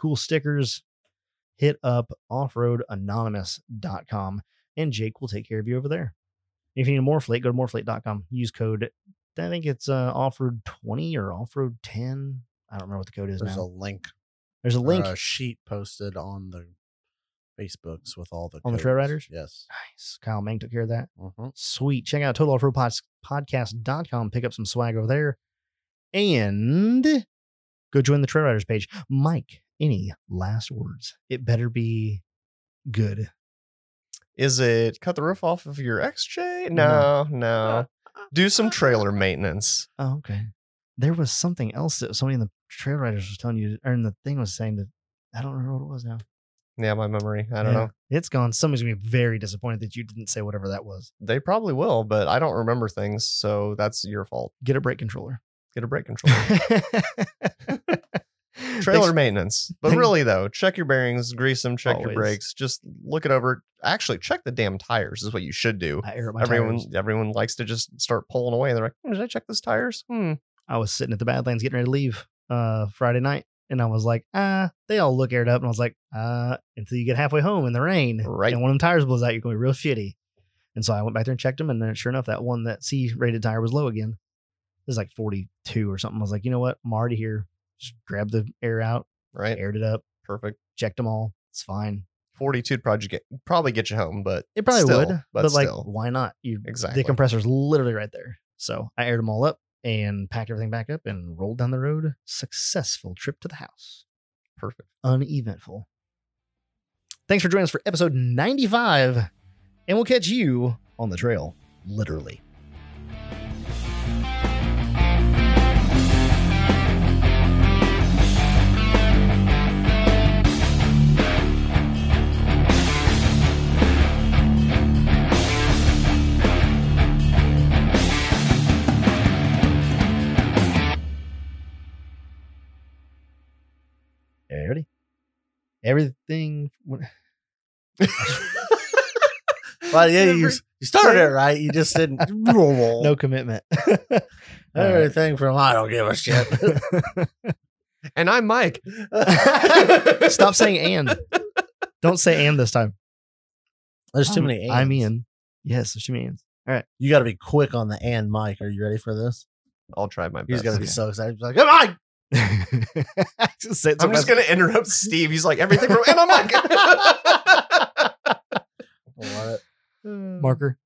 S1: cool stickers, hit up offroadanonymous.com and Jake will take care of you over there. If you need a Morphlate, go to morphlate.com. Use code, I think it's uh, offroad 20 or offroad 10. I don't remember what the code is
S2: There's
S1: now.
S2: a link.
S1: There's a
S2: or
S1: link.
S2: a sheet posted on the Facebooks with all the
S1: On the Trail
S2: codes.
S1: Riders?
S2: Yes.
S1: nice. Kyle Mang took care of that.
S2: Mm-hmm.
S1: [laughs] Sweet. Check out Total Offroad Pod- Podcast.com. Pick up some swag over there. And go join the Trail Riders page. Mike, any last words? It better be good.
S3: Is it cut the roof off of your XJ? No, Uh, no. Do some trailer maintenance.
S1: Oh, okay. There was something else that somebody in the Trail Riders was telling you, or in the thing was saying that I don't remember what it was now.
S3: Yeah, my memory. I don't
S1: Yeah.
S3: know.
S1: It's gone. Somebody's gonna be very disappointed that you didn't say whatever that was.
S3: They probably will, but I don't remember things, so that's your fault. [laughs]
S1: [laughs] Get a brake controller.
S3: Get a brake controller.
S1: Trail
S3: Trail trailer maintenance. But
S1: Thanks.
S3: really though, check your bearings, grease them, check your
S1: Always.
S3: brakes, just look it over. Actually, check the damn tires is what you should do.
S1: I air at my
S3: Everyone
S1: tires.
S3: everyone likes to just start pulling away and they're like, hmm, "Did I check those tires?" Hmm.
S1: I was sitting at the Badlands getting ready to leave uh, Friday night, and I was like, ah, they all look aired up, and I was like, uh, until you get halfway home in the rain,
S3: Right.
S1: and one of them tires blows out, you're going to be real shitty. And so I went back there and checked them, and then sure enough, that one that C-rated tire was low again. It was like 42 or something. I was like, you know what? I'm already here. Just grabbed the air out,
S3: Right.
S1: aired it up,
S3: Perfect.
S1: checked them all. It's fine.
S3: 42 would probably get probably get you home, but
S1: It probably
S3: still,
S1: would,
S3: but
S1: but, like,
S3: still.
S1: why not? You
S3: Exactly.
S1: the compressor's literally right there. So I aired them all up and packed everything back up and rolled down the road. Successful trip to the house.
S3: perfect.
S1: Uneventful. Thanks for joining us for episode 95, and we'll catch you on the trail, literally. Ready? Everything.
S2: Well, yeah, you,
S3: Every-
S2: you started it right. You just
S1: [laughs]
S2: didn't. [laughs] Oh.
S1: No commitment. [laughs]
S2: Everything from I don't give a shit.
S3: and
S1: [laughs]
S3: I'm Mike.
S1: Stop saying and.
S2: [laughs]
S1: Don't say and this time.
S2: There's too many.
S1: I'm
S2: ands.
S1: Ian. Yes, there's too many ands.
S2: You got to be quick on the and, Mike. Are you ready for this?
S3: I'll try my best.
S2: He's gonna be
S3: Okay.
S2: so excited. He's like, "Come on!"
S1: Just say it so
S3: I'm just
S1: fast.
S3: gonna interrupt Steve. He's
S1: [laughs]
S3: like everything from and I'm like [laughs]
S2: I love it.
S1: marker.